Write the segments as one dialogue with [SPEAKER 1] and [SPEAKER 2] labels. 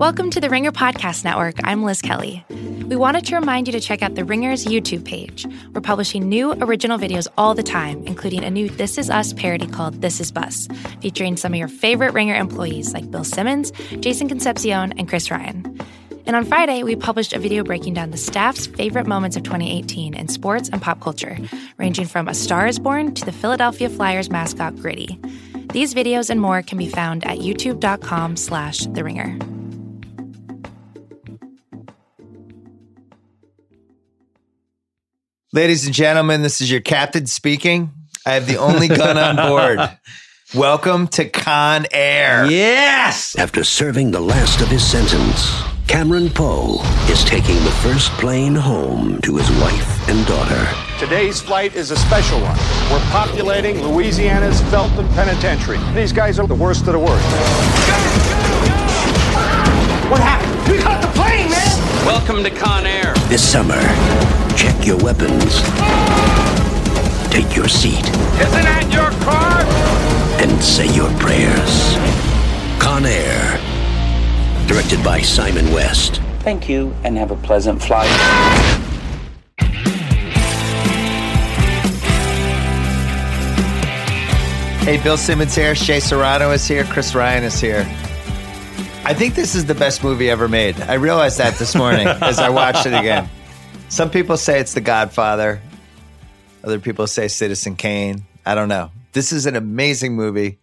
[SPEAKER 1] Welcome to the Ringer Podcast Network. I'm Liz Kelly. We wanted to remind you to check out the Ringer's YouTube page. We're publishing new original videos all the time, including a new This Is Us parody called This Is Bus, featuring some of your favorite Ringer employees like Bill Simmons, Jason Concepcion, and Chris Ryan. And on Friday, we published a video breaking down the staff's favorite moments of 2018 in sports and pop culture, ranging from A Star is Born to the Philadelphia Flyers mascot Gritty. These videos and more can be found at youtube.com slash the ringer.
[SPEAKER 2] Ladies and gentlemen, this is your captain speaking. I have the only gun on board. Welcome to Con Air.
[SPEAKER 3] Yes!
[SPEAKER 4] After serving the last of his sentence, Cameron Poe is taking the first plane home to his wife and daughter.
[SPEAKER 5] Today's flight is a special one. We're populating Louisiana's Felton Penitentiary. These guys are the worst of the worst.
[SPEAKER 6] What happened? We caught the plane, man!
[SPEAKER 7] Welcome to Con Air.
[SPEAKER 4] This summer, check your weapons, take your seat,
[SPEAKER 7] Isn't that your car?
[SPEAKER 4] and say your prayers. Con Air, directed by Simon West.
[SPEAKER 8] Thank you and have a pleasant flight.
[SPEAKER 2] Hey, Bill Simmons here. Shea Serrano is here. Chris Ryan is here. I think this is the best movie ever made. I realized that this morning as I watched it again. Some people say it's The Godfather. Other people say Citizen Kane. I don't know. This is an amazing movie.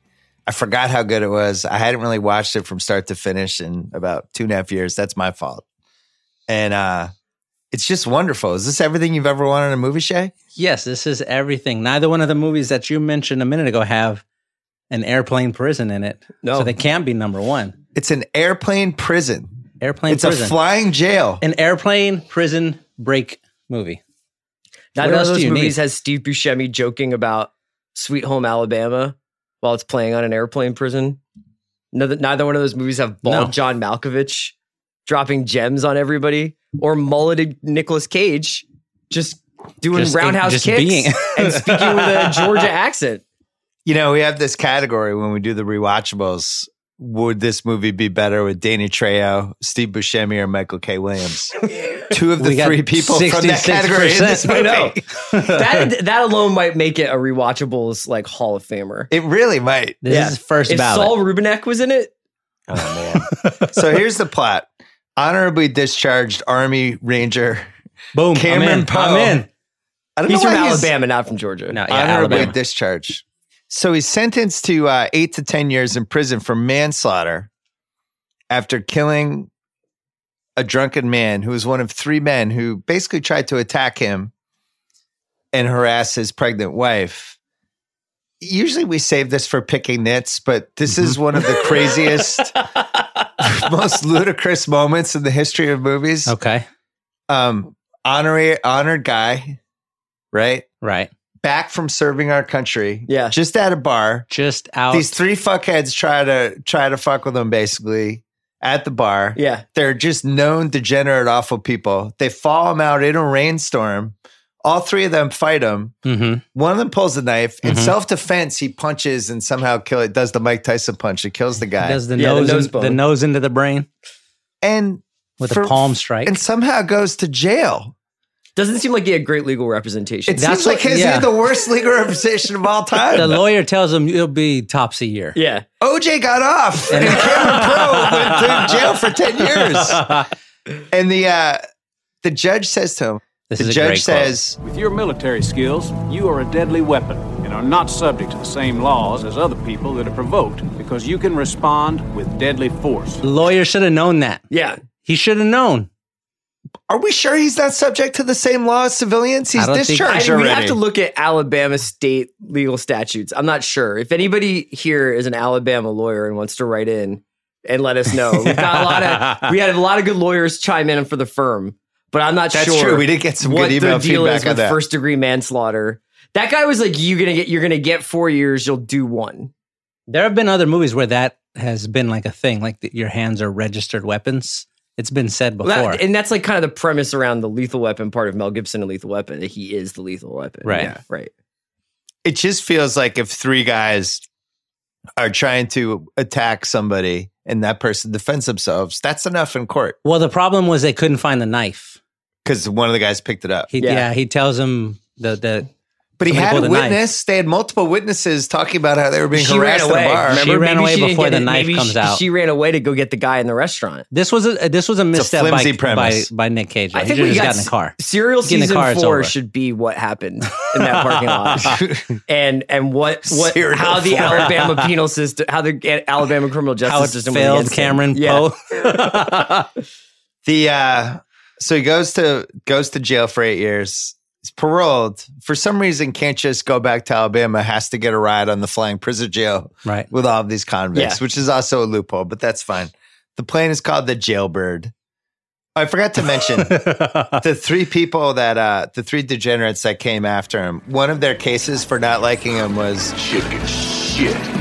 [SPEAKER 2] I forgot how good it was. I hadn't really watched it from start to finish in about two and a half years. That's my fault. And uh, it's just wonderful. Is this everything you've ever wanted in a movie, Shay?
[SPEAKER 3] Yes, this is everything. Neither one of the movies that you mentioned a minute ago have an airplane prison in it.
[SPEAKER 9] No.
[SPEAKER 3] So they can't be number one.
[SPEAKER 2] It's an airplane prison.
[SPEAKER 3] Airplane
[SPEAKER 2] it's
[SPEAKER 3] prison.
[SPEAKER 2] a flying jail.
[SPEAKER 3] an airplane prison break movie.
[SPEAKER 9] Neither
[SPEAKER 3] What
[SPEAKER 9] one of
[SPEAKER 3] else do
[SPEAKER 9] those
[SPEAKER 3] you
[SPEAKER 9] movies
[SPEAKER 3] need?
[SPEAKER 9] has Steve Buscemi joking about Sweet Home Alabama while it's playing on an airplane prison. Neither, neither one of those movies have bald
[SPEAKER 3] No.
[SPEAKER 9] John Malkovich dropping gems on everybody or mulleted Nicolas Cage just doing
[SPEAKER 3] Just-
[SPEAKER 9] roundhouse
[SPEAKER 3] just
[SPEAKER 9] kicks
[SPEAKER 3] being-
[SPEAKER 9] and speaking with a Georgia accent.
[SPEAKER 2] You know, we have this category when we do the rewatchables. Would this movie be better with Danny Trejo, Steve Buscemi, or Michael K. Williams? Two of the
[SPEAKER 3] We got
[SPEAKER 2] three people from that category in this
[SPEAKER 3] 66%. I know.
[SPEAKER 2] movie.
[SPEAKER 9] Oh. That that alone might make it a rewatchables like Hall of Famer.
[SPEAKER 2] It really might.
[SPEAKER 3] This
[SPEAKER 9] Yeah.
[SPEAKER 3] is first
[SPEAKER 9] If
[SPEAKER 3] ballot.
[SPEAKER 9] Saul Rubinek was in it,
[SPEAKER 2] So here's the plot: honorably discharged Army Ranger.
[SPEAKER 3] Boom.
[SPEAKER 2] Cameron
[SPEAKER 3] I'm in.
[SPEAKER 2] Poe.
[SPEAKER 3] I'm in.
[SPEAKER 2] I don't
[SPEAKER 9] he's
[SPEAKER 2] know
[SPEAKER 9] from
[SPEAKER 2] why
[SPEAKER 9] Alabama, not from Georgia.
[SPEAKER 3] No, yeah,
[SPEAKER 2] honorably
[SPEAKER 3] Alabama.
[SPEAKER 2] discharged. So he's sentenced to uh, eight to ten years in prison for manslaughter after killing a drunken man who was one of three men who basically tried to attack him and harass his pregnant wife. Usually we save this for picking nits, but this
[SPEAKER 3] Mm-hmm.
[SPEAKER 2] is one of the craziest, most ludicrous moments in the history of movies.
[SPEAKER 3] Okay.
[SPEAKER 2] Um, honorary, honored guy, right?
[SPEAKER 3] Right.
[SPEAKER 2] back from serving our country.
[SPEAKER 9] Yeah.
[SPEAKER 2] Just at a bar.
[SPEAKER 3] Just out.
[SPEAKER 2] These three fuckheads try to try to fuck with them basically at the bar.
[SPEAKER 9] Yeah.
[SPEAKER 2] They're just known degenerate awful people. They fall him out in a rainstorm. All three of them fight him.
[SPEAKER 3] Mhm.
[SPEAKER 2] One of them pulls a knife.
[SPEAKER 3] Mm-hmm.
[SPEAKER 2] In self defense, he punches and somehow kill it. Does the Mike Tyson punch? It kills the guy.
[SPEAKER 3] Does the,
[SPEAKER 9] Yeah, the
[SPEAKER 3] nose, in-
[SPEAKER 9] nose bone.
[SPEAKER 3] the nose into the brain
[SPEAKER 2] and
[SPEAKER 3] with
[SPEAKER 2] for-
[SPEAKER 3] a palm strike.
[SPEAKER 2] and somehow goes to jail.
[SPEAKER 9] Doesn't seem like he had great legal representation.
[SPEAKER 2] It
[SPEAKER 3] That's
[SPEAKER 2] seems like
[SPEAKER 3] what-
[SPEAKER 2] his, he
[SPEAKER 3] yeah.
[SPEAKER 2] had the worst legal representation of all time.
[SPEAKER 3] the lawyer tells him it'll be topsy year.
[SPEAKER 9] yeah.
[SPEAKER 2] OJ got off and Cameron Pro went to jail for 10 years. And the uh, the judge says to him,
[SPEAKER 3] This
[SPEAKER 2] the
[SPEAKER 3] is a
[SPEAKER 2] judge
[SPEAKER 3] great quote.
[SPEAKER 2] says,
[SPEAKER 7] With your military skills, you are a deadly weapon and are not subject to the same laws as other people that are provoked because you can respond with deadly force.
[SPEAKER 3] The lawyer should have known that.
[SPEAKER 9] Yeah.
[SPEAKER 3] He should have known.
[SPEAKER 2] Are we sure he's not subject to the same law as civilians? He's
[SPEAKER 3] I don't think-
[SPEAKER 9] I,
[SPEAKER 2] discharged
[SPEAKER 9] we
[SPEAKER 2] already.
[SPEAKER 9] have to look at Alabama state legal statutes. I'm not sure. If anybody here is an Alabama lawyer and wants to write in and let us know, we've got a lot of we had a lot of good lawyers chime in for the firm, but I'm not
[SPEAKER 2] That's
[SPEAKER 9] sure.
[SPEAKER 2] true. We did get some
[SPEAKER 9] what
[SPEAKER 2] good email
[SPEAKER 9] the deal
[SPEAKER 2] feedback
[SPEAKER 9] is
[SPEAKER 2] on
[SPEAKER 9] with
[SPEAKER 2] that.
[SPEAKER 9] first degree manslaughter. That guy was like, "You're gonna get, you're gonna get four years. You'll do one."
[SPEAKER 3] There have been other movies where that has been like a thing, like that your hands are registered weapons. It's been said before.
[SPEAKER 9] Well, that- and that's like kind of the premise around the lethal weapon part of Mel Gibson and Lethal Weapon. That he is the lethal weapon.
[SPEAKER 3] Right.
[SPEAKER 9] Yeah, right.
[SPEAKER 2] it just feels like if three guys are trying to attack somebody and that person defends themselves, that's enough in court
[SPEAKER 3] Well, the problem was they couldn't find the knife.
[SPEAKER 2] because one of the guys picked it up.
[SPEAKER 3] He,
[SPEAKER 9] Yeah.
[SPEAKER 3] yeah. he tells him the the
[SPEAKER 2] But he
[SPEAKER 3] Somebody
[SPEAKER 2] had a
[SPEAKER 3] pulled a knife.
[SPEAKER 2] witness. They had multiple witnesses talking about how they were being
[SPEAKER 9] She ran
[SPEAKER 2] harassed at a
[SPEAKER 9] away.
[SPEAKER 2] bar.
[SPEAKER 9] Remember?
[SPEAKER 3] ran away
[SPEAKER 9] didn't
[SPEAKER 3] before
[SPEAKER 9] get
[SPEAKER 3] the
[SPEAKER 9] it.
[SPEAKER 3] knife
[SPEAKER 9] Maybe
[SPEAKER 3] comes
[SPEAKER 9] she,
[SPEAKER 3] out.
[SPEAKER 9] She ran away to go get the guy in the restaurant.
[SPEAKER 3] this was a this was a misstep
[SPEAKER 2] flimsy
[SPEAKER 3] by, by
[SPEAKER 2] premise.
[SPEAKER 3] by Nick Cage. Right?
[SPEAKER 9] I think
[SPEAKER 3] he
[SPEAKER 9] we
[SPEAKER 3] just
[SPEAKER 9] got,
[SPEAKER 3] got in the car.
[SPEAKER 9] Serial
[SPEAKER 3] Get in the
[SPEAKER 9] season
[SPEAKER 3] car, it's
[SPEAKER 9] four
[SPEAKER 3] over.
[SPEAKER 9] should be what happened in that parking lot, and and what what
[SPEAKER 2] Serial
[SPEAKER 9] how the
[SPEAKER 2] four.
[SPEAKER 9] Alabama penal system, how the A- Alabama criminal justice
[SPEAKER 3] How it
[SPEAKER 9] system was
[SPEAKER 3] failed
[SPEAKER 9] against him.
[SPEAKER 3] Cameron
[SPEAKER 9] Yeah.
[SPEAKER 3] Poe.
[SPEAKER 2] The uh, so he goes to goes to jail for eight years. He's paroled for some reason. Can't just go back to Alabama. Has to get a ride on the flying prison jail
[SPEAKER 3] Right.
[SPEAKER 2] with all of these convicts,
[SPEAKER 9] Yeah.
[SPEAKER 2] which is also a loophole. But that's fine. The plane is called the Jailbird. I forgot to mention the three people that uh, the three degenerates that came after him. One of their cases for not liking him was
[SPEAKER 10] Chicken shit.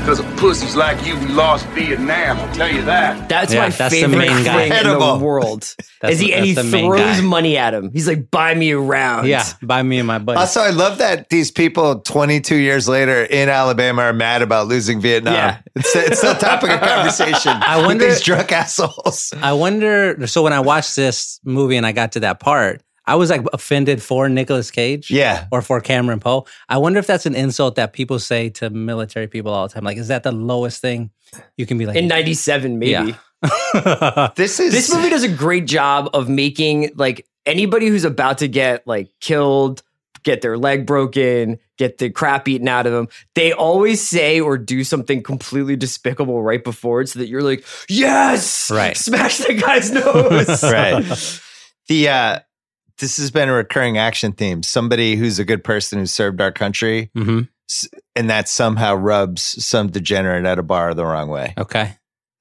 [SPEAKER 10] Cause of pussies like you, we lost Vietnam, I'll tell you that.
[SPEAKER 9] That's
[SPEAKER 3] Yeah,
[SPEAKER 9] my
[SPEAKER 3] that's the
[SPEAKER 9] favorite
[SPEAKER 3] main guy.
[SPEAKER 9] thing in
[SPEAKER 2] Incredible.
[SPEAKER 9] the world.
[SPEAKER 3] That's
[SPEAKER 9] Is he
[SPEAKER 3] the-
[SPEAKER 9] and he
[SPEAKER 3] that's the main
[SPEAKER 9] throws
[SPEAKER 3] guy.
[SPEAKER 9] money at him? He's like, "Buy me around."
[SPEAKER 3] yeah, by me and my buddy.
[SPEAKER 2] Also, I love that these people 22 years later in Alabama are mad about losing Vietnam.
[SPEAKER 9] Yeah.
[SPEAKER 2] It's, it's the topic of conversation. I
[SPEAKER 3] wonder-
[SPEAKER 2] these drunk assholes.
[SPEAKER 3] I wonder. So when I watched this movie and I got to that part, I was like offended for Nicolas Cage.
[SPEAKER 2] Yeah.
[SPEAKER 3] Or for Cameron Poe. I wonder if that's an insult that people say to military people all the time. Like, is that the lowest thing you can be like?
[SPEAKER 9] in '97, maybe.
[SPEAKER 3] Yeah.
[SPEAKER 2] This is
[SPEAKER 9] This movie does a great job of making like anybody who's about to get like killed, get their leg broken, get the crap eaten out of them. They always say or do something completely despicable right before it, so that you're like, "Yes,
[SPEAKER 3] Right.
[SPEAKER 9] smash that guy's nose."
[SPEAKER 2] right. The uh, this has been a recurring action theme. Somebody who's a good person who served our country,
[SPEAKER 3] hmm
[SPEAKER 2] and that somehow rubs some degenerate at a bar the wrong way.
[SPEAKER 3] Okay.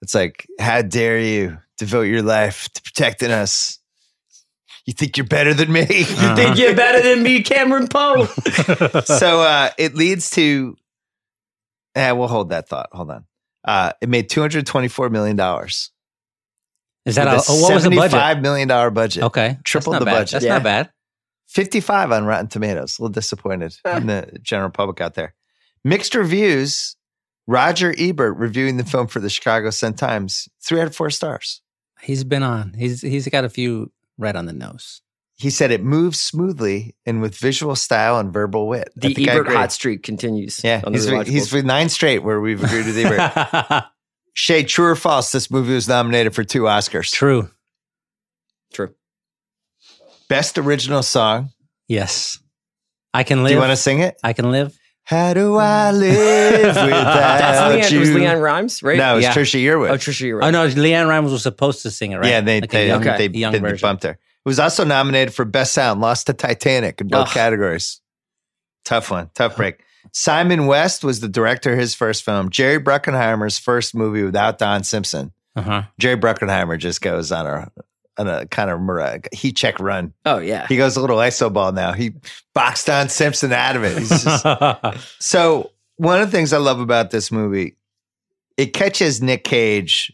[SPEAKER 2] It's like, how dare you devote your life to protecting us? You think you're better than me?
[SPEAKER 9] Think you're better than me, Cameron Poe.
[SPEAKER 2] so uh, it leads to. Eh, we'll hold that thought. Hold on. Uh, it made two hundred twenty-four million dollars.
[SPEAKER 3] Is that a, oh, what was the budget? Oh.
[SPEAKER 2] Seventy-five million dollar budget.
[SPEAKER 3] Okay.
[SPEAKER 2] Triple
[SPEAKER 3] That's not
[SPEAKER 2] the
[SPEAKER 3] bad.
[SPEAKER 2] budget.
[SPEAKER 3] That's
[SPEAKER 9] Yeah.
[SPEAKER 3] not bad.
[SPEAKER 2] Fifty-five on Rotten Tomatoes. A little disappointed in the general public out there. Mixed reviews. Roger Ebert reviewing the film for the Chicago Sun Times. Three out of four stars.
[SPEAKER 3] He's been on. He's he's got a few right on the nose.
[SPEAKER 2] He said it moves smoothly and with visual style and verbal wit. I
[SPEAKER 9] The
[SPEAKER 2] think I
[SPEAKER 9] Ebert
[SPEAKER 2] agree.
[SPEAKER 9] hot streak continues.
[SPEAKER 2] Yeah,
[SPEAKER 9] on the
[SPEAKER 2] he's, he's
[SPEAKER 9] Rewatchables.
[SPEAKER 2] with nine straight where we've agreed with Ebert. Shay, true or false? This movie was nominated for two Oscars.
[SPEAKER 3] True.
[SPEAKER 2] Uh,
[SPEAKER 9] true.
[SPEAKER 2] Best original song.
[SPEAKER 3] Yes. I can live.
[SPEAKER 2] Do you want to sing it?
[SPEAKER 3] I can live.
[SPEAKER 2] How do I live without
[SPEAKER 9] That's Leon.
[SPEAKER 2] you?
[SPEAKER 9] It was Leon Rhymes, right?
[SPEAKER 2] No, it was
[SPEAKER 3] Yeah.
[SPEAKER 2] Trisha Yearwood.
[SPEAKER 9] Oh, Trisha, you're right.
[SPEAKER 3] Oh no, Leanne Rhymes was supposed to sing it, right?
[SPEAKER 2] Yeah, they
[SPEAKER 3] Like a
[SPEAKER 2] they,
[SPEAKER 3] young,
[SPEAKER 2] they,
[SPEAKER 3] young
[SPEAKER 2] they
[SPEAKER 3] version.
[SPEAKER 2] bumped her. It was also nominated for Best Sound, lost to Titanic in both
[SPEAKER 9] Ugh.
[SPEAKER 2] categories. Tough one, tough break. Simon West was the director of his first film, Jerry Bruckheimer's first movie without Don Simpson.
[SPEAKER 3] Uh-huh.
[SPEAKER 2] Jerry Bruckheimer just goes on a on a kind of mora- heat check run.
[SPEAKER 9] Oh yeah.
[SPEAKER 2] He goes a little iso ball now. He boxed Don Simpson out of it. He's just
[SPEAKER 3] Uh-huh.
[SPEAKER 2] So one of the things I love about this movie, it catches Nick Cage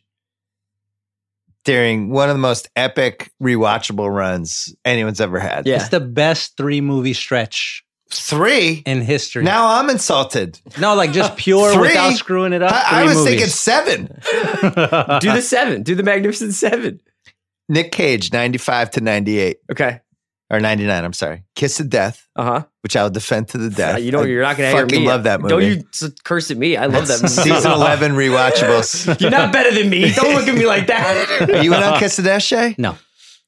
[SPEAKER 2] during one of the most epic rewatchable runs anyone's ever had.
[SPEAKER 9] Yeah.
[SPEAKER 3] It's the best three movie stretch
[SPEAKER 2] Three.
[SPEAKER 3] in history.
[SPEAKER 2] Now I'm insulted.
[SPEAKER 3] no, like just pure
[SPEAKER 2] Three?
[SPEAKER 3] without screwing it up.
[SPEAKER 2] I, I
[SPEAKER 3] three
[SPEAKER 2] was
[SPEAKER 3] movies.
[SPEAKER 2] thinking seven.
[SPEAKER 9] Do the seven. Do the Magnificent Seven.
[SPEAKER 2] Nick Cage, 95 to 98,
[SPEAKER 9] Okay.
[SPEAKER 2] or 99, I'm sorry. Kiss of Death,
[SPEAKER 9] Uh huh.
[SPEAKER 2] which I'll defend to the death.
[SPEAKER 9] You know,
[SPEAKER 2] I
[SPEAKER 9] you're not going to
[SPEAKER 2] fucking
[SPEAKER 9] hear me.
[SPEAKER 2] love that movie.
[SPEAKER 9] Don't you s- curse at me. I love that movie.
[SPEAKER 2] Season 11 rewatchables.
[SPEAKER 9] You're not better than me. Don't look at me like that.
[SPEAKER 2] Are you in on Kiss of Death, Shay?
[SPEAKER 3] No,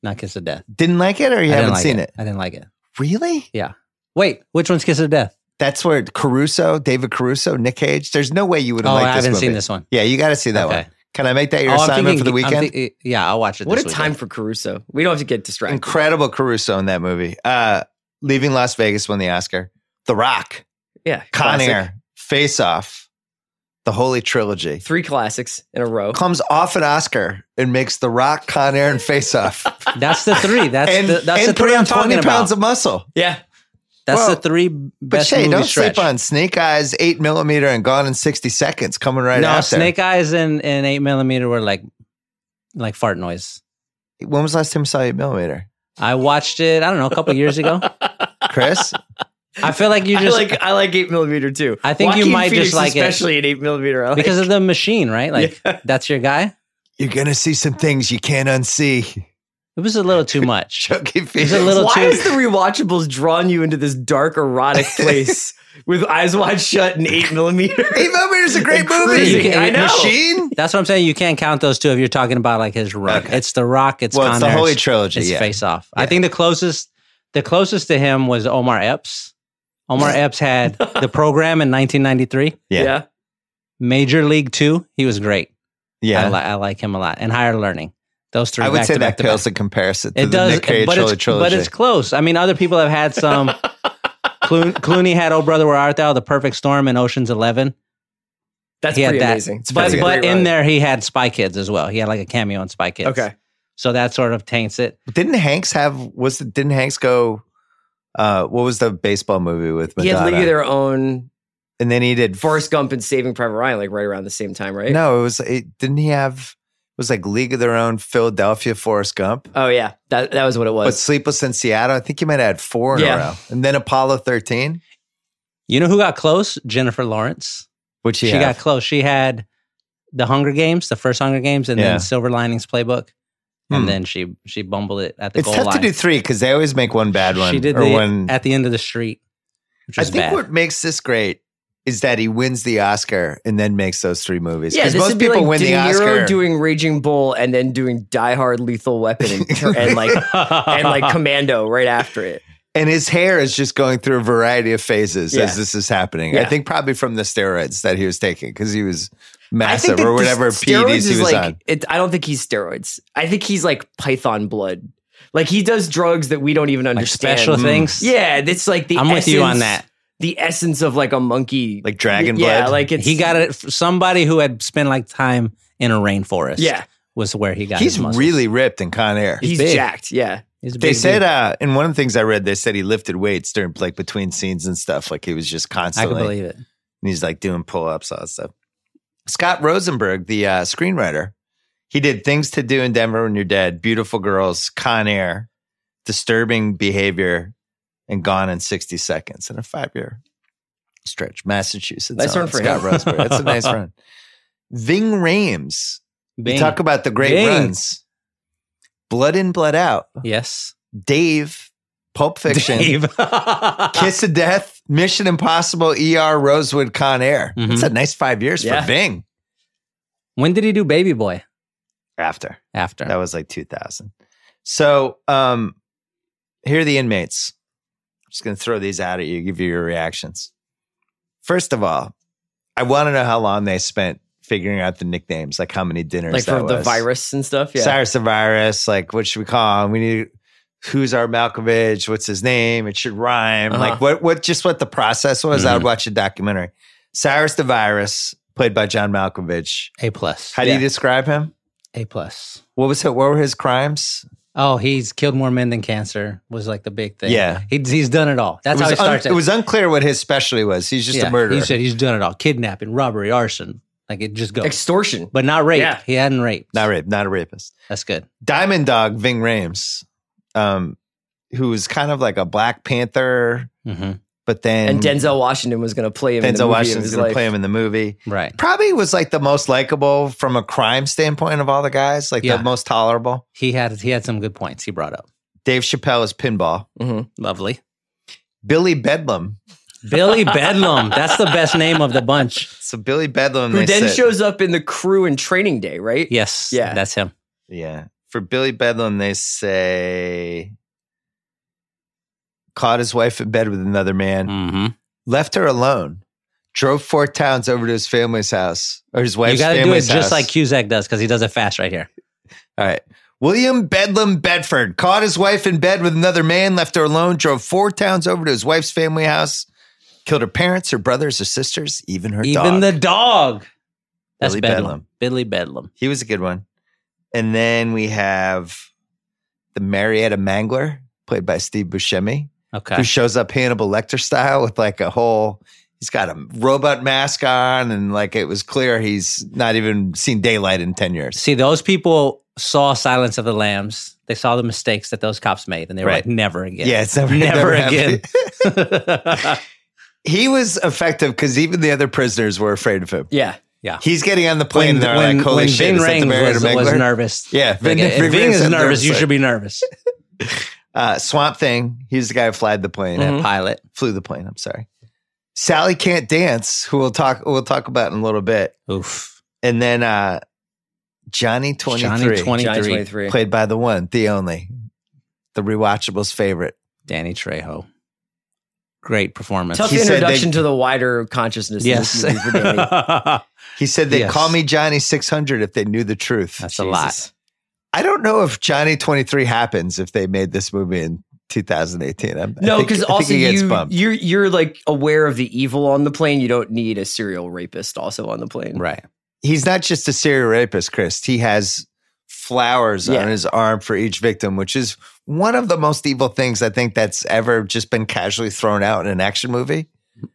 [SPEAKER 3] not Kiss of Death.
[SPEAKER 2] Didn't like it or you
[SPEAKER 3] I didn't
[SPEAKER 2] haven't
[SPEAKER 3] like
[SPEAKER 2] seen it?
[SPEAKER 3] I didn't like it.
[SPEAKER 2] Really?
[SPEAKER 3] Yeah. Wait, which one's Kiss of Death?
[SPEAKER 2] That's where Caruso, David Caruso, Nick Cage. There's no way you would
[SPEAKER 3] oh,
[SPEAKER 2] have liked
[SPEAKER 3] I
[SPEAKER 2] this
[SPEAKER 3] haven't
[SPEAKER 2] movie.
[SPEAKER 3] seen this one.
[SPEAKER 2] Yeah, you got to see that
[SPEAKER 3] Okay.
[SPEAKER 2] one. Can I make that your
[SPEAKER 3] oh, I'm
[SPEAKER 2] assignment
[SPEAKER 3] thinking-
[SPEAKER 2] for the
[SPEAKER 3] I'm
[SPEAKER 2] weekend?
[SPEAKER 3] thi- yeah, I'll watch it.
[SPEAKER 9] what a
[SPEAKER 3] this
[SPEAKER 9] time
[SPEAKER 3] weekend.
[SPEAKER 9] for Caruso. We don't have to get distracted.
[SPEAKER 2] Incredible Caruso in that movie. Uh, Leaving Las Vegas won the Oscar. The Rock,
[SPEAKER 9] yeah.
[SPEAKER 2] Con
[SPEAKER 9] classic.
[SPEAKER 2] Air, Face Off, the Holy Trilogy.
[SPEAKER 9] Three classics in a row.
[SPEAKER 2] Comes off an Oscar and makes The Rock, Con Air, and Face Off.
[SPEAKER 3] That's the three. That's
[SPEAKER 2] and
[SPEAKER 3] the that's
[SPEAKER 2] and
[SPEAKER 3] the
[SPEAKER 2] put
[SPEAKER 3] three
[SPEAKER 2] on
[SPEAKER 3] I'm talking
[SPEAKER 2] 20 pounds
[SPEAKER 3] about.
[SPEAKER 2] of muscle.
[SPEAKER 9] Yeah.
[SPEAKER 3] that's
[SPEAKER 2] Well,
[SPEAKER 3] the three
[SPEAKER 2] But
[SPEAKER 3] best
[SPEAKER 2] Shay,
[SPEAKER 3] movie
[SPEAKER 2] don't
[SPEAKER 3] stretch.
[SPEAKER 2] sleep on Snake Eyes, 8 millimeter, and Gone in 60 Seconds coming right
[SPEAKER 3] no,
[SPEAKER 2] after.
[SPEAKER 3] Snake Eyes and, and Eight Millimeter were like like fart noise.
[SPEAKER 2] When was the last time you saw 8 millimeter?
[SPEAKER 3] I watched it. I don't know, a couple years ago.
[SPEAKER 2] Chris?
[SPEAKER 3] I feel like you
[SPEAKER 9] I
[SPEAKER 3] just
[SPEAKER 9] like I like eight millimeter too.
[SPEAKER 3] I think you
[SPEAKER 9] Joaquin
[SPEAKER 3] might
[SPEAKER 9] Phoenix
[SPEAKER 3] just like it.
[SPEAKER 9] especially an eight millimeter. I like.
[SPEAKER 3] because of the machine, right? Like that's your guy.
[SPEAKER 2] You're gonna see some things you can't unsee.
[SPEAKER 3] It was a little too much.
[SPEAKER 2] Chucky
[SPEAKER 3] It was
[SPEAKER 2] Phoenix.
[SPEAKER 3] a little
[SPEAKER 9] Why
[SPEAKER 3] too.
[SPEAKER 9] is the rewatchables drawn you into this dark, erotic place with eyes wide shut and eight millimeter?
[SPEAKER 2] Eight Millimeter's a great
[SPEAKER 9] Crazy.
[SPEAKER 2] movie.
[SPEAKER 9] I know.
[SPEAKER 2] Machine.
[SPEAKER 3] That's what I'm saying. You can't count those two if you're talking about like his rock.
[SPEAKER 2] Okay.
[SPEAKER 3] It's the rock. It's
[SPEAKER 2] Well, it's
[SPEAKER 3] Con
[SPEAKER 2] the
[SPEAKER 3] Air's-
[SPEAKER 2] Holy Trilogy,
[SPEAKER 3] It's
[SPEAKER 2] yeah.
[SPEAKER 3] Face Off. I
[SPEAKER 2] Yeah.
[SPEAKER 3] think the closest, the closest to him was Omar Epps. Omar Epps had the program in 1993.
[SPEAKER 2] Yeah.
[SPEAKER 3] Major League Two. He was great. I,
[SPEAKER 2] Yeah.
[SPEAKER 3] li- I like him a lot. And Higher Learning. Those three.
[SPEAKER 2] I would
[SPEAKER 3] back
[SPEAKER 2] say
[SPEAKER 3] to back
[SPEAKER 2] that
[SPEAKER 3] to back.
[SPEAKER 2] pales in comparison to
[SPEAKER 3] It
[SPEAKER 2] the
[SPEAKER 3] does,
[SPEAKER 2] Nick Cage
[SPEAKER 3] but
[SPEAKER 2] Holy
[SPEAKER 3] it's, but
[SPEAKER 2] trilogy.
[SPEAKER 3] it's close. I mean, other people have had some. Clooney, Clooney had "Oh Brother Where Art Thou," "The Perfect Storm," and "Ocean's 11.
[SPEAKER 9] That's
[SPEAKER 3] He had
[SPEAKER 9] pretty
[SPEAKER 3] that.
[SPEAKER 9] amazing. It's
[SPEAKER 3] But
[SPEAKER 9] pretty
[SPEAKER 3] but
[SPEAKER 9] great
[SPEAKER 3] in
[SPEAKER 9] run.
[SPEAKER 3] there, he had Spy Kids as well. He had like a cameo in Spy Kids.
[SPEAKER 9] Okay.
[SPEAKER 3] so that sort of taints it.
[SPEAKER 2] didn't Hanks have? Was the, didn't Hanks go? Uh, what was the baseball movie with
[SPEAKER 9] He had
[SPEAKER 2] Madonna?
[SPEAKER 9] League of Their Own,
[SPEAKER 2] and then he did
[SPEAKER 9] Forrest Gump, and Saving Private Ryan, like right around the same time, right?
[SPEAKER 2] No, it was. It, didn't he have? It was like League of Their Own, Philadelphia, Forrest Gump.
[SPEAKER 9] Oh yeah, that that was what it
[SPEAKER 2] But
[SPEAKER 9] was.
[SPEAKER 2] Sleepless in Seattle, I think you might have had four in
[SPEAKER 9] Yeah.
[SPEAKER 2] a row. And then Apollo 13,
[SPEAKER 3] You know who got close? Jennifer Lawrence.
[SPEAKER 2] which he
[SPEAKER 3] She
[SPEAKER 2] had.
[SPEAKER 3] got close. She had the Hunger Games, the first Hunger Games, and
[SPEAKER 2] Yeah.
[SPEAKER 3] then Silver Linings Playbook,
[SPEAKER 2] Hmm.
[SPEAKER 3] and then she she bumbled it at the
[SPEAKER 2] It's
[SPEAKER 3] goal
[SPEAKER 2] tough
[SPEAKER 3] line.
[SPEAKER 2] to do three because they always make one bad one.
[SPEAKER 3] She did
[SPEAKER 2] or
[SPEAKER 3] the,
[SPEAKER 2] one.
[SPEAKER 3] at the end of the street, which
[SPEAKER 2] I
[SPEAKER 3] was
[SPEAKER 2] think
[SPEAKER 3] bad.
[SPEAKER 2] what makes this great is that he wins the Oscar and then makes those three movies.
[SPEAKER 9] yeah,
[SPEAKER 2] Because
[SPEAKER 9] this
[SPEAKER 2] most
[SPEAKER 9] would be
[SPEAKER 2] people
[SPEAKER 9] like
[SPEAKER 2] win
[SPEAKER 9] De
[SPEAKER 2] the
[SPEAKER 9] Niro
[SPEAKER 2] Oscar.
[SPEAKER 9] doing Raging Bull and then doing Die Hard, Lethal Weapon, and, and like and like Commando right after it.
[SPEAKER 2] and his hair is just going through a variety of phases
[SPEAKER 9] Yeah.
[SPEAKER 2] as this is happening. I
[SPEAKER 9] Yeah.
[SPEAKER 2] think probably from the steroids that he was taking because he was massive
[SPEAKER 9] that
[SPEAKER 2] or
[SPEAKER 9] the
[SPEAKER 2] whatever E
[SPEAKER 9] steroids
[SPEAKER 2] PEDs he
[SPEAKER 9] is
[SPEAKER 2] was
[SPEAKER 9] like,
[SPEAKER 2] on.
[SPEAKER 9] It, I don't think he's steroids. I think he's like Python blood. Like he does drugs that we don't even
[SPEAKER 3] like
[SPEAKER 9] understand.
[SPEAKER 3] special
[SPEAKER 2] Mm.
[SPEAKER 3] things.
[SPEAKER 9] Yeah, it's like the.
[SPEAKER 3] I'm with you on
[SPEAKER 9] essence-
[SPEAKER 3] that.
[SPEAKER 9] The essence of like a monkey,
[SPEAKER 2] Like dragon
[SPEAKER 9] yeah,
[SPEAKER 2] blood?
[SPEAKER 9] like it's
[SPEAKER 3] he got it. f- Somebody who had spent like time in a rainforest.
[SPEAKER 9] Yeah.
[SPEAKER 3] was where he got.
[SPEAKER 2] He's
[SPEAKER 3] his muscles.
[SPEAKER 2] really ripped in Con Air.
[SPEAKER 9] He's
[SPEAKER 3] big.
[SPEAKER 9] jacked. Yeah,
[SPEAKER 3] He's a
[SPEAKER 2] They
[SPEAKER 3] big
[SPEAKER 2] said
[SPEAKER 3] dude.
[SPEAKER 2] uh, in one of the things I read, they said he lifted weights during like between scenes and stuff. Like he was just
[SPEAKER 3] I can
[SPEAKER 2] constantly,
[SPEAKER 3] believe it.
[SPEAKER 2] and he's like doing pull ups, all that stuff. Scott Rosenberg, the uh, screenwriter, he did Things to Do in Denver When You're Dead, Beautiful Girls, Con Air, Disturbing Behavior, and Gone in 60 Seconds in a five year stretch. Massachusetts.
[SPEAKER 9] Nice
[SPEAKER 2] Oh,
[SPEAKER 9] run for
[SPEAKER 2] Scott
[SPEAKER 9] him.
[SPEAKER 2] Rosenberg. That's a nice run. Ving Rames.
[SPEAKER 3] Bing.
[SPEAKER 2] We talk about the great
[SPEAKER 3] Bing.
[SPEAKER 2] runs. Blood in, Blood Out.
[SPEAKER 3] yes,
[SPEAKER 2] Dave, Pulp Fiction,
[SPEAKER 3] Dave.
[SPEAKER 2] Kiss of Death, Mission Impossible, ER, Rosewood, Con Air.
[SPEAKER 3] Mhm.
[SPEAKER 2] That's a nice five years
[SPEAKER 9] Yeah.
[SPEAKER 2] for Bing.
[SPEAKER 3] when did he do Baby Boy?
[SPEAKER 2] After
[SPEAKER 3] After
[SPEAKER 2] that was like 2000. So um, here are the inmates. I'm just going to throw these out at you, give you your reactions. First of all, I want to know how long they spent figuring out the nicknames, like how many dinners
[SPEAKER 9] like for
[SPEAKER 2] that
[SPEAKER 9] the
[SPEAKER 2] was.
[SPEAKER 9] virus and stuff. Yeah,
[SPEAKER 2] Cyrus the Virus, like what should we call him? We need who's our Malkovich? What's his name? It should rhyme.
[SPEAKER 9] Uh-huh. Mm-hmm.
[SPEAKER 2] Like what what just what the process was. I would watch a documentary. Cyrus the Virus, played by John Malkovich.
[SPEAKER 3] A plus.
[SPEAKER 2] How do you describe him?
[SPEAKER 3] A plus.
[SPEAKER 2] What was it? What were his crimes?
[SPEAKER 3] Oh, he's killed more men than cancer was like the big thing.
[SPEAKER 2] Yeah.
[SPEAKER 3] hehe's, he's done it all. That's
[SPEAKER 2] it,
[SPEAKER 3] how
[SPEAKER 2] was
[SPEAKER 3] he
[SPEAKER 2] un-
[SPEAKER 3] starts.
[SPEAKER 2] it was unclear what his specialty was. He's just
[SPEAKER 3] Yeah,
[SPEAKER 2] a murderer.
[SPEAKER 3] He said he's done it all: kidnapping, robbery, arson. Like it just goes,
[SPEAKER 9] extortion.
[SPEAKER 3] but not rape.
[SPEAKER 9] Yeah.
[SPEAKER 3] He hadn't raped.
[SPEAKER 2] not rape, not a rapist.
[SPEAKER 3] That's good.
[SPEAKER 2] Diamond Dog Ving Rames, um, who was kind of like a Black Panther,
[SPEAKER 3] Mm-hmm.
[SPEAKER 2] but then
[SPEAKER 9] and Denzel Washington was going to play him. in the
[SPEAKER 2] Denzel
[SPEAKER 9] movie of
[SPEAKER 2] Washington's
[SPEAKER 9] his
[SPEAKER 2] going to
[SPEAKER 9] life.
[SPEAKER 2] play him in the movie.
[SPEAKER 3] Right.
[SPEAKER 2] probably was like the most likable from a crime standpoint of all the guys, like
[SPEAKER 3] Yeah.
[SPEAKER 2] the most tolerable.
[SPEAKER 3] He had he had some good points he brought up.
[SPEAKER 2] Dave Chappelle is pinball.
[SPEAKER 9] mm-hmm.
[SPEAKER 3] Lovely.
[SPEAKER 2] Billy Bedlam.
[SPEAKER 3] Billy Bedlam. That's the best name of the bunch.
[SPEAKER 2] So Billy Bedlam.
[SPEAKER 9] Who
[SPEAKER 2] they
[SPEAKER 9] then
[SPEAKER 2] said-
[SPEAKER 9] shows up in the crew and Training Day, right?
[SPEAKER 3] Yes.
[SPEAKER 9] Yeah.
[SPEAKER 3] That's him.
[SPEAKER 2] Yeah. For Billy Bedlam, they say caught his wife in bed with another man,
[SPEAKER 3] Mm-hmm.
[SPEAKER 2] left her alone, drove four towns over to his family's house or his
[SPEAKER 3] You
[SPEAKER 2] wife's
[SPEAKER 3] got to do it
[SPEAKER 2] family's
[SPEAKER 3] just
[SPEAKER 2] house.
[SPEAKER 3] like Cusack does because he does it fast right here.
[SPEAKER 2] All right. William Bedlam Bedford caught his wife in bed with another man, left her alone, drove four towns over to his wife's family house, killed her parents, her brothers, her sisters, even her
[SPEAKER 3] Even
[SPEAKER 2] dog.
[SPEAKER 3] the dog. That's
[SPEAKER 2] Billy
[SPEAKER 3] Bedlam.
[SPEAKER 2] Bedlam.
[SPEAKER 3] Billy Bedlam.
[SPEAKER 2] he was a good one. And then we have the Marietta Mangler, played by Steve Buscemi,
[SPEAKER 3] Okay.
[SPEAKER 2] who shows up Hannibal Lecter style with like a whole. He's got a robot mask on, and like it was clear he's not even seen daylight in ten years.
[SPEAKER 3] See, those people saw Silence of the Lambs. They saw the mistakes that those cops made, and they were
[SPEAKER 2] Right.
[SPEAKER 3] like, "Never again."
[SPEAKER 2] Yeah, it's never-
[SPEAKER 3] never,
[SPEAKER 2] never
[SPEAKER 3] again.
[SPEAKER 2] He was effective because even the other prisoners were afraid of him.
[SPEAKER 9] Yeah.
[SPEAKER 3] Yeah.
[SPEAKER 2] He's getting on the plane.
[SPEAKER 3] When-
[SPEAKER 2] and they're
[SPEAKER 3] when-
[SPEAKER 2] like, holy
[SPEAKER 3] when
[SPEAKER 2] shit,
[SPEAKER 3] Ving
[SPEAKER 2] is that the
[SPEAKER 3] Rhames
[SPEAKER 2] Barry
[SPEAKER 3] was-
[SPEAKER 2] to
[SPEAKER 3] was
[SPEAKER 2] Mengler?
[SPEAKER 3] nervous.
[SPEAKER 2] Yeah.
[SPEAKER 3] Like,
[SPEAKER 2] Ving-
[SPEAKER 3] if
[SPEAKER 2] Ving
[SPEAKER 3] Ving
[SPEAKER 2] Rhames
[SPEAKER 3] is
[SPEAKER 2] had
[SPEAKER 3] nervous, you
[SPEAKER 2] like-
[SPEAKER 3] should be nervous.
[SPEAKER 2] Uh, Swamp Thing. He's the guy who flied the plane. uh,
[SPEAKER 3] That
[SPEAKER 9] Mm-hmm.
[SPEAKER 3] pilot.
[SPEAKER 2] Flew the plane. I'm sorry. Sally can't dance. Who we'll talk. We'll talk about in a little bit.
[SPEAKER 3] Oof.
[SPEAKER 2] And then uh, Johnny Twenty
[SPEAKER 3] Johnny
[SPEAKER 2] Three,
[SPEAKER 3] 23.
[SPEAKER 2] played by the one, the only, the rewatchables favorite.
[SPEAKER 3] Danny Trejo. Great performance.
[SPEAKER 9] Tough
[SPEAKER 2] He said they-
[SPEAKER 9] introduction to the wider consciousness.
[SPEAKER 3] yes.
[SPEAKER 9] Of this movie for Danny.
[SPEAKER 2] He said they'd
[SPEAKER 3] Yes.
[SPEAKER 2] call me Johnny 600 if they knew the truth.
[SPEAKER 3] That's a lot.
[SPEAKER 2] I don't know if Johnny 23 happens if they made this movie in 2018. I'm, I
[SPEAKER 9] No,
[SPEAKER 2] think-
[SPEAKER 9] because
[SPEAKER 2] I think
[SPEAKER 9] also
[SPEAKER 2] he gets
[SPEAKER 9] you
[SPEAKER 2] bumped.
[SPEAKER 9] you're you're like aware of the evil on the plane. You don't need a serial rapist also on the plane.
[SPEAKER 3] Right.
[SPEAKER 2] He's not just a serial rapist, Chris. He has flowers
[SPEAKER 9] Yeah.
[SPEAKER 2] on his arm for each victim, which is one of the most evil things I think that's ever just been casually thrown out in an action movie.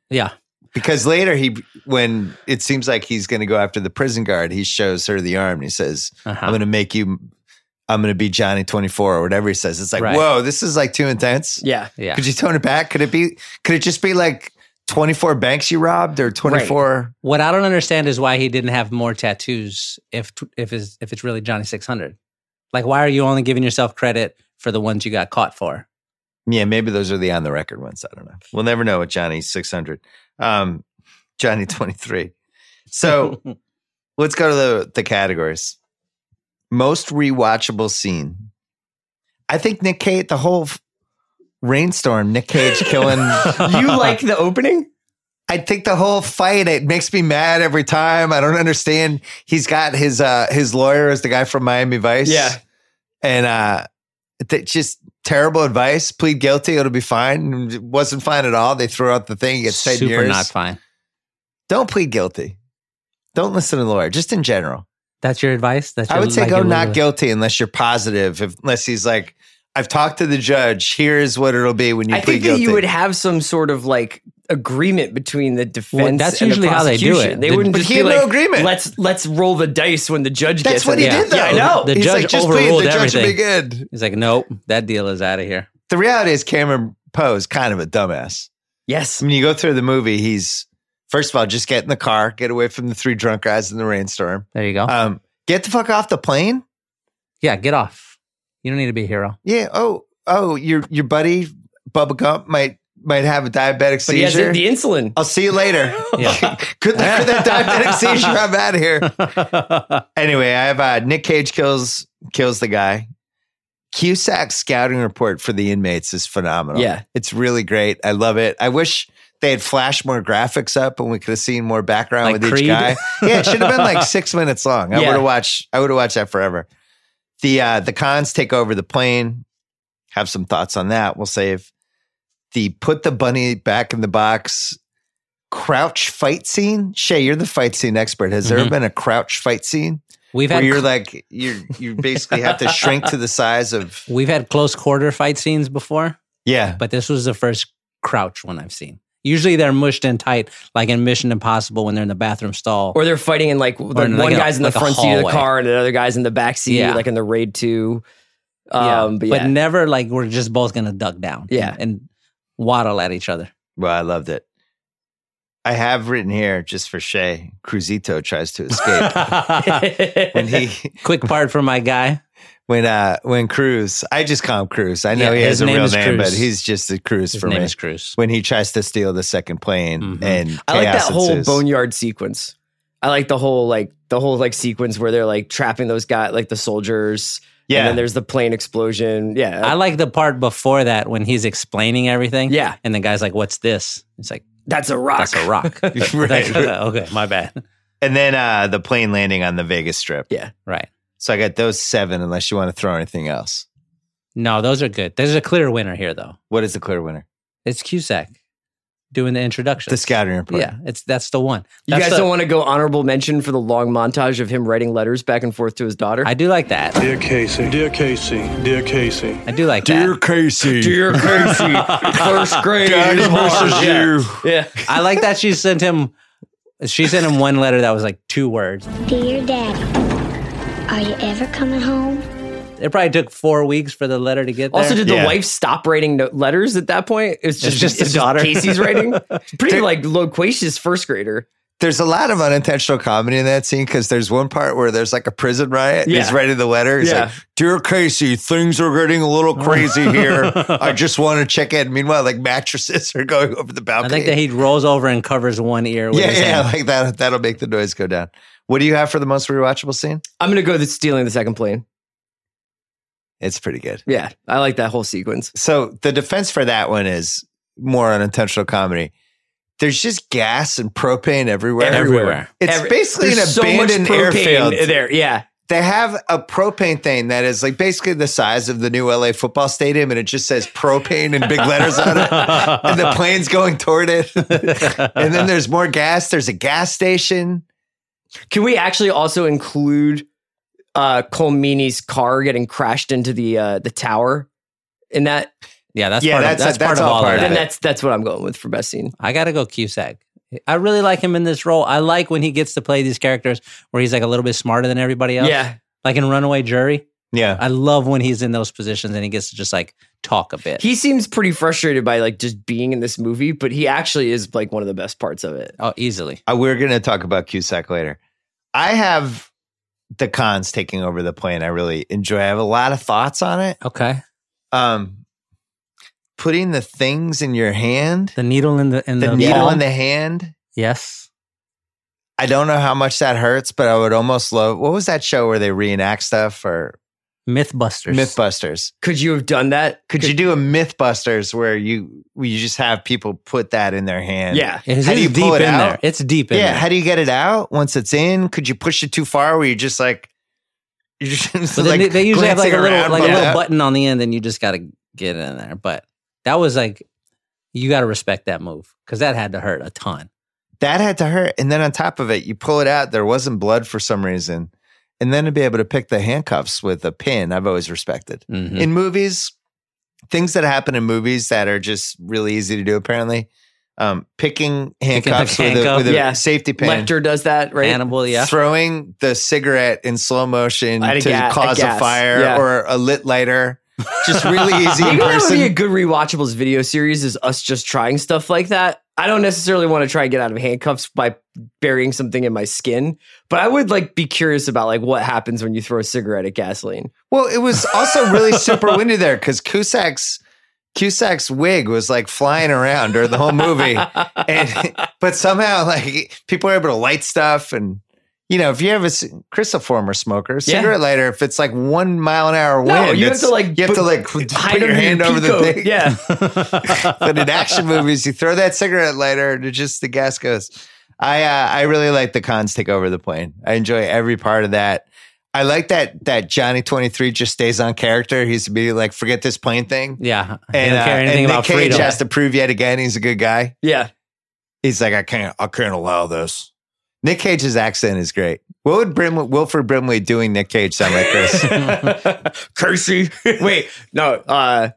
[SPEAKER 3] Yeah.
[SPEAKER 2] Because later he, when it seems like he's going to go after the prison guard, he shows her the arm and he says,
[SPEAKER 3] Uh-huh.
[SPEAKER 2] I'm going to make you, I'm going to be Johnny 24 or whatever he says. It's like,
[SPEAKER 3] Right.
[SPEAKER 2] whoa, this is like too intense.
[SPEAKER 9] Yeah.
[SPEAKER 3] yeah.
[SPEAKER 2] Could you tone it back? Could it be, could it just be like 24 banks you robbed or 24?
[SPEAKER 3] What I don't understand is why he didn't have more tattoos if if is if it's really Johnny 600. Like why are you only giving yourself credit for the ones you got caught for?
[SPEAKER 2] Yeah, maybe those are the on the record ones. I don't know. We'll never know what Johnny 600, um, Johnny 23. So let's go to the, the categories. Most rewatchable scene. I think Nick Cage, the whole f- rainstorm, Nick Cage killing.
[SPEAKER 9] You like the opening?
[SPEAKER 2] I think the whole fight it makes me mad every time. I don't understand. He's got his uh his lawyer is the guy from Miami Vice.
[SPEAKER 9] Yeah.
[SPEAKER 2] And uh th- just terrible advice. Plead guilty, it'll be fine. It wasn't fine at all. They threw out the thing, he gets 10
[SPEAKER 3] super
[SPEAKER 2] years.
[SPEAKER 3] not fine.
[SPEAKER 2] Don't plead guilty. Don't listen to the lawyer, just in general.
[SPEAKER 3] That's your advice? That's
[SPEAKER 2] I
[SPEAKER 3] your-
[SPEAKER 2] would say
[SPEAKER 3] like
[SPEAKER 2] go
[SPEAKER 3] your-
[SPEAKER 2] not guilty unless you're positive, if, unless he's like, I've talked to the judge. Here's what it'll be when you
[SPEAKER 9] I
[SPEAKER 2] plead
[SPEAKER 9] think that
[SPEAKER 2] guilty.
[SPEAKER 9] you would have some sort of like agreement between the defense.
[SPEAKER 3] Well, that's
[SPEAKER 9] and the
[SPEAKER 3] usually how they do it.
[SPEAKER 9] prosecution. They
[SPEAKER 3] The-
[SPEAKER 9] wouldn't
[SPEAKER 2] But
[SPEAKER 9] just
[SPEAKER 2] he
[SPEAKER 9] be
[SPEAKER 2] had no
[SPEAKER 9] like,
[SPEAKER 2] agreement.
[SPEAKER 9] Let's let's roll the dice when the judge
[SPEAKER 2] That's
[SPEAKER 9] gets
[SPEAKER 2] what
[SPEAKER 9] it.
[SPEAKER 2] he
[SPEAKER 3] Yeah.
[SPEAKER 2] did, though.
[SPEAKER 9] Yeah, I know.
[SPEAKER 3] The
[SPEAKER 2] He's
[SPEAKER 3] judge
[SPEAKER 2] like, just plead.
[SPEAKER 3] overruled
[SPEAKER 2] The judge will be
[SPEAKER 3] everything.
[SPEAKER 2] good.
[SPEAKER 3] He's like, nope, that deal is out of here.
[SPEAKER 2] the reality is Cameron Poe is kind of a dumbass.
[SPEAKER 9] Yes.
[SPEAKER 3] Mm.
[SPEAKER 2] I mean, you go through the movie, he's first of all, just get in the car, get away from the three drunk guys in the rainstorm.
[SPEAKER 3] There you go.
[SPEAKER 9] Uh-huh.
[SPEAKER 2] Um, get the fuck off the plane.
[SPEAKER 3] Uh, yeah, get off. You don't need to be a hero.
[SPEAKER 2] Yeah. Oh, oh, your your buddy Bubba Gump might might have a diabetic
[SPEAKER 9] But he has
[SPEAKER 2] seizure.
[SPEAKER 9] the the insulin.
[SPEAKER 2] I'll see you later.
[SPEAKER 3] Yeah.
[SPEAKER 2] Good luck with that diabetic seizure. I'm out of here. Anyway, I have uh, Nick Cage kills kills the guy. Cusack's scouting report for the inmates is phenomenal.
[SPEAKER 9] Yeah.
[SPEAKER 2] it's really great. I love it. I wish they had flashed more graphics up and we could have seen more background
[SPEAKER 3] Like
[SPEAKER 2] with each
[SPEAKER 3] Creed?
[SPEAKER 2] guy. Yeah, it should have been like six minutes long. I
[SPEAKER 9] Yeah.
[SPEAKER 2] would have watched. I would have watched that forever. The uh, the cons take over the plane. Have some thoughts on that. We'll save the put the bunny back in the box. Crouch fight scene. Shay, you're the fight scene expert. Has there
[SPEAKER 3] Mhm.
[SPEAKER 2] been a crouch fight scene?
[SPEAKER 3] We've
[SPEAKER 2] where
[SPEAKER 3] had
[SPEAKER 2] you're like you you basically have to shrink to the size of
[SPEAKER 3] we've had close quarter fight scenes before.
[SPEAKER 2] yeah
[SPEAKER 3] but this was the first crouch one I've seen. Usually they're mushed in tight, like in Mission Impossible when they're in the bathroom stall.
[SPEAKER 9] Or they're fighting in like the
[SPEAKER 3] in,
[SPEAKER 9] one
[SPEAKER 3] like, a-
[SPEAKER 9] guy's in the
[SPEAKER 3] like a
[SPEAKER 9] front seat of the
[SPEAKER 3] hallway.
[SPEAKER 9] car and another guy's in the back seat,
[SPEAKER 3] Yeah.
[SPEAKER 9] like in the raid two. Um, but, yeah.
[SPEAKER 3] never like we're just both gonna duck down.
[SPEAKER 9] Yeah.
[SPEAKER 3] and, and waddle at each other.
[SPEAKER 2] well I loved it I have written here just for Shay Cruzito tries to escape when he
[SPEAKER 3] Quick part for my guy.
[SPEAKER 2] when uh when Cruz I just call him Cruz I know
[SPEAKER 3] Yeah,
[SPEAKER 2] he has
[SPEAKER 3] his
[SPEAKER 2] a
[SPEAKER 3] name
[SPEAKER 2] real
[SPEAKER 3] is
[SPEAKER 2] name
[SPEAKER 3] Cruz.
[SPEAKER 2] but he's just a Cruz
[SPEAKER 3] His
[SPEAKER 2] for
[SPEAKER 3] name
[SPEAKER 2] me
[SPEAKER 3] is Cruz.
[SPEAKER 2] when he tries to steal the second plane
[SPEAKER 3] Mhm.
[SPEAKER 2] and
[SPEAKER 9] I like that
[SPEAKER 2] chaos
[SPEAKER 9] whole
[SPEAKER 2] ensues.
[SPEAKER 9] boneyard sequence. I like the whole like the whole like sequence where they're like trapping those guys like the soldiers.
[SPEAKER 2] Yeah.
[SPEAKER 9] And then there's the plane explosion. Yeah.
[SPEAKER 3] I like the part before that when he's explaining everything.
[SPEAKER 9] Yeah.
[SPEAKER 3] and the guy's like, "What's this?" It's like
[SPEAKER 9] that's a rock.
[SPEAKER 3] that's a rock.
[SPEAKER 2] Right.
[SPEAKER 3] okay, my bad.
[SPEAKER 2] and then uh the plane landing on the Vegas Strip
[SPEAKER 9] Yeah.
[SPEAKER 3] Right.
[SPEAKER 2] so I got those seven unless you want to throw anything else
[SPEAKER 3] No, those are good. There's a clear winner here though.
[SPEAKER 2] what is the clear winner
[SPEAKER 3] It's Cusack doing the introduction.
[SPEAKER 2] the scouting report
[SPEAKER 3] Yeah, it's that's the one.
[SPEAKER 9] You
[SPEAKER 3] That's
[SPEAKER 9] guys
[SPEAKER 3] the-
[SPEAKER 9] don't want to go honorable mention for the long montage of him writing letters back and forth to his daughter?
[SPEAKER 3] I do like that.
[SPEAKER 11] Dear Casey, dear Casey, dear Casey.
[SPEAKER 3] I do like that.
[SPEAKER 2] Casey
[SPEAKER 9] Dear Casey, first grade is hard. Yeah. Yeah.
[SPEAKER 3] I like that she sent him. She sent him one letter that was like two words.
[SPEAKER 11] Dear Daddy, are you ever coming home?
[SPEAKER 3] It probably took four weeks for the letter to get there.
[SPEAKER 9] Also, did the
[SPEAKER 2] Yeah.
[SPEAKER 9] wife stop writing no- letters at that point? It's just,
[SPEAKER 3] just the
[SPEAKER 9] it's
[SPEAKER 3] daughter.
[SPEAKER 9] Casey's writing. It's pretty like loquacious first grader.
[SPEAKER 2] There's a lot of unintentional comedy in that scene because there's one part where there's like a prison riot. and He's
[SPEAKER 9] Yeah.
[SPEAKER 2] writing the letter. He's
[SPEAKER 9] Yeah.
[SPEAKER 2] like, Dear Casey, things are getting a little crazy here. I just want to check in. Meanwhile, like mattresses are going over the
[SPEAKER 3] I
[SPEAKER 2] balcony.
[SPEAKER 3] think that he rolls over and covers one ear. With
[SPEAKER 2] yeah,
[SPEAKER 3] his
[SPEAKER 2] yeah,
[SPEAKER 3] hand.
[SPEAKER 2] like that. That'll make the noise go down. What do you have for the most rewatchable scene?
[SPEAKER 9] I'm gonna go with stealing the second plane.
[SPEAKER 2] It's pretty good.
[SPEAKER 9] Yeah, I like that whole sequence.
[SPEAKER 2] So the defense for that one is more unintentional comedy. There's just gas and propane everywhere.
[SPEAKER 12] Everywhere.
[SPEAKER 2] It's
[SPEAKER 9] Every-
[SPEAKER 2] basically an
[SPEAKER 9] there's so much
[SPEAKER 2] abandoned
[SPEAKER 9] propane
[SPEAKER 2] airfield.
[SPEAKER 9] there, yeah.
[SPEAKER 2] They have a propane thing that is like basically the size of the new LA football stadium, and it just says propane in big letters on it. And the plane's going toward it. and then there's more gas. There's a gas station.
[SPEAKER 9] Can we actually also include uh Colmini's car getting crashed into the uh the tower in that?
[SPEAKER 3] yeah, that's
[SPEAKER 9] Yeah,
[SPEAKER 3] part
[SPEAKER 9] that's-
[SPEAKER 3] of, that's,
[SPEAKER 9] that's
[SPEAKER 3] part of
[SPEAKER 9] all
[SPEAKER 3] all
[SPEAKER 9] part
[SPEAKER 3] of
[SPEAKER 9] of
[SPEAKER 3] that.
[SPEAKER 9] it. That's that's what I'm going with for best scene.
[SPEAKER 3] I gotta go Cusack. I really like him in this role. I like when he gets to play these characters where he's like a little bit smarter than everybody else.
[SPEAKER 9] Yeah.
[SPEAKER 3] like in Runaway Jury.
[SPEAKER 2] Yeah,
[SPEAKER 3] I love when he's in those positions and he gets to just like talk a bit.
[SPEAKER 9] He seems pretty frustrated by like just being in this movie, but he actually is like one of the best parts of it.
[SPEAKER 3] oh, easily.
[SPEAKER 2] Uh, we're going to talk about Cusack later. I have the cons taking over the plane. I really enjoy. I have a lot of thoughts on it.
[SPEAKER 3] Okay,
[SPEAKER 2] Um, putting the things in your hand,
[SPEAKER 3] the needle in the in
[SPEAKER 2] the,
[SPEAKER 3] the,
[SPEAKER 2] needle
[SPEAKER 3] palm.
[SPEAKER 2] in the hand.
[SPEAKER 3] yes.
[SPEAKER 2] I don't know how much that hurts, but I would almost love. What was that show where they reenact stuff or
[SPEAKER 3] Mythbusters.
[SPEAKER 2] MythBusters?
[SPEAKER 9] Could you have done that?
[SPEAKER 2] Could you do a MythBusters where you where you just have people put that in their hand?
[SPEAKER 9] Yeah.
[SPEAKER 3] It is
[SPEAKER 2] How do you
[SPEAKER 3] deep
[SPEAKER 2] pull it
[SPEAKER 3] in
[SPEAKER 2] out?
[SPEAKER 3] there. It's deep in
[SPEAKER 2] Yeah,
[SPEAKER 3] there.
[SPEAKER 2] how do you get it out once it's in? Could you push it too far where you just like you just
[SPEAKER 3] But then
[SPEAKER 2] like,
[SPEAKER 3] they, they usually have like a
[SPEAKER 2] glancing
[SPEAKER 3] little
[SPEAKER 2] around,
[SPEAKER 3] like a
[SPEAKER 2] but
[SPEAKER 3] little
[SPEAKER 2] that-
[SPEAKER 3] button on the end, and you just got to get in there. But that was like you got to respect that move because that had to hurt a ton.
[SPEAKER 2] That had to hurt. And then on top of it, you pull it out, there wasn't blood for some reason. And then to be able to pick the handcuffs with a pin, I've always respected.
[SPEAKER 9] Mm-hmm.
[SPEAKER 3] Mhm.
[SPEAKER 2] In movies, things that happen in movies that are just really easy to do, apparently. Um, picking
[SPEAKER 3] Picking the
[SPEAKER 2] handcuffs with a,
[SPEAKER 3] handcuff.
[SPEAKER 2] with a
[SPEAKER 9] Yeah.
[SPEAKER 2] safety pin.
[SPEAKER 9] Lecter does that, right?
[SPEAKER 3] Hannibal, yeah.
[SPEAKER 2] throwing the cigarette in slow motion
[SPEAKER 9] At
[SPEAKER 2] to
[SPEAKER 9] a ga-
[SPEAKER 2] cause
[SPEAKER 9] a
[SPEAKER 2] a,
[SPEAKER 9] gas,
[SPEAKER 2] fire
[SPEAKER 9] yeah.
[SPEAKER 2] or a lit lighter. Just really easy in
[SPEAKER 9] Maybe that would be
[SPEAKER 2] person.
[SPEAKER 9] a good rewatchables video series is us just trying stuff like that. I don't necessarily want to try and get out of handcuffs by burying something in my skin, but I would like be curious about like what happens when you throw a cigarette at gasoline.
[SPEAKER 2] Well, it was also really super windy there because Cusack's Cusack's wig was like flying around during the whole movie, and but somehow like people are able to light stuff and. You know, if you have a c- Chris, a former smoker,
[SPEAKER 9] Yeah.
[SPEAKER 2] cigarette lighter, if it's like one mile an hour wind,
[SPEAKER 9] No, you have
[SPEAKER 2] it's-
[SPEAKER 9] to, like,
[SPEAKER 2] you have to
[SPEAKER 9] put-
[SPEAKER 2] like put
[SPEAKER 9] Hide
[SPEAKER 2] your
[SPEAKER 9] under
[SPEAKER 2] hand over the
[SPEAKER 9] peacoat.
[SPEAKER 2] thing.
[SPEAKER 9] Yeah.
[SPEAKER 2] but in action movies, you throw that cigarette lighter and it just the gas goes. I uh, I really like the cons take over the plane. I enjoy every part of that. I like that that Johnny twenty three just stays on character. He's immediately like, forget this plane thing.
[SPEAKER 3] Yeah, I
[SPEAKER 2] And,
[SPEAKER 3] don't
[SPEAKER 2] uh,
[SPEAKER 3] care anything
[SPEAKER 2] and Nick
[SPEAKER 3] about
[SPEAKER 2] Cage
[SPEAKER 3] freedom.
[SPEAKER 2] has to prove yet again he's a good guy.
[SPEAKER 9] Yeah.
[SPEAKER 2] He's like, I can't I can't allow this. Nick Cage's accent is great. What would Brimley, Wilford Brimley doing Nick Cage sound like this?
[SPEAKER 9] Cursey. Wait, no, uh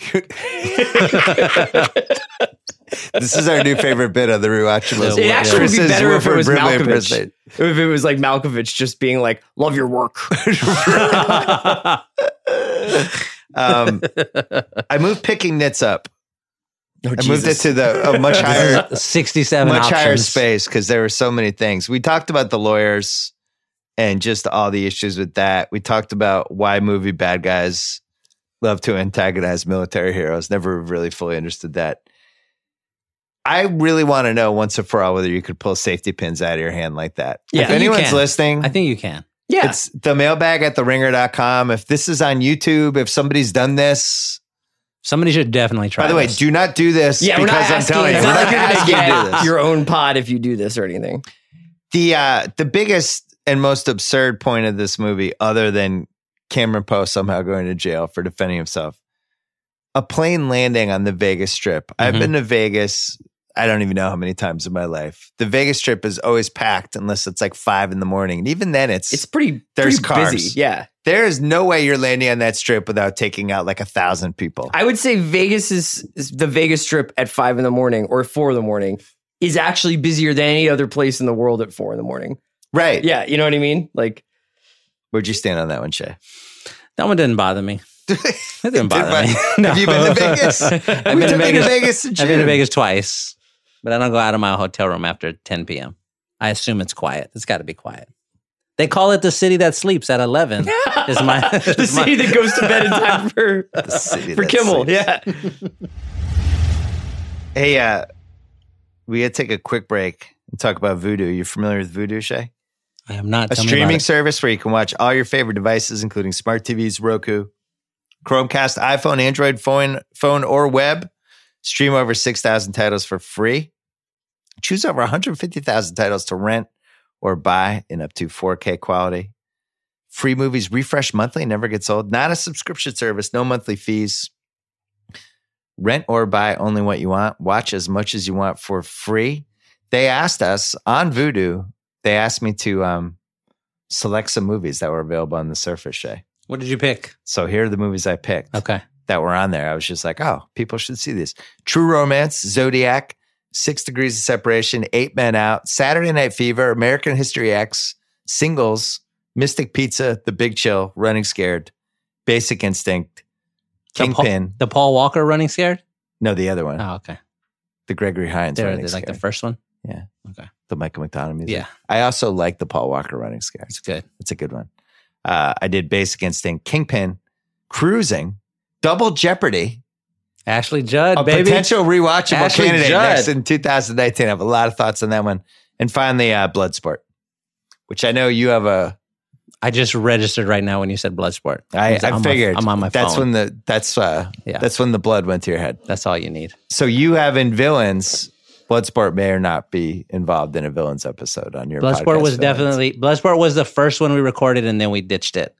[SPEAKER 2] this is our new favorite bit of the rewatchables.
[SPEAKER 9] it actually would be
[SPEAKER 2] Chris's
[SPEAKER 9] better if it
[SPEAKER 2] Wilford
[SPEAKER 9] was
[SPEAKER 2] Brimley
[SPEAKER 9] Malkovich.
[SPEAKER 2] impersonation.
[SPEAKER 9] If it was like Malkovich just being like, love your work.
[SPEAKER 2] Um, I moved picking nits up. I moved it
[SPEAKER 9] Jesus.
[SPEAKER 2] to the a much higher,
[SPEAKER 3] Sixty-seven
[SPEAKER 2] much
[SPEAKER 3] options.
[SPEAKER 2] higher space because there were so many things. We talked about the lawyers and just all the issues with that. We talked about why movie bad guys love to antagonize military heroes. Never really fully understood that. I really want to know once and for all whether you could pull safety pins out of your hand like that.
[SPEAKER 9] Yeah,
[SPEAKER 2] if
[SPEAKER 3] I think you
[SPEAKER 2] anyone's
[SPEAKER 3] can.
[SPEAKER 2] listening,
[SPEAKER 3] I think you can.
[SPEAKER 9] Yeah.
[SPEAKER 2] it's the mailbag at the ringer.com. If this is on YouTube, if somebody's done this,
[SPEAKER 3] Somebody should definitely try.
[SPEAKER 2] by the way,
[SPEAKER 3] this.
[SPEAKER 2] do not do this
[SPEAKER 9] yeah, we're not
[SPEAKER 2] because I'm
[SPEAKER 9] asking,
[SPEAKER 2] telling you,
[SPEAKER 9] it's
[SPEAKER 2] we're
[SPEAKER 9] not
[SPEAKER 2] not going to
[SPEAKER 9] like
[SPEAKER 2] make
[SPEAKER 9] asking
[SPEAKER 2] you do this.
[SPEAKER 9] your own pod if you do this or anything.
[SPEAKER 2] The, uh, the biggest and most absurd point of this movie, other than Cameron Poe somehow going to jail for defending himself, a plane landing on the Vegas Strip. I've
[SPEAKER 9] Mm-hmm.
[SPEAKER 3] Mhm.
[SPEAKER 2] been to Vegas, I don't even know how many times in my life. The Vegas Strip is always packed unless it's like five in the morning. And even then, it's,
[SPEAKER 9] It's pretty,
[SPEAKER 2] There's
[SPEAKER 9] pretty
[SPEAKER 2] cars.
[SPEAKER 9] busy. Yeah.
[SPEAKER 2] there is no way you're landing on that strip without taking out like a thousand people.
[SPEAKER 9] I would say Vegas is, is the Vegas Strip at five in the morning or four in the morning is actually busier than any other place in the world at four in the morning.
[SPEAKER 2] right.
[SPEAKER 9] Yeah, you know what I mean? Like,
[SPEAKER 2] Where'd you stand on that one, Shay?
[SPEAKER 3] that one didn't bother me. It didn't
[SPEAKER 2] Did
[SPEAKER 3] bother
[SPEAKER 2] my-
[SPEAKER 3] me.
[SPEAKER 2] Have you been to Vegas?
[SPEAKER 3] I've
[SPEAKER 2] we
[SPEAKER 3] been to
[SPEAKER 2] took you to
[SPEAKER 3] Vegas.
[SPEAKER 2] Vegas in
[SPEAKER 3] I've been to
[SPEAKER 2] June.
[SPEAKER 3] Vegas twice. But I don't go out of my hotel room after 10 p.m. I assume it's quiet. It's got to be quiet. They call it the city that sleeps at 11. is my,
[SPEAKER 9] the
[SPEAKER 3] is my-
[SPEAKER 9] city that goes to bed in time for
[SPEAKER 2] city
[SPEAKER 9] for
[SPEAKER 2] that
[SPEAKER 9] Kimmel.
[SPEAKER 2] sleeps.
[SPEAKER 9] Yeah,
[SPEAKER 2] Hey, uh, we gotta take a quick break and talk about Voodoo. You familiar with Voodoo, Shay?
[SPEAKER 3] I am not
[SPEAKER 2] A
[SPEAKER 3] tell me about
[SPEAKER 2] streaming
[SPEAKER 3] it.
[SPEAKER 2] service where you can watch all your favorite devices, including smart TVs, Roku, Chromecast, iPhone, Android, phone, phone or web. Stream over 6,000 titles for free. Choose over 150,000 titles to rent or buy in up to 4K quality. Free movies refresh monthly, never gets old. Not a subscription service, no monthly fees. Rent or buy only what you want. Watch as much as you want for free. They asked us on Voodoo, they asked me to um, select some movies that were available on the surface, Shay.
[SPEAKER 3] What did you pick?
[SPEAKER 2] So here are the movies I picked
[SPEAKER 3] Okay.
[SPEAKER 2] that were on there. I was just like, oh, people should see this. True Romance, Zodiac, Six Degrees of Separation, Eight Men Out, Saturday Night Fever, American History X, Singles, Mystic Pizza, The Big Chill, Running Scared, Basic Instinct,
[SPEAKER 3] The Paul-
[SPEAKER 2] Kingpin.
[SPEAKER 3] The Paul Walker running scared?
[SPEAKER 2] no, the other one,
[SPEAKER 3] Oh, okay.
[SPEAKER 2] the Gregory Hines
[SPEAKER 3] There,
[SPEAKER 2] Running
[SPEAKER 3] there's like the
[SPEAKER 2] Scared,
[SPEAKER 3] first one.
[SPEAKER 2] the Michael McDonald music.
[SPEAKER 3] Yeah,
[SPEAKER 2] I also like the Paul Walker Running Scared.
[SPEAKER 3] it's good.
[SPEAKER 2] That's a good one. Uh, I did Basic Instinct, Kingpin, Cruising, Double Jeopardy,
[SPEAKER 3] Ashley Judd,
[SPEAKER 2] a
[SPEAKER 3] Uh, baby.
[SPEAKER 2] potential rewatchable
[SPEAKER 3] Ashley
[SPEAKER 2] candidate
[SPEAKER 3] Judd.
[SPEAKER 2] next in 2019. I have a lot of thoughts on that one. And finally, uh, Bloodsport, which I know you have a.
[SPEAKER 3] I just registered right now when you said Bloodsport.
[SPEAKER 2] I,
[SPEAKER 3] I'm
[SPEAKER 2] I
[SPEAKER 3] on my-
[SPEAKER 2] figured
[SPEAKER 3] I'm on my
[SPEAKER 2] that's when
[SPEAKER 3] phone.
[SPEAKER 2] the that's uh
[SPEAKER 3] Yeah.
[SPEAKER 2] that's when the blood went to your head.
[SPEAKER 3] That's all you need.
[SPEAKER 2] So you have in villains. Bloodsport may or not be involved in a villains episode on your.
[SPEAKER 3] Bloodsport
[SPEAKER 2] podcast,
[SPEAKER 3] was
[SPEAKER 2] Villains.
[SPEAKER 3] definitely Bloodsport was the first one we recorded, and then we ditched it.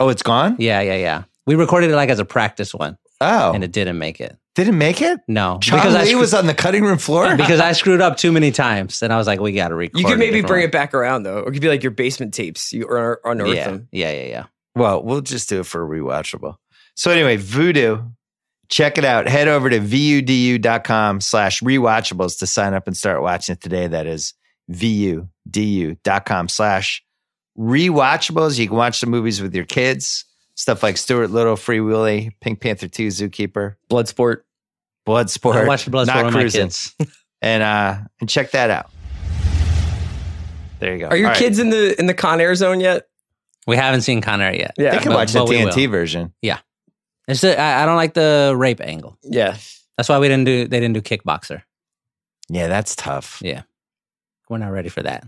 [SPEAKER 2] Oh, it's gone.
[SPEAKER 3] Yeah, yeah, yeah. We recorded it like as a practice one,
[SPEAKER 2] Oh,
[SPEAKER 3] and it didn't make it.
[SPEAKER 2] didn't make it.
[SPEAKER 3] No,
[SPEAKER 2] John
[SPEAKER 3] I
[SPEAKER 2] Lee
[SPEAKER 3] screw-
[SPEAKER 2] was on the cutting room floor.
[SPEAKER 3] because I screwed up too many times, and I was like, we got to record.
[SPEAKER 9] you could
[SPEAKER 3] a
[SPEAKER 9] maybe
[SPEAKER 3] different
[SPEAKER 9] bring
[SPEAKER 3] one.
[SPEAKER 9] it back around though, or it could be like your basement tapes. You un- unearth
[SPEAKER 3] Yeah,
[SPEAKER 9] them.
[SPEAKER 3] yeah, yeah, yeah.
[SPEAKER 2] Well, we'll just do it for rewatchable. So anyway, Voodoo, check it out. Head over to vudu.com slash rewatchables to sign up and start watching it today. That is vudu.com slash rewatchables. You can watch the movies with your kids, stuff like Stuart Little, Free Willy, Pink Panther 2, Zookeeper,
[SPEAKER 9] Bloodsport.
[SPEAKER 2] Bloodsport.
[SPEAKER 3] I watched Bloodsport
[SPEAKER 2] Not
[SPEAKER 3] with my
[SPEAKER 2] Cruising.
[SPEAKER 3] kids.
[SPEAKER 2] And, uh, and check that out. There you go.
[SPEAKER 9] Are your
[SPEAKER 2] All right.
[SPEAKER 9] kids in the in the Con Air zone yet?
[SPEAKER 3] We haven't seen Con Air yet.
[SPEAKER 9] Yeah,
[SPEAKER 2] They can
[SPEAKER 3] but-
[SPEAKER 2] watch the
[SPEAKER 3] but we
[SPEAKER 2] TNT
[SPEAKER 3] will.
[SPEAKER 2] version.
[SPEAKER 3] It's the, I, I don't like the rape angle.
[SPEAKER 9] Yeah.
[SPEAKER 3] That's why we didn't do. They didn't do Kickboxer.
[SPEAKER 2] Yeah, that's tough.
[SPEAKER 3] We're not ready for that.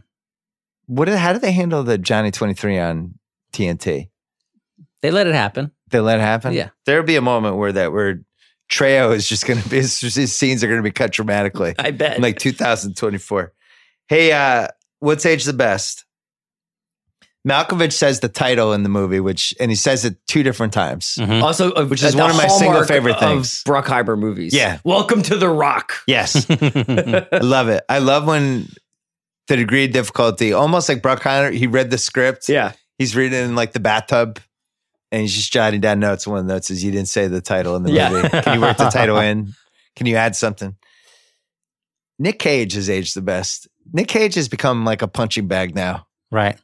[SPEAKER 2] What? Did, how did they handle the Johnny Twenty Three on TNT?
[SPEAKER 3] They let it happen.
[SPEAKER 2] They let it happen.
[SPEAKER 3] Yeah.
[SPEAKER 2] there'll be a moment where that where Treo is just going to be his, his scenes are going to be cut dramatically
[SPEAKER 9] I bet.
[SPEAKER 2] in like 2024. Hey, uh, what's age the best? Malkovich says the title in the movie, which and he says it two different times.
[SPEAKER 9] also, uh,
[SPEAKER 2] Which is
[SPEAKER 9] the
[SPEAKER 2] one of my single
[SPEAKER 9] hallmark
[SPEAKER 2] favorite
[SPEAKER 9] of
[SPEAKER 2] things.
[SPEAKER 9] Bruckheimer movies.
[SPEAKER 2] Yeah.
[SPEAKER 9] Welcome to the Rock.
[SPEAKER 2] Yes, I love it. I love when the degree of difficulty, almost like Bruckheimer, he read the script.
[SPEAKER 9] Yeah.
[SPEAKER 2] he's reading in like the bathtub and he's just jotting down notes. One of the notes is you didn't say the title in the
[SPEAKER 9] Yeah.
[SPEAKER 2] movie. Can you work the title in? Can you add something? Nick Cage has aged the best. Nick Cage has become like a punching bag now.
[SPEAKER 3] Right.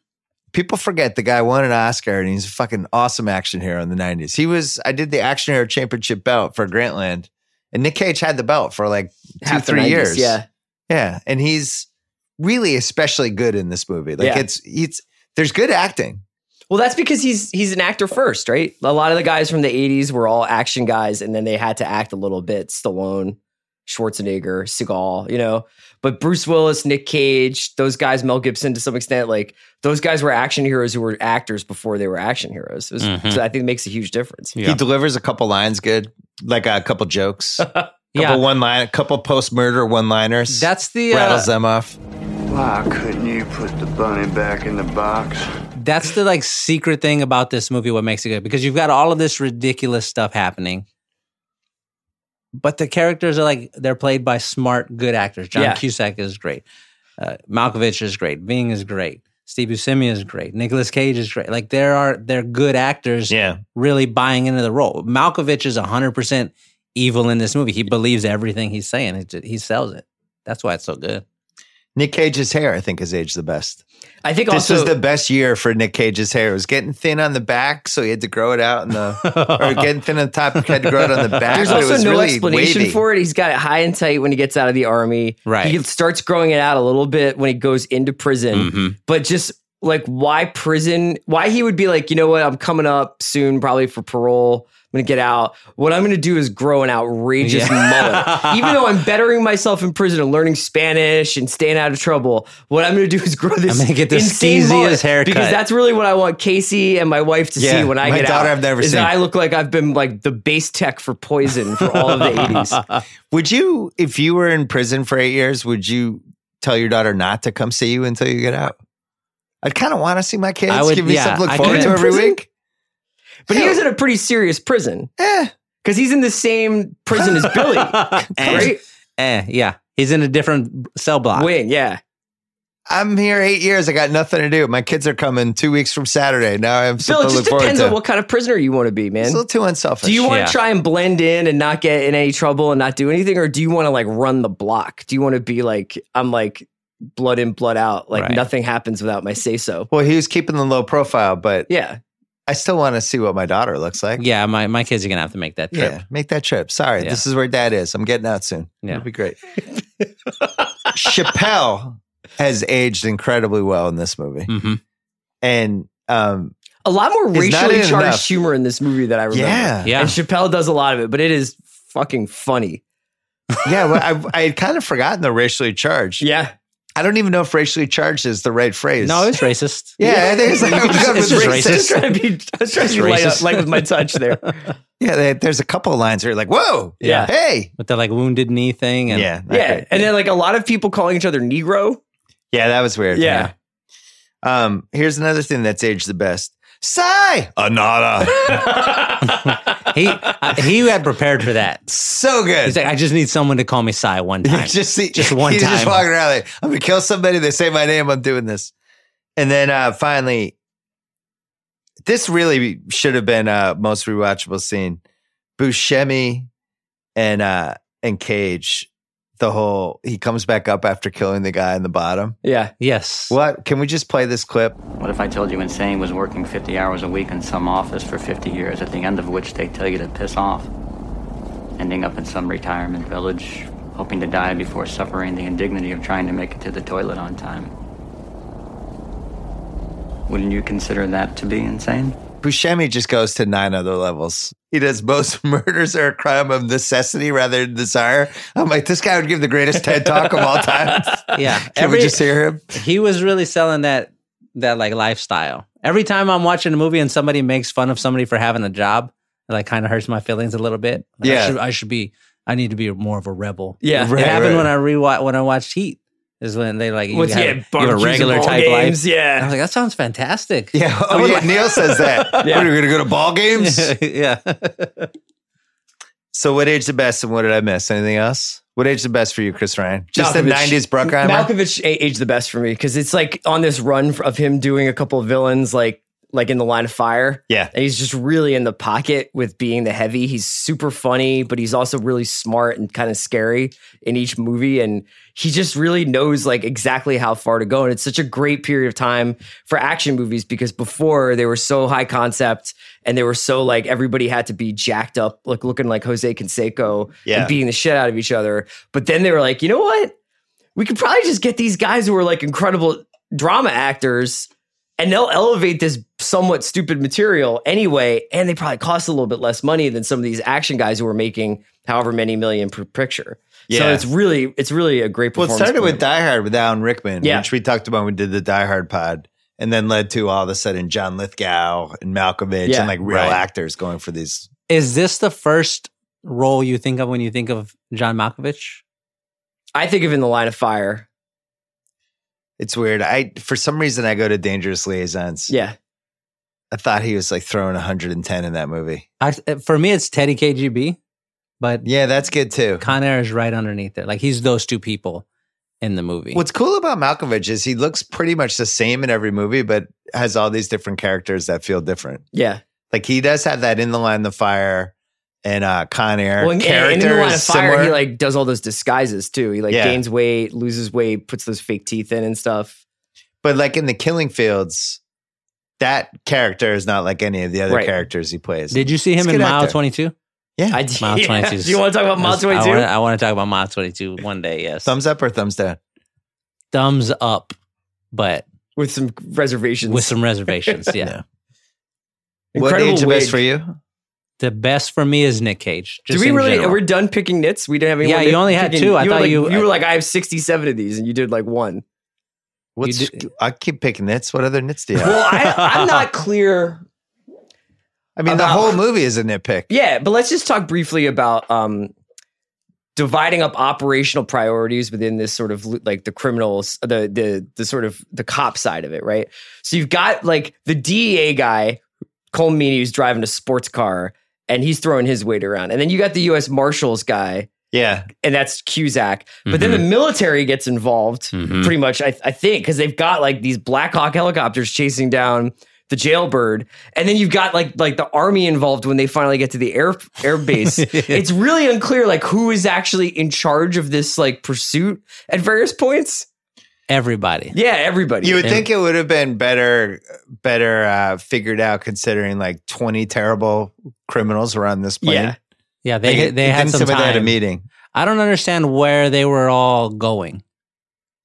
[SPEAKER 2] People forget the guy won an Oscar and he's a fucking awesome action hero in the 90s. He was, I did the action hero championship belt for Grantland and Nick Cage had the belt for like two,
[SPEAKER 9] Half the
[SPEAKER 2] three
[SPEAKER 9] 90s,
[SPEAKER 2] years.
[SPEAKER 9] Yeah.
[SPEAKER 2] Yeah, and he's really especially good in this movie. Like
[SPEAKER 9] Yeah.
[SPEAKER 2] it's it's there's good acting.
[SPEAKER 9] Well, that's because he's he's an actor first, right? A lot of the guys from the '80s were all action guys, and then they had to act a little bit. Stallone, Schwarzenegger, Seagal, you know. But Bruce Willis, Nick Cage, those guys, Mel Gibson, to some extent, like those guys were action heroes who were actors before they were action heroes. It was-
[SPEAKER 3] Mhm.
[SPEAKER 9] So I think it makes a huge difference.
[SPEAKER 3] Yeah.
[SPEAKER 2] He delivers a couple lines good, like a couple jokes, a couple
[SPEAKER 3] Yeah.
[SPEAKER 2] one line, a couple post murder one liners.
[SPEAKER 3] That's the uh,
[SPEAKER 2] rattles them off.
[SPEAKER 10] Why couldn't you put the bunny back in the box?
[SPEAKER 3] that's the like secret thing about this movie. What makes it good because you've got all of this ridiculous stuff happening, but the characters are like they're played by smart, good actors. John
[SPEAKER 9] Yeah.
[SPEAKER 3] Cusack is great. Uh, Malkovich is great. Bing is great. Steve Buscemi is great. Nicolas Cage is great. Like there are they're good actors
[SPEAKER 2] Yeah,
[SPEAKER 3] really buying into the role. Malkovich is hundred percent evil in this movie. He believes everything he's saying. He, he sells it. That's why it's so good.
[SPEAKER 2] Nick Cage's hair, I think, has aged the best.
[SPEAKER 9] I think
[SPEAKER 2] this
[SPEAKER 9] also
[SPEAKER 2] was the best year for Nick Cage's hair. It was getting thin on the back, so he had to grow it out in the or getting thin on the top, had to grow it on the back.
[SPEAKER 9] There's
[SPEAKER 2] but it
[SPEAKER 9] also
[SPEAKER 2] was
[SPEAKER 9] no
[SPEAKER 2] really
[SPEAKER 9] explanation
[SPEAKER 2] wavy.
[SPEAKER 9] for it. He's got it high and tight when he gets out of the army.
[SPEAKER 3] Right.
[SPEAKER 9] He starts growing it out a little bit when he goes into prison.
[SPEAKER 3] Mhm.
[SPEAKER 9] But just like why prison? Why he would be like, you know what? I'm coming up soon, probably for parole. I'm gonna get out. What I'm gonna do is grow an outrageous mullet. Even though I'm bettering myself in prison and learning Spanish and staying out of trouble, what I'm gonna do is grow this.
[SPEAKER 3] I'm gonna get the
[SPEAKER 9] insane
[SPEAKER 3] skeeziest
[SPEAKER 9] mullet
[SPEAKER 3] haircut.
[SPEAKER 9] because that's really what I want Casey and my wife to
[SPEAKER 2] Yeah,
[SPEAKER 9] see when I
[SPEAKER 2] my
[SPEAKER 9] get
[SPEAKER 2] daughter
[SPEAKER 9] out.
[SPEAKER 2] I've never
[SPEAKER 9] is
[SPEAKER 2] seen.
[SPEAKER 9] That I look like I've been like the base tech for Poison for all of the 80s.
[SPEAKER 2] Would you, if you were in prison for eight years, would you tell your daughter not to come see you until you get out? I'd kind of want to see my kids.
[SPEAKER 3] I would-
[SPEAKER 2] give me
[SPEAKER 3] yeah,
[SPEAKER 2] something to
[SPEAKER 3] I
[SPEAKER 2] look forward
[SPEAKER 3] could-
[SPEAKER 2] to every
[SPEAKER 9] Prison?
[SPEAKER 2] week.
[SPEAKER 9] But he was in a pretty serious prison
[SPEAKER 2] Eh,
[SPEAKER 9] because he's in the same prison as Billy,
[SPEAKER 3] eh,
[SPEAKER 9] right?
[SPEAKER 3] eh, yeah. He's in a different cell block.
[SPEAKER 9] Win, yeah.
[SPEAKER 2] I'm here eight years. I got nothing to do. My kids are coming two weeks from Saturday. Now I have
[SPEAKER 9] Bill,
[SPEAKER 2] something
[SPEAKER 9] it
[SPEAKER 2] to
[SPEAKER 9] just
[SPEAKER 2] look forward
[SPEAKER 9] depends
[SPEAKER 2] to.
[SPEAKER 9] on what kind of prisoner you want to be,
[SPEAKER 2] it's
[SPEAKER 9] man.
[SPEAKER 2] a little too unselfish.
[SPEAKER 9] Do you want
[SPEAKER 3] Yeah.
[SPEAKER 9] to try and blend in and not get in any trouble and not do anything, or do you want to like run the block? Do you want to be like I'm like blood in, blood out, like
[SPEAKER 3] Right.
[SPEAKER 9] nothing happens without my say so?
[SPEAKER 2] Well, he was keeping the low profile, but
[SPEAKER 9] Yeah,
[SPEAKER 2] I still want to see what my daughter looks like.
[SPEAKER 3] Yeah, my, my kids are gonna have to make that trip.
[SPEAKER 2] Yeah, make that trip. Sorry,
[SPEAKER 3] Yeah.
[SPEAKER 2] this is where dad is. I'm getting out soon.
[SPEAKER 3] Yeah.
[SPEAKER 2] It'll be great. Chappelle has aged incredibly well in this movie.
[SPEAKER 9] Mm.
[SPEAKER 3] hmm
[SPEAKER 2] And um,
[SPEAKER 9] a lot more
[SPEAKER 2] It's not
[SPEAKER 9] racially
[SPEAKER 2] in
[SPEAKER 9] charged
[SPEAKER 2] enough.
[SPEAKER 9] humor in this movie that I remember.
[SPEAKER 2] yeah,
[SPEAKER 3] Yeah.
[SPEAKER 9] And Chappelle does a lot of it, but it is fucking funny.
[SPEAKER 2] yeah, well, I, I had kind of forgotten the racially charged.
[SPEAKER 9] Yeah.
[SPEAKER 2] I don't even know if racially charged is the right phrase.
[SPEAKER 3] No, it's racist.
[SPEAKER 2] yeah, I think it's like, I'm good
[SPEAKER 9] It's
[SPEAKER 2] with
[SPEAKER 9] racist. I was
[SPEAKER 2] racist.
[SPEAKER 9] trying to be, I was trying to
[SPEAKER 3] It's
[SPEAKER 9] be light, up,
[SPEAKER 3] racist.
[SPEAKER 9] light with my touch there.
[SPEAKER 2] Yeah, there- there's a couple of lines where you're like, whoa,
[SPEAKER 9] Yeah.
[SPEAKER 2] hey.
[SPEAKER 3] With the like wounded knee thing and
[SPEAKER 2] Yeah, not
[SPEAKER 9] yeah.
[SPEAKER 2] great.
[SPEAKER 9] And then like a lot of people calling each other Negro.
[SPEAKER 2] yeah, that was weird.
[SPEAKER 9] Yeah.
[SPEAKER 2] Um, here's another thing that's aged the best. Sigh, Anada,
[SPEAKER 3] he uh, he had prepared for that.
[SPEAKER 2] so good.
[SPEAKER 3] He's like, I just need someone to call me Sai one time.
[SPEAKER 2] just see,
[SPEAKER 3] Just one
[SPEAKER 2] he's Just
[SPEAKER 3] time.
[SPEAKER 2] walking around like I'm gonna kill somebody. They say my name. I'm doing this, and then uh, finally, this really should have been uh, most rewatchable scene. Buscemi and uh, and Cage. The whole he comes back up after killing the guy in the bottom.
[SPEAKER 9] Yeah.
[SPEAKER 3] yes.
[SPEAKER 2] What can we just play this clip?
[SPEAKER 8] What if I told you Insane was working 50 hours a week in some office for 50 years, at the end of which they tell you to piss off? Ending up in some retirement village, hoping to die before suffering the indignity of trying to make it to the toilet on time. Wouldn't you consider that to be insane?
[SPEAKER 2] Buscemi just goes to nine other levels. He does most murders are a crime of necessity rather than desire. I'm like, this guy would give the greatest TED talk of all time.
[SPEAKER 3] Yeah.
[SPEAKER 2] Can
[SPEAKER 3] Every-
[SPEAKER 2] we just hear him?
[SPEAKER 3] he was really selling that that like lifestyle. Every time I'm watching a movie and somebody makes fun of somebody for having a job, it like kind of hurts my feelings a little bit. Like, I
[SPEAKER 2] Yeah.
[SPEAKER 3] should, I should be. I need to be more of a rebel.
[SPEAKER 9] Yeah.
[SPEAKER 3] it
[SPEAKER 2] Right,
[SPEAKER 3] happened
[SPEAKER 2] right.
[SPEAKER 3] when I rewatch when I watched Heat. Is when they like you,
[SPEAKER 9] What's-
[SPEAKER 3] have,
[SPEAKER 9] yeah,
[SPEAKER 3] you have a
[SPEAKER 9] barbecues
[SPEAKER 3] regular
[SPEAKER 9] and ball
[SPEAKER 3] type
[SPEAKER 9] games,
[SPEAKER 3] life.
[SPEAKER 9] yeah.
[SPEAKER 3] And I was like, that sounds fantastic.
[SPEAKER 2] Yeah. Oh, yeah. Neil says that. What, are we going to go to ball games?
[SPEAKER 3] yeah.
[SPEAKER 2] so, what age the best and what did I miss? Anything else? What age the best for you, Chris Ryan? Just
[SPEAKER 9] Malkovich.
[SPEAKER 2] the 90s Bruckheimer?
[SPEAKER 9] Malkovich a- aged the best for me because it's like on this run f- of him doing a couple of villains like like in the line of fire.
[SPEAKER 2] Yeah.
[SPEAKER 9] And he's just really in the pocket with being the heavy. He's super funny, but he's also really smart and kind of scary in each movie. And he just really knows like exactly how far to go. And it's such a great period of time for action movies because before they were so high concept and they were so like everybody had to be jacked up, like looking like Jose Canseco
[SPEAKER 2] Yeah.
[SPEAKER 9] and beating the shit out of each other. But then they were like, you know what? We could probably just get these guys who are like incredible drama actors and they'll elevate this somewhat stupid material anyway and they probably cost a little bit less money than some of these action guys who are making however many million per picture so
[SPEAKER 2] Yeah.
[SPEAKER 9] it's really it's really a great
[SPEAKER 2] Well, it
[SPEAKER 9] performance
[SPEAKER 2] started with
[SPEAKER 9] from him.
[SPEAKER 2] Die Hard with Alan Rickman,
[SPEAKER 9] Yeah.
[SPEAKER 2] which we talked about when we did the Die Hard pod, and then led to all of a sudden John Lithgow and Malkovich
[SPEAKER 9] Yeah.
[SPEAKER 2] and like real
[SPEAKER 3] Right.
[SPEAKER 2] actors going for these.
[SPEAKER 3] Is this the first role you think of when you think of John Malkovich?
[SPEAKER 9] i think of in the line of fire
[SPEAKER 2] It's weird. I for some reason I go to Dangerous Liaisons.
[SPEAKER 9] yeah
[SPEAKER 2] I thought he was like throwing 110 in that movie.
[SPEAKER 3] I, for me, it's Teddy KGB, but
[SPEAKER 2] Yeah, that's good too.
[SPEAKER 3] Con Air is right underneath it. Like he's those two people in the movie.
[SPEAKER 2] What's cool about Malkovich is he looks pretty much the same in every movie, but has all these different characters that feel different.
[SPEAKER 9] yeah
[SPEAKER 2] Like he does have that in the line, the fire, and uh, Con Air
[SPEAKER 9] Well, and,
[SPEAKER 2] character
[SPEAKER 9] and in the line of
[SPEAKER 2] is
[SPEAKER 9] fire,
[SPEAKER 2] similar.
[SPEAKER 9] he like does all those disguises too. He like
[SPEAKER 2] Yeah.
[SPEAKER 9] gains weight, loses weight, puts those fake teeth in and stuff.
[SPEAKER 2] But like in the Killing Fields, that character is not like any of the other
[SPEAKER 9] Right.
[SPEAKER 2] characters he plays.
[SPEAKER 3] Did you see him
[SPEAKER 2] He's a
[SPEAKER 3] in
[SPEAKER 2] good
[SPEAKER 3] Mile
[SPEAKER 2] actor.
[SPEAKER 3] Twenty Two?
[SPEAKER 2] Yeah,
[SPEAKER 9] I
[SPEAKER 3] Mile
[SPEAKER 9] Yeah.
[SPEAKER 3] Twenty Two.
[SPEAKER 9] Do you wanna talk about Mile 22?
[SPEAKER 3] I want to talk about Mile Twenty Two one day. Yes.
[SPEAKER 2] Thumbs up or thumbs down?
[SPEAKER 3] Thumbs up, but
[SPEAKER 9] with some reservations.
[SPEAKER 3] With some reservations. Yeah.
[SPEAKER 2] Yeah. what age the best for you?
[SPEAKER 3] The best for me is Nick Cage.
[SPEAKER 9] Did
[SPEAKER 3] Just
[SPEAKER 9] we
[SPEAKER 3] in
[SPEAKER 9] really?
[SPEAKER 3] general.
[SPEAKER 9] We're done picking nits. We didn't have any.
[SPEAKER 3] Yeah,
[SPEAKER 9] more
[SPEAKER 3] you
[SPEAKER 9] nit-
[SPEAKER 3] only had
[SPEAKER 9] picking-
[SPEAKER 3] two. I
[SPEAKER 9] you were
[SPEAKER 3] thought
[SPEAKER 9] like-
[SPEAKER 3] you-
[SPEAKER 9] you were like, I have sixty-seven of these, and you did like one.
[SPEAKER 2] What's, I keep picking nits. What other nits do you have?
[SPEAKER 9] Well, I, I'm not clear.
[SPEAKER 2] I mean, the
[SPEAKER 9] about-
[SPEAKER 2] whole movie is a nitpick.
[SPEAKER 9] Yeah, but let's just talk briefly about um, dividing up operational priorities within this sort of like the criminals, the the the sort of the cop side of it, right? So you've got like the DEA guy, Cole Meany, who's driving a sports car and he's throwing his weight around, and then you got the U.S. Marshals guy,
[SPEAKER 2] Yeah.
[SPEAKER 9] and that's Cusack. But then
[SPEAKER 2] Mhm.
[SPEAKER 9] the
[SPEAKER 3] Mm-hmm.
[SPEAKER 9] military gets involved,
[SPEAKER 2] Mhm.
[SPEAKER 9] pretty much, I, I think, because they've got like these Black Hawk helicopters chasing down the jailbird, and then you've got like like the army involved when they finally get to the air air base. it's really unclear like who is actually in charge of this like pursuit at various points.
[SPEAKER 3] Everybody.
[SPEAKER 9] Yeah, everybody.
[SPEAKER 2] You would think it would have been better, better uh, figured out considering like twenty terrible criminals were on this plane.
[SPEAKER 3] Yeah. Yeah, they
[SPEAKER 2] Like,
[SPEAKER 3] they
[SPEAKER 2] it
[SPEAKER 3] had
[SPEAKER 2] didn't
[SPEAKER 3] some
[SPEAKER 2] seem like
[SPEAKER 3] time.
[SPEAKER 2] they had a meeting.
[SPEAKER 3] I don't understand where they were all going.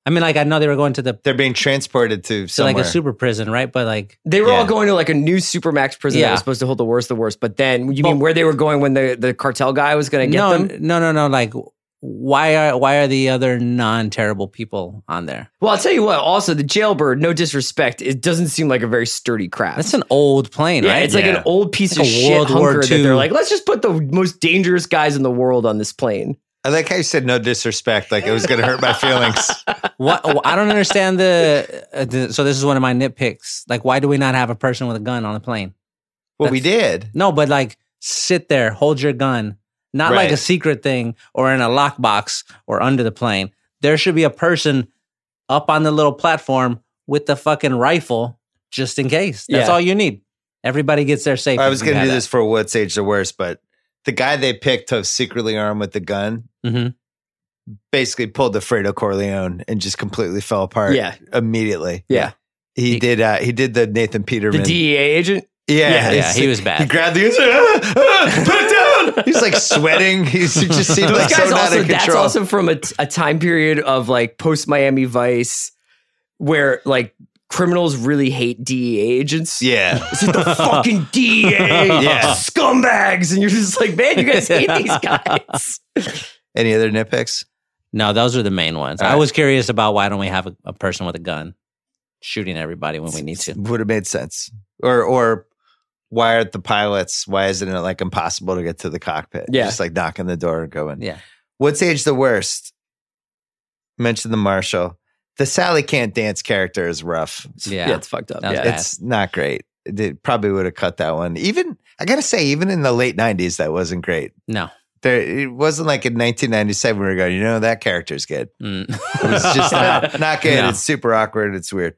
[SPEAKER 3] I mean, like I know they were going to the
[SPEAKER 2] they're being transported to
[SPEAKER 3] so like a
[SPEAKER 9] somewhere.
[SPEAKER 3] super prison, right? But like
[SPEAKER 9] They were all going to like a new supermax prison that
[SPEAKER 3] Yeah.
[SPEAKER 9] was supposed to hold the worst of the worst. But then you mean where they were going when the, the cartel guy was going to get
[SPEAKER 3] no,
[SPEAKER 9] them?
[SPEAKER 3] no, no, no. Like why are why are the other non terrible people on there?
[SPEAKER 9] Well, I'll tell you what. Also, the jailbird, no disrespect, it doesn't seem like a very sturdy craft. That's
[SPEAKER 3] an old plane,
[SPEAKER 9] yeah,
[SPEAKER 3] right?
[SPEAKER 9] It's like
[SPEAKER 3] Yeah.
[SPEAKER 9] an old piece
[SPEAKER 3] Like
[SPEAKER 9] of
[SPEAKER 3] a
[SPEAKER 9] shit
[SPEAKER 3] World War
[SPEAKER 9] hunker that
[SPEAKER 3] II.
[SPEAKER 9] they're like, let's just put the most dangerous guys in the world on this plane.
[SPEAKER 2] I like how you said no disrespect, like it was going to hurt my feelings.
[SPEAKER 3] What I don't understand the, uh, the so this is one of my nitpicks. Like why do we not have a person with a gun on the plane?
[SPEAKER 2] Well, we did.
[SPEAKER 3] No, but like sit there, hold your gun, not like
[SPEAKER 2] Right.
[SPEAKER 3] a secret thing or in a lockbox or under the plane. There should be a person up on the little platform with the fucking rifle just in case. That's
[SPEAKER 2] Yeah.
[SPEAKER 3] all you need. Everybody gets there safe.
[SPEAKER 2] I
[SPEAKER 3] if
[SPEAKER 2] was
[SPEAKER 3] you
[SPEAKER 2] going to
[SPEAKER 3] have
[SPEAKER 2] do
[SPEAKER 3] that.
[SPEAKER 2] this for what's age the worst, but the guy they picked to secretly armed with the gun
[SPEAKER 9] Mm-hmm.
[SPEAKER 3] Mhm.
[SPEAKER 2] basically pulled the Fredo Corleone and just completely fell apart.
[SPEAKER 9] Yeah.
[SPEAKER 2] immediately.
[SPEAKER 9] Yeah.
[SPEAKER 2] he, did. Uh, he did the Nathan Peterman.
[SPEAKER 9] The DEA agent?
[SPEAKER 2] yeah,
[SPEAKER 3] yeah, he was
[SPEAKER 2] He
[SPEAKER 3] bad.
[SPEAKER 2] grabbed the. He's like, "Ah, ah, put it down. He's like sweating. He's he just seemed
[SPEAKER 9] Those
[SPEAKER 2] like so
[SPEAKER 9] guys
[SPEAKER 2] not
[SPEAKER 9] also,
[SPEAKER 2] in
[SPEAKER 9] that's
[SPEAKER 2] control.
[SPEAKER 9] also from a, t- a time period of like post Miami Vice where like criminals really hate DEA agents.
[SPEAKER 2] Yeah.
[SPEAKER 9] It's like the fucking DEA
[SPEAKER 2] Yeah.
[SPEAKER 9] scumbags. And you're just like, man, you guys hate these guys.
[SPEAKER 2] Any other nitpicks?
[SPEAKER 3] No, those are the main ones.
[SPEAKER 2] All
[SPEAKER 3] I
[SPEAKER 2] right.
[SPEAKER 3] was curious about why don't we have a, a person with a gun shooting everybody when we need to.
[SPEAKER 2] would have made sense. Or or why aren't the pilots? Why isn't it like impossible to get to the cockpit?
[SPEAKER 3] Yeah.
[SPEAKER 2] just like knocking the door and going.
[SPEAKER 3] Yeah.
[SPEAKER 2] What's age the worst? Mention the marshal. The Sally can't dance character is rough.
[SPEAKER 3] Yeah. Yeah, it's
[SPEAKER 9] fucked up.
[SPEAKER 3] That was
[SPEAKER 9] Yeah. bad.
[SPEAKER 2] it's not great. It probably would have cut that one. Even I gotta say, even in the late '90s, that wasn't great.
[SPEAKER 3] No.
[SPEAKER 2] There, it wasn't like in 1997 we were going, you know, that character's good.
[SPEAKER 9] Mm.
[SPEAKER 2] It's just not, not good.
[SPEAKER 3] No.
[SPEAKER 2] It's super awkward. It's weird.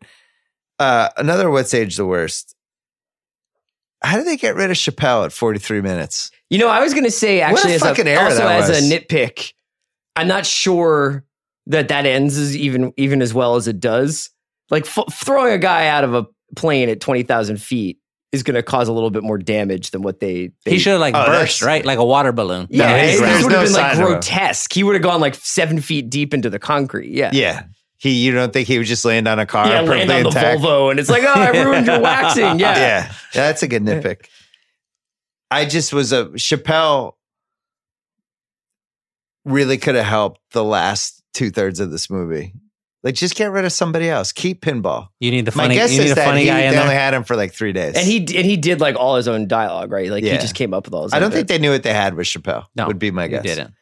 [SPEAKER 2] Uh, another what's age the worst? How did they get rid of Chappelle at 43 minutes?
[SPEAKER 9] You know, I was going to say
[SPEAKER 2] What a
[SPEAKER 9] actually, as
[SPEAKER 2] fucking
[SPEAKER 9] a,
[SPEAKER 2] error
[SPEAKER 9] also
[SPEAKER 2] that
[SPEAKER 9] as
[SPEAKER 2] was.
[SPEAKER 9] a nitpick, I'm not sure that that ends as even even as well as it does. Like f- throwing a guy out of a plane at twenty thousand feet is going to cause a little bit more damage than what they. they
[SPEAKER 3] He should have like
[SPEAKER 2] Oh,
[SPEAKER 3] burst, right? Like a water balloon.
[SPEAKER 9] Yeah, it
[SPEAKER 2] there's
[SPEAKER 9] would have
[SPEAKER 2] no
[SPEAKER 9] been like
[SPEAKER 2] sign of him.
[SPEAKER 9] grotesque. He would have gone like seven feet deep into the concrete. Yeah,
[SPEAKER 2] Yeah. He, you don't think he would just land on a car?
[SPEAKER 9] Yeah, land
[SPEAKER 2] perfectly
[SPEAKER 9] on the
[SPEAKER 2] intact?
[SPEAKER 9] Volvo, and it's like, oh, I ruined your waxing. Yeah.
[SPEAKER 2] Yeah. That's a good nitpick. I just was a Chappelle really could have helped the last two thirds of this movie. Like, just get rid of somebody else. Keep pinball.
[SPEAKER 3] You need the
[SPEAKER 2] My
[SPEAKER 3] funny.
[SPEAKER 2] guess
[SPEAKER 3] you need
[SPEAKER 2] is
[SPEAKER 3] a
[SPEAKER 2] that
[SPEAKER 3] funny
[SPEAKER 2] he,
[SPEAKER 3] guy in
[SPEAKER 2] they
[SPEAKER 3] there.
[SPEAKER 2] only had him for like three days.
[SPEAKER 9] and he and he did like all his own dialogue, right? Like
[SPEAKER 2] Yeah.
[SPEAKER 9] he just came up with all. his
[SPEAKER 2] I
[SPEAKER 9] own
[SPEAKER 2] don't
[SPEAKER 9] bits.
[SPEAKER 2] think they knew what they had with Chappelle.
[SPEAKER 3] No,
[SPEAKER 2] would be my
[SPEAKER 3] he
[SPEAKER 2] guess.
[SPEAKER 3] didn't.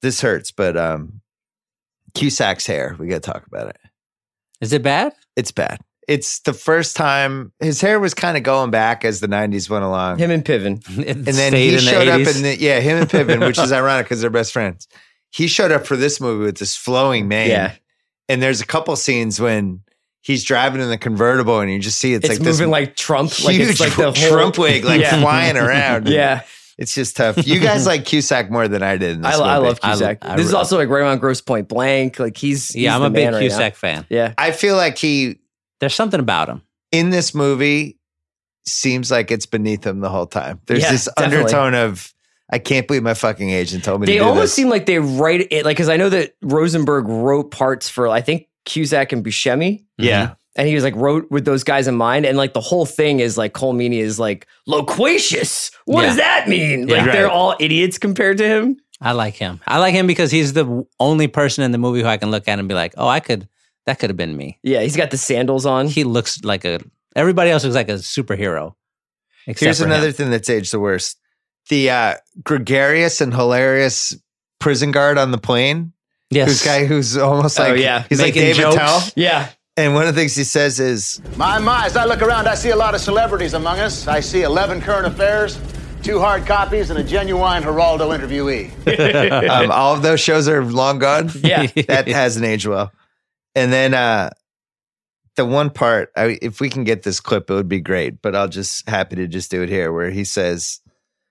[SPEAKER 2] This hurts, but um, Cusack's hair. We got to talk about it.
[SPEAKER 3] Is it bad?
[SPEAKER 2] It's bad. It's the first time his hair was kind of going back as the '90s went along.
[SPEAKER 9] him and Piven.
[SPEAKER 3] and
[SPEAKER 2] and then he showed up in the yeah him and Piven, which is ironic because they're best friends. He showed up for this movie with this flowing mane.
[SPEAKER 9] Yeah.
[SPEAKER 2] and there's a couple scenes when he's driving in the convertible, and you just see it's,
[SPEAKER 9] it's
[SPEAKER 2] like
[SPEAKER 9] moving
[SPEAKER 2] this
[SPEAKER 9] like Trump, like
[SPEAKER 2] huge
[SPEAKER 9] it's like the whole,
[SPEAKER 2] Trump wig like
[SPEAKER 9] Yeah.
[SPEAKER 2] flying around.
[SPEAKER 9] Yeah,
[SPEAKER 2] It's just tough. You guys like Cusack more than I did. In this
[SPEAKER 9] I, I
[SPEAKER 2] movie.
[SPEAKER 9] love Cusack. this is also like right around Gross Point Blank. Like he's
[SPEAKER 2] Yeah,
[SPEAKER 9] he's
[SPEAKER 2] I'm
[SPEAKER 9] the
[SPEAKER 2] a big
[SPEAKER 9] man right now.
[SPEAKER 2] Cusack
[SPEAKER 3] fan.
[SPEAKER 9] Yeah,
[SPEAKER 2] I feel like he.
[SPEAKER 3] There's something about him
[SPEAKER 2] in this movie. Seems like it's beneath him the whole time. There's
[SPEAKER 9] Yeah,
[SPEAKER 2] this
[SPEAKER 9] definitely.
[SPEAKER 2] undertone of I can't believe my fucking agent told me.
[SPEAKER 9] They
[SPEAKER 2] to do
[SPEAKER 9] almost
[SPEAKER 2] this.
[SPEAKER 9] seem like they write it like because I know that Rosenberg wrote parts for I think Cusack and Buscemi.
[SPEAKER 2] Yeah.
[SPEAKER 9] And he was like wrote with those guys in mind, and like the whole thing is like Cole Meany is like loquacious. What does
[SPEAKER 3] Yeah.
[SPEAKER 9] that mean?
[SPEAKER 3] Yeah.
[SPEAKER 9] Like
[SPEAKER 3] Right.
[SPEAKER 9] they're all idiots compared to him.
[SPEAKER 3] I like him. I like him because he's the w- only person in the movie who I can look at and be like, oh, I could, that could have been me.
[SPEAKER 9] Yeah, he's got the sandals on.
[SPEAKER 3] He looks like a, everybody else looks like a superhero. except
[SPEAKER 2] Here's
[SPEAKER 3] for
[SPEAKER 2] another
[SPEAKER 3] him.
[SPEAKER 2] thing that's aged the worst: the uh, gregarious and hilarious prison guard on the plane.
[SPEAKER 3] Yes.
[SPEAKER 2] who's guy who's almost
[SPEAKER 5] Oh,
[SPEAKER 2] like
[SPEAKER 5] yeah.
[SPEAKER 2] he's
[SPEAKER 5] Making
[SPEAKER 2] like David
[SPEAKER 5] jokes.
[SPEAKER 2] Tell.
[SPEAKER 9] Yeah.
[SPEAKER 2] And one of the things he says is,
[SPEAKER 5] My, my, as I look around, I see a lot of celebrities among us. I see 11 current affairs, two hard copies, and a genuine Geraldo interviewee.
[SPEAKER 2] um, all of those shows are long gone.
[SPEAKER 5] Yeah.
[SPEAKER 2] that hasn't aged well. And then uh, the one part, I, if we can get this clip, it would be great. But I'll just happy to just do it here, where he says,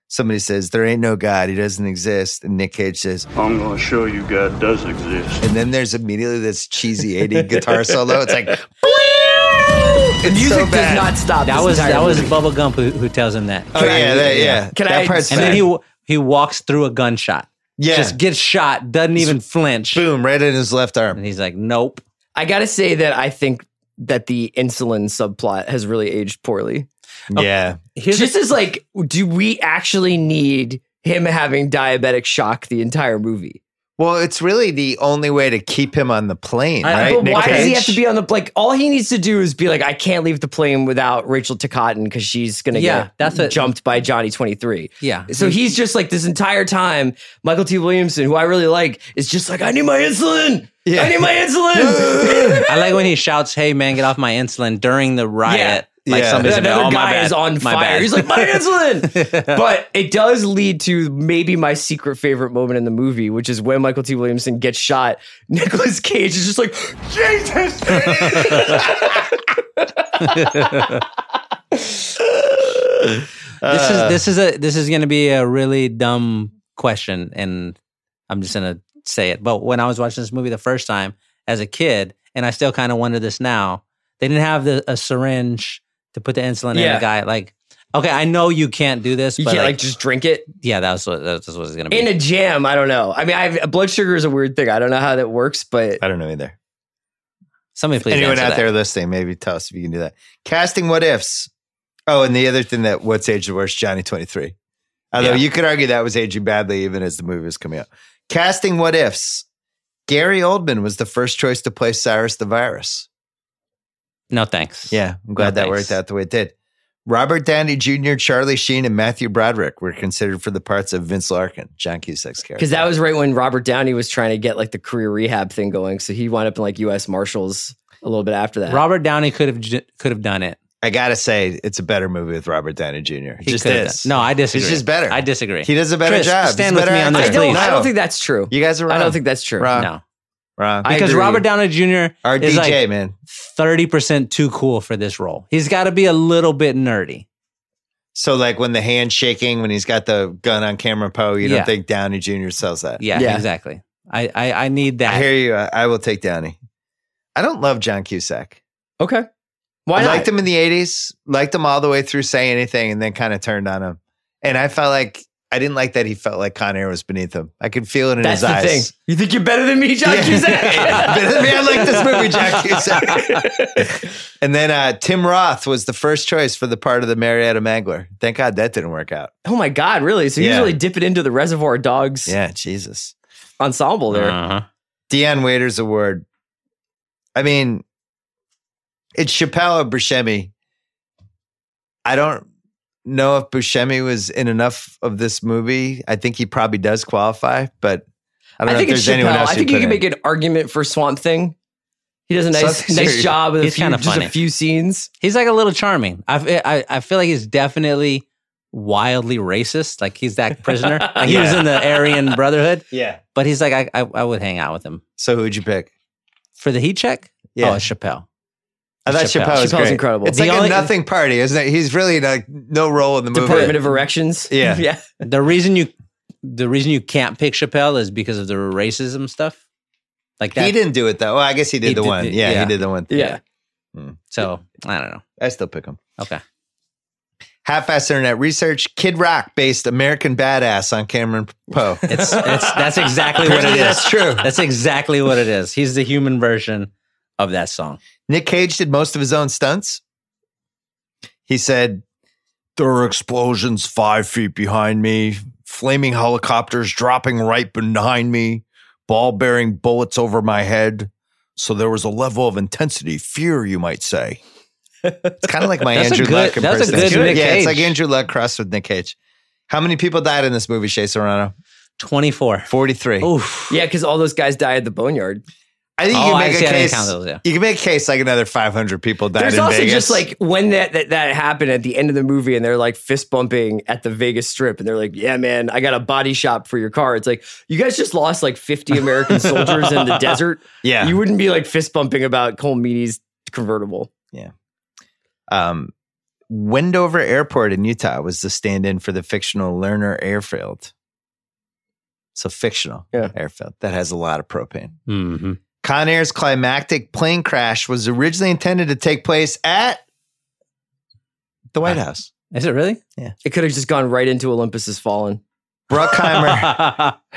[SPEAKER 2] somebody says, "There ain't no God. He doesn't exist." And Nick Cage says,
[SPEAKER 12] I'm going to show you God does exist.
[SPEAKER 2] and then there's immediately this cheesy 80 guitar solo. It's like
[SPEAKER 9] The music
[SPEAKER 2] so bad.
[SPEAKER 9] does not stop.
[SPEAKER 3] That
[SPEAKER 9] this
[SPEAKER 3] was
[SPEAKER 9] entire
[SPEAKER 3] that was
[SPEAKER 9] movie.
[SPEAKER 3] Bubba Gump who, who tells him that.
[SPEAKER 2] Oh, yeah, that- yeah.
[SPEAKER 9] Can
[SPEAKER 3] that
[SPEAKER 9] I-
[SPEAKER 3] part's and then he w- he walks through a gunshot.
[SPEAKER 2] Yeah.
[SPEAKER 3] just gets shot, doesn't even flinch.
[SPEAKER 2] Boom, right in his left arm.
[SPEAKER 3] And he's like, "Nope."
[SPEAKER 9] I gotta say that I think that the insulin subplot has really aged poorly.
[SPEAKER 2] yeah.
[SPEAKER 9] Just as like, do we actually need him having diabetic shock the entire movie?
[SPEAKER 2] Well, it's really the only way to keep him on the plane,
[SPEAKER 9] I-
[SPEAKER 2] right?
[SPEAKER 9] but
[SPEAKER 2] Nick
[SPEAKER 9] why does he
[SPEAKER 2] Cage?
[SPEAKER 9] have to be on the like? All he needs to do is be like, I can't leave the plane without Rachel Tacotton because she's gonna
[SPEAKER 3] Yeah,
[SPEAKER 9] get
[SPEAKER 3] that's what-
[SPEAKER 9] jumped by Johnny Twenty Three.
[SPEAKER 3] Yeah.
[SPEAKER 9] So he's just like this entire time. Michael T. Williamson, who I really like, is just like, I need my insulin. I need my insulin.
[SPEAKER 3] I like when he shouts, "Hey man, get off my insulin!" during the riot. Like
[SPEAKER 9] Yeah.
[SPEAKER 3] somebody's
[SPEAKER 9] Another
[SPEAKER 3] like, oh, my
[SPEAKER 9] guy
[SPEAKER 3] bad,
[SPEAKER 9] is on
[SPEAKER 3] my
[SPEAKER 9] fire.
[SPEAKER 3] bad."
[SPEAKER 9] He's like, "My insulin!" but it does lead to maybe my secret favorite moment in the movie, which is when Michael T. Williamson gets shot. Nicolas Cage is just like, Jesus!
[SPEAKER 2] Uh.
[SPEAKER 3] this is this is a this is going to be a really dumb question, and I'm just going to say it. But when I was watching this movie the first time as a kid, and I still kind of wonder this now, they didn't have the, a syringe to put the insulin in
[SPEAKER 9] Yeah.
[SPEAKER 3] the guy. Like, okay, I know you can't do this,
[SPEAKER 9] You
[SPEAKER 3] but
[SPEAKER 9] can't like,
[SPEAKER 3] like,
[SPEAKER 9] just drink it
[SPEAKER 3] yeah, that was what that was what it's going to be.
[SPEAKER 9] in a jam. I don't know. I mean, I've, blood sugar is a weird thing. I don't know how that works, but
[SPEAKER 2] I don't know either.
[SPEAKER 3] Somebody please
[SPEAKER 2] Anyone
[SPEAKER 3] answer
[SPEAKER 2] out
[SPEAKER 3] that.
[SPEAKER 2] there listening, maybe tell us if you can do that. Casting what ifs. Oh, and the other thing that what's aged the worst, Johnny 23. Although
[SPEAKER 3] Yeah.
[SPEAKER 2] you could argue that was aging badly even as the movie was coming out. Casting what ifs. Gary Oldman was the first choice to play Cyrus the Virus.
[SPEAKER 3] No thanks.
[SPEAKER 2] Yeah, I'm glad that worked out the way it did. Robert Downey Jr., Charlie Sheen, and Matthew Broderick were considered for the parts of Vince Larkin, John Cusack's character.
[SPEAKER 9] because that was right when Robert Downey was trying to get like the career rehab thing going, so he wound up in like U.S. Marshals a little bit after that.
[SPEAKER 3] Robert Downey could have j- could have done it.
[SPEAKER 2] I gotta say, it's a better movie with Robert Downey Jr. It
[SPEAKER 3] He
[SPEAKER 2] just
[SPEAKER 3] could have
[SPEAKER 2] is.
[SPEAKER 3] done- No, I disagree.
[SPEAKER 2] It's just better.
[SPEAKER 3] I disagree.
[SPEAKER 2] He does a better
[SPEAKER 3] Chris,
[SPEAKER 2] job. He's
[SPEAKER 3] Stand
[SPEAKER 2] a
[SPEAKER 3] with
[SPEAKER 2] better
[SPEAKER 3] me on
[SPEAKER 2] actor.
[SPEAKER 3] this,
[SPEAKER 9] I don't.
[SPEAKER 3] please.
[SPEAKER 9] I don't think that's true.
[SPEAKER 2] You guys are
[SPEAKER 9] I
[SPEAKER 2] wrong.
[SPEAKER 9] don't think that's true.
[SPEAKER 2] Wrong.
[SPEAKER 3] No.
[SPEAKER 2] Wrong.
[SPEAKER 9] I
[SPEAKER 3] because
[SPEAKER 9] agree.
[SPEAKER 3] Robert Downey Jr.
[SPEAKER 2] Our
[SPEAKER 3] is
[SPEAKER 2] DJ,
[SPEAKER 3] like
[SPEAKER 2] man.
[SPEAKER 3] thirty percent too cool for this role. He's got to be a little bit nerdy.
[SPEAKER 2] So like when the hand shaking, when he's got the gun on camera, Poe, you
[SPEAKER 3] Yeah.
[SPEAKER 2] don't think Downey Jr. sells that?
[SPEAKER 3] Yeah, exactly. I, I I need
[SPEAKER 2] I
[SPEAKER 3] that.
[SPEAKER 2] hear you. I, I will take Downey. I don't love John Cusack.
[SPEAKER 9] Okay. Why
[SPEAKER 2] I
[SPEAKER 9] not?
[SPEAKER 2] liked him in the '80s. Liked him all the way through Say Anything, and then kind of turned on him. And I felt like I didn't like that he felt like Con Air was beneath him. I could feel it in
[SPEAKER 9] That's
[SPEAKER 2] his
[SPEAKER 9] the
[SPEAKER 2] eyes.
[SPEAKER 9] thing. You think you're better than me, John
[SPEAKER 2] Yeah.
[SPEAKER 9] Cusack?
[SPEAKER 2] Better than me. I like this movie, John Cusack. and then uh, Tim Roth was the first choice for the part of the Marietta Mangler. Thank God that didn't work out.
[SPEAKER 9] Oh my God, really? So
[SPEAKER 2] Yeah.
[SPEAKER 9] he's really dipping into the Reservoir Dogs
[SPEAKER 2] Yeah, Uh, Jesus.
[SPEAKER 9] ensemble there.
[SPEAKER 2] Deanne Waiters Award. I mean, it's Chappelle or Buscemi. I don't know if Buscemi was in enough of this movie. I think he probably does qualify, but I don't
[SPEAKER 9] I,
[SPEAKER 2] know if
[SPEAKER 9] think it's
[SPEAKER 2] there's anyone
[SPEAKER 9] Chappelle.
[SPEAKER 2] else.
[SPEAKER 9] I
[SPEAKER 2] who
[SPEAKER 9] think you
[SPEAKER 2] put
[SPEAKER 9] can
[SPEAKER 2] in.
[SPEAKER 9] make an argument for Swamp Thing. He does a nice,
[SPEAKER 2] Something's
[SPEAKER 9] nice
[SPEAKER 2] serious.
[SPEAKER 9] job with a
[SPEAKER 3] He's
[SPEAKER 9] few,
[SPEAKER 3] kinda
[SPEAKER 9] just
[SPEAKER 3] funny.
[SPEAKER 9] a few scenes.
[SPEAKER 3] He's like a little charming. I, f- I I feel like he's definitely wildly racist. Like he's that prisoner. Like He was
[SPEAKER 2] Yeah.
[SPEAKER 3] in the Aryan Brotherhood,
[SPEAKER 2] Yeah.
[SPEAKER 3] but he's like I, I I would hang out with him
[SPEAKER 2] So who'd you pick?
[SPEAKER 3] for the heat check.
[SPEAKER 9] Oh,
[SPEAKER 2] Yeah.
[SPEAKER 3] Oh, it's Chappelle.
[SPEAKER 2] I thought Chappelle, was
[SPEAKER 9] Chappelle's
[SPEAKER 2] great.
[SPEAKER 9] incredible.
[SPEAKER 2] It's like a nothing party, isn't it? He's really like no role in the movie.
[SPEAKER 9] Department of Erections.
[SPEAKER 2] Yeah.
[SPEAKER 9] yeah.
[SPEAKER 3] The reason you, the reason you can't pick Chappelle is because of the racism stuff. Like that.
[SPEAKER 2] he didn't do it though. Well, I guess he did
[SPEAKER 3] He
[SPEAKER 2] the
[SPEAKER 3] did
[SPEAKER 2] one.
[SPEAKER 3] the-
[SPEAKER 2] yeah,
[SPEAKER 3] yeah.
[SPEAKER 2] he did the one.
[SPEAKER 9] Yeah.
[SPEAKER 3] So I don't know.
[SPEAKER 2] I still pick him.
[SPEAKER 3] Okay.
[SPEAKER 2] Half-ass internet research. Kid Rock-based American badass on Cameron Poe.
[SPEAKER 3] It's, it's that's exactly what it is.
[SPEAKER 2] That's true.
[SPEAKER 3] That's exactly what it is. He's the human version of that song.
[SPEAKER 2] Nick Cage did most of his own stunts. He said, There are explosions five feet behind me, flaming helicopters dropping right behind me, ball bearing bullets over my head. So there was a level of intensity, fear, you might say. It's kind of like my
[SPEAKER 3] That's a
[SPEAKER 2] Andrew Luck
[SPEAKER 3] good- that's a
[SPEAKER 2] impersonation.
[SPEAKER 3] good Nick
[SPEAKER 2] yeah, it's like
[SPEAKER 3] Cage.
[SPEAKER 2] Andrew Luck crossed with Nick Cage. How many people died in this movie, Shea Serrano?
[SPEAKER 3] 24.
[SPEAKER 2] 43.
[SPEAKER 3] Oof.
[SPEAKER 9] Yeah, because all those guys die at the boneyard.
[SPEAKER 2] I think
[SPEAKER 3] Oh,
[SPEAKER 2] you can
[SPEAKER 3] I
[SPEAKER 2] make
[SPEAKER 3] see.
[SPEAKER 2] a
[SPEAKER 3] I didn't
[SPEAKER 2] case.
[SPEAKER 3] count those, yeah.
[SPEAKER 2] You can make a case like another 500 people died
[SPEAKER 9] There's
[SPEAKER 2] in
[SPEAKER 9] also
[SPEAKER 2] Vegas.
[SPEAKER 9] just like when that, that that happened at the end of the movie, and they're like fist bumping at the Vegas Strip, and they're like, "Yeah, man, I got a body shop for your car." It's like you guys just lost like 50 American soldiers in the desert.
[SPEAKER 2] Yeah.
[SPEAKER 9] you wouldn't be like fist bumping about Cole Meany's convertible.
[SPEAKER 2] um, Wendover Airport in Utah was the stand in for the fictional Lerner Airfield. So fictional
[SPEAKER 9] Yeah.
[SPEAKER 2] airfield that has a lot of propane.
[SPEAKER 3] Mm-hmm.
[SPEAKER 2] Con Air's climactic plane crash was originally intended to take place at the White House.
[SPEAKER 3] Is it really?
[SPEAKER 9] It could have just gone right into Olympus Has Fallen.
[SPEAKER 2] Bruckheimer,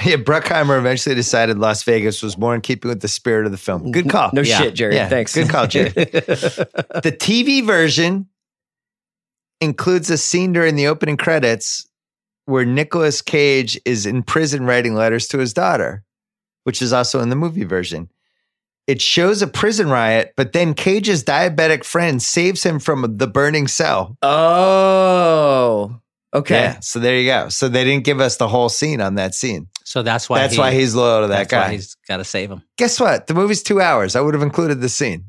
[SPEAKER 2] yeah, Bruckheimer eventually decided Las Vegas was more in keeping with the spirit of the film. Good call.
[SPEAKER 9] No
[SPEAKER 3] Yeah.
[SPEAKER 9] shit, Jerry.
[SPEAKER 2] Yeah,
[SPEAKER 9] Thanks.
[SPEAKER 2] Good call, Jerry. The TV version includes a scene during the opening credits where Nicolas Cage is in prison writing letters to his daughter, which is also in the movie version. It shows a prison riot, but then Cage's diabetic friend saves him from the burning cell.
[SPEAKER 9] Oh, okay.
[SPEAKER 2] Yeah, so there you go. So they didn't give us the whole scene on that scene.
[SPEAKER 3] So that's why
[SPEAKER 2] that's
[SPEAKER 3] he-
[SPEAKER 2] why he's loyal to that
[SPEAKER 3] that's why
[SPEAKER 2] guy.
[SPEAKER 3] he's got to save him.
[SPEAKER 2] Guess what? The movie's two hours. I would have included the scene.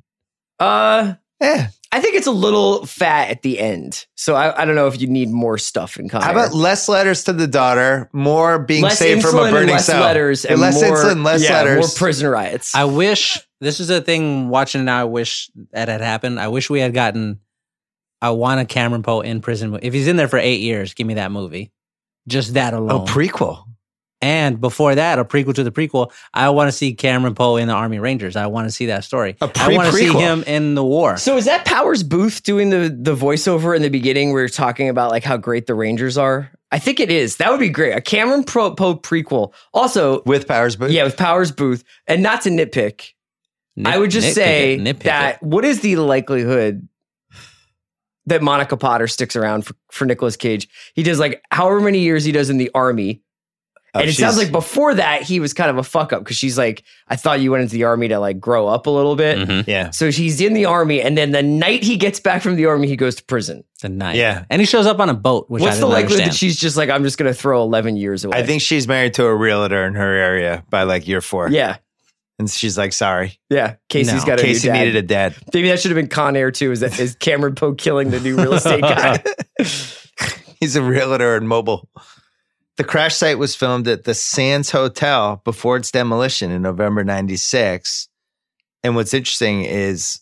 [SPEAKER 9] Uh,
[SPEAKER 2] Yeah.
[SPEAKER 9] I think it's a little fat at the end, so I, I don't know if you need more stuff in Con
[SPEAKER 2] How
[SPEAKER 9] Air.
[SPEAKER 2] about less letters to the daughter, more being
[SPEAKER 9] less
[SPEAKER 2] saved from
[SPEAKER 9] insulin
[SPEAKER 2] a
[SPEAKER 9] and
[SPEAKER 2] burning
[SPEAKER 9] less
[SPEAKER 2] cell?
[SPEAKER 9] letters
[SPEAKER 2] Yeah,
[SPEAKER 9] and
[SPEAKER 2] less
[SPEAKER 9] more,
[SPEAKER 2] insulin, less
[SPEAKER 9] yeah,
[SPEAKER 2] letters.
[SPEAKER 9] more prison riots.
[SPEAKER 3] I wish this is a thing watching now. I wish that had happened. I wish we had gotten. I want a Cameron Poe in prison. mo- If he's in there for eight years, give me that movie. Just that
[SPEAKER 2] a
[SPEAKER 3] alone.
[SPEAKER 2] prequel.
[SPEAKER 3] and before that, a prequel to the prequel. I want to see Cameron Poe in the Army Rangers. I want to see that story.
[SPEAKER 2] A
[SPEAKER 3] I want to see
[SPEAKER 2] pre-prequel.
[SPEAKER 3] him in the war.
[SPEAKER 9] so is that Powers Booth doing the the voiceover in the beginning? where We're talking about like how great the Rangers are. I think it is. That would be great. A Cameron Pro- Poe prequel. Also,
[SPEAKER 2] with Powers Booth.
[SPEAKER 9] yeah, with Powers Booth, and not to nitpick.
[SPEAKER 3] Nit-
[SPEAKER 9] I would just
[SPEAKER 3] nitpick
[SPEAKER 9] say
[SPEAKER 3] it, nitpick
[SPEAKER 9] that
[SPEAKER 3] it.
[SPEAKER 9] what is the likelihood that Monica Potter sticks around for, for Nicolas Cage? He does like however many years he does in the army.
[SPEAKER 2] Oh,
[SPEAKER 9] and it
[SPEAKER 2] she's-
[SPEAKER 9] sounds like before that he was kind of a fuck up because she's like, I thought you went into the army to like grow up a little bit.
[SPEAKER 3] Mhm.
[SPEAKER 2] yeah,
[SPEAKER 9] So she's in the army, and then the night he gets back from the army, he goes to prison.
[SPEAKER 3] the night.
[SPEAKER 2] Yeah.
[SPEAKER 3] and he shows up on a boat. Which
[SPEAKER 9] What's
[SPEAKER 3] I
[SPEAKER 9] the
[SPEAKER 3] didn't
[SPEAKER 9] likelihood
[SPEAKER 3] understand.
[SPEAKER 9] that she's just like, I'm just gonna throw eleven years away?
[SPEAKER 2] I think she's married to a realtor in her area by like year four.
[SPEAKER 9] Yeah.
[SPEAKER 2] and she's like, "Sorry,
[SPEAKER 9] Yeah. Casey's
[SPEAKER 2] No.
[SPEAKER 9] got a
[SPEAKER 2] Casey
[SPEAKER 9] new dad.
[SPEAKER 2] needed a dad."
[SPEAKER 9] Maybe that should have been Con Air too. Is that is Cameron Poe killing the new real estate guy?
[SPEAKER 2] He's a realtor in Mobile. The crash site was filmed at the Sands Hotel before its demolition in November 96. And what's interesting is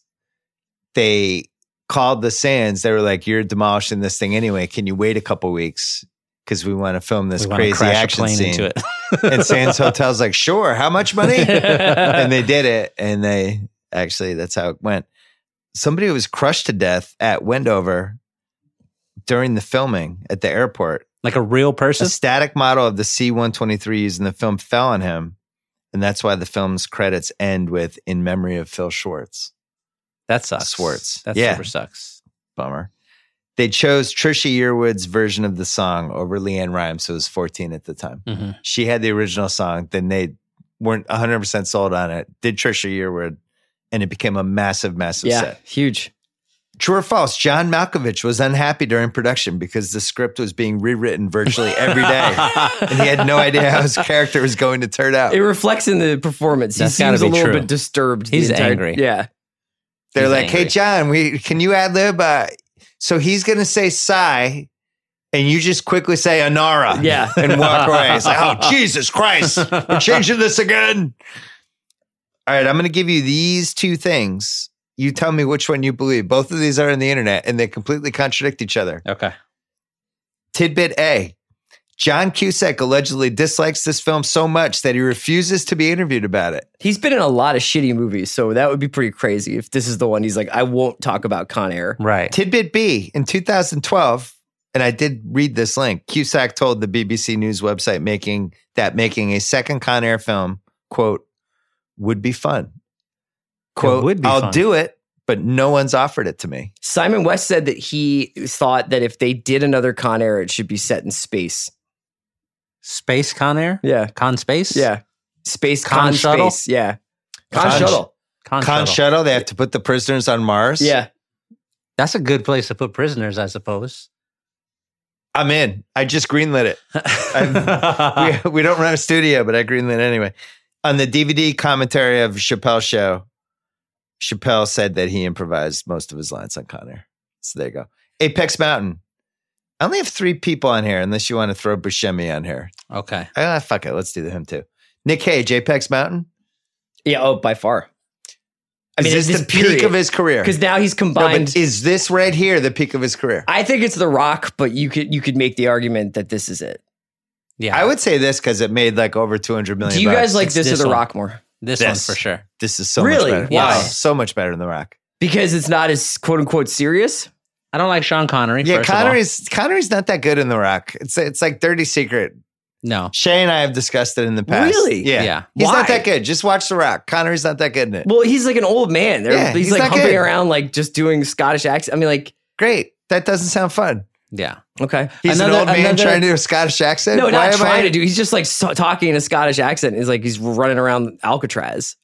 [SPEAKER 2] they called the Sands. They were like, You're demolishing this thing anyway. Can you wait a couple weeks? Because we want to film this
[SPEAKER 3] We wanna
[SPEAKER 2] crazy
[SPEAKER 3] crash a
[SPEAKER 2] action
[SPEAKER 3] plane
[SPEAKER 2] scene.
[SPEAKER 3] into it.
[SPEAKER 2] and Sands Hotel's like, Sure, how much money? and they did it. And they actually, that's how it went. Somebody was crushed to death at Wendover during the filming at the airport.
[SPEAKER 3] like a real person.
[SPEAKER 2] A static model of the C 123 used in the film fell on him. And that's why the film's credits end with In Memory of Phil Schwartz.
[SPEAKER 3] That sucks.
[SPEAKER 2] Swartz.
[SPEAKER 3] That
[SPEAKER 2] Yeah.
[SPEAKER 3] super sucks.
[SPEAKER 2] Bummer. They chose Trisha Yearwood's version of the song over Leanne Rimes, who was 14 at the time.
[SPEAKER 3] Mm-hmm.
[SPEAKER 2] She had the original song, then they weren't 100% sold on it, did Trisha Yearwood, and it became a massive, massive
[SPEAKER 9] yeah,
[SPEAKER 2] set.
[SPEAKER 9] huge.
[SPEAKER 2] True or false, John Malkovich was unhappy during production because the script was being rewritten virtually every day. and he had no idea how his character was going to turn out.
[SPEAKER 9] It reflects in the performance.
[SPEAKER 3] That's
[SPEAKER 9] he
[SPEAKER 3] gotta
[SPEAKER 9] seems a
[SPEAKER 3] be
[SPEAKER 9] little
[SPEAKER 3] true.
[SPEAKER 9] bit disturbed. the
[SPEAKER 3] He's
[SPEAKER 9] entire-
[SPEAKER 3] angry.
[SPEAKER 9] Yeah,
[SPEAKER 2] They're
[SPEAKER 3] He's
[SPEAKER 2] like, "Hey,
[SPEAKER 3] angry.
[SPEAKER 2] John, we can you ad lib?" Uh, so he's gonna say "sigh," and you just quickly say "Anara,"
[SPEAKER 9] Yeah.
[SPEAKER 2] and walk away. It's like, "Oh, Jesus Christ, we're changing this again." All right, I'm gonna give you these two things, You tell me which one you believe. Both of these are in the internet and they completely contradict each other.
[SPEAKER 3] Okay.
[SPEAKER 2] Tidbit A John Cusack allegedly dislikes this film so much that he refuses to be interviewed about it.
[SPEAKER 9] He's been in a lot of shitty movies, so that would be pretty crazy if this is the one he's like, I won't talk about Con Air.
[SPEAKER 3] Right.
[SPEAKER 2] Tidbit B in 2012, and I did read this link. Cusack told the BBC News website making that making a second Con Air film, quote, would be fun. Quote,
[SPEAKER 3] would be
[SPEAKER 2] I'll
[SPEAKER 3] fun."
[SPEAKER 2] do it, but no one's offered it to me.
[SPEAKER 9] Simon West said that he thought that if they did another Con Air, it should be set in space.
[SPEAKER 3] Space Con Air?
[SPEAKER 9] Yeah.
[SPEAKER 3] Con Space?
[SPEAKER 9] Yeah. Space
[SPEAKER 3] Con
[SPEAKER 9] Con,
[SPEAKER 3] shuttle?
[SPEAKER 9] Space. Yeah. Con,
[SPEAKER 2] Con-
[SPEAKER 9] Shuttle.
[SPEAKER 2] Con
[SPEAKER 3] Con, Shuttle.
[SPEAKER 2] shuttle, they have to put the prisoners on Mars.
[SPEAKER 9] Yeah.
[SPEAKER 3] That's a good place to put prisoners, I suppose.
[SPEAKER 2] I'm in. I just greenlit it. I'm-
[SPEAKER 9] Ah.
[SPEAKER 2] we, we don't run a studio, but I greenlit anyway. On the DVD commentary of Chappelle's show, Chappelle said that he improvised most of his lines on Connor. So there you go. Apex Mountain. I only have three people on here, unless you want to throw Buscemi on here.
[SPEAKER 3] Okay.
[SPEAKER 2] Ah, fuck it. Let's do him too. Nick Cage, Apex Mountain.
[SPEAKER 9] Yeah. Oh, by far. I mean,
[SPEAKER 2] is
[SPEAKER 9] it's
[SPEAKER 2] this the peak of his career?
[SPEAKER 9] Because now he's
[SPEAKER 2] No,
[SPEAKER 9] combined.
[SPEAKER 2] but is this right here the peak of his career?
[SPEAKER 9] I think it's The Rock, but you could you could make the argument that this is it.
[SPEAKER 3] Yeah.
[SPEAKER 2] I would say this because it made like over two hundred million.
[SPEAKER 9] Do you guys
[SPEAKER 2] bucks.
[SPEAKER 9] like
[SPEAKER 3] It's
[SPEAKER 9] this,
[SPEAKER 3] this
[SPEAKER 9] or The
[SPEAKER 3] one.
[SPEAKER 9] Rock more?
[SPEAKER 3] this, one
[SPEAKER 2] This.
[SPEAKER 3] for sure.
[SPEAKER 2] This is so much
[SPEAKER 9] Really?
[SPEAKER 2] better.
[SPEAKER 9] Why?
[SPEAKER 2] Wow, so much better than The Rock.
[SPEAKER 9] Because it's not as quote unquote serious.
[SPEAKER 3] I don't like Sean Connery.
[SPEAKER 2] Yeah,
[SPEAKER 3] first of all.
[SPEAKER 2] Connery's Connery's not that good in The Rock. It's it's like Dirty Secret.
[SPEAKER 3] No.
[SPEAKER 2] Shay and I have discussed it in the past.
[SPEAKER 9] Really?
[SPEAKER 2] Yeah.
[SPEAKER 3] Yeah.
[SPEAKER 2] He's
[SPEAKER 9] Why?
[SPEAKER 2] not that good. Just watch The Rock. Connery's not that good in it.
[SPEAKER 9] Well, he's like an old man. They're-
[SPEAKER 2] Yeah,
[SPEAKER 9] he's,
[SPEAKER 2] he's
[SPEAKER 9] like
[SPEAKER 2] not
[SPEAKER 9] humping
[SPEAKER 2] good.
[SPEAKER 9] around, like just doing Scottish accent. I mean, like
[SPEAKER 2] Great. That doesn't sound fun.
[SPEAKER 3] Yeah.
[SPEAKER 9] okay,
[SPEAKER 2] He's
[SPEAKER 3] Another-
[SPEAKER 2] an old man
[SPEAKER 3] another-
[SPEAKER 2] trying to do a Scottish accent.
[SPEAKER 9] no,
[SPEAKER 2] Why
[SPEAKER 9] not
[SPEAKER 2] am
[SPEAKER 9] trying
[SPEAKER 2] I-
[SPEAKER 9] to do. He's just like so, talking in a Scottish accent. He's like he's running around Alcatraz.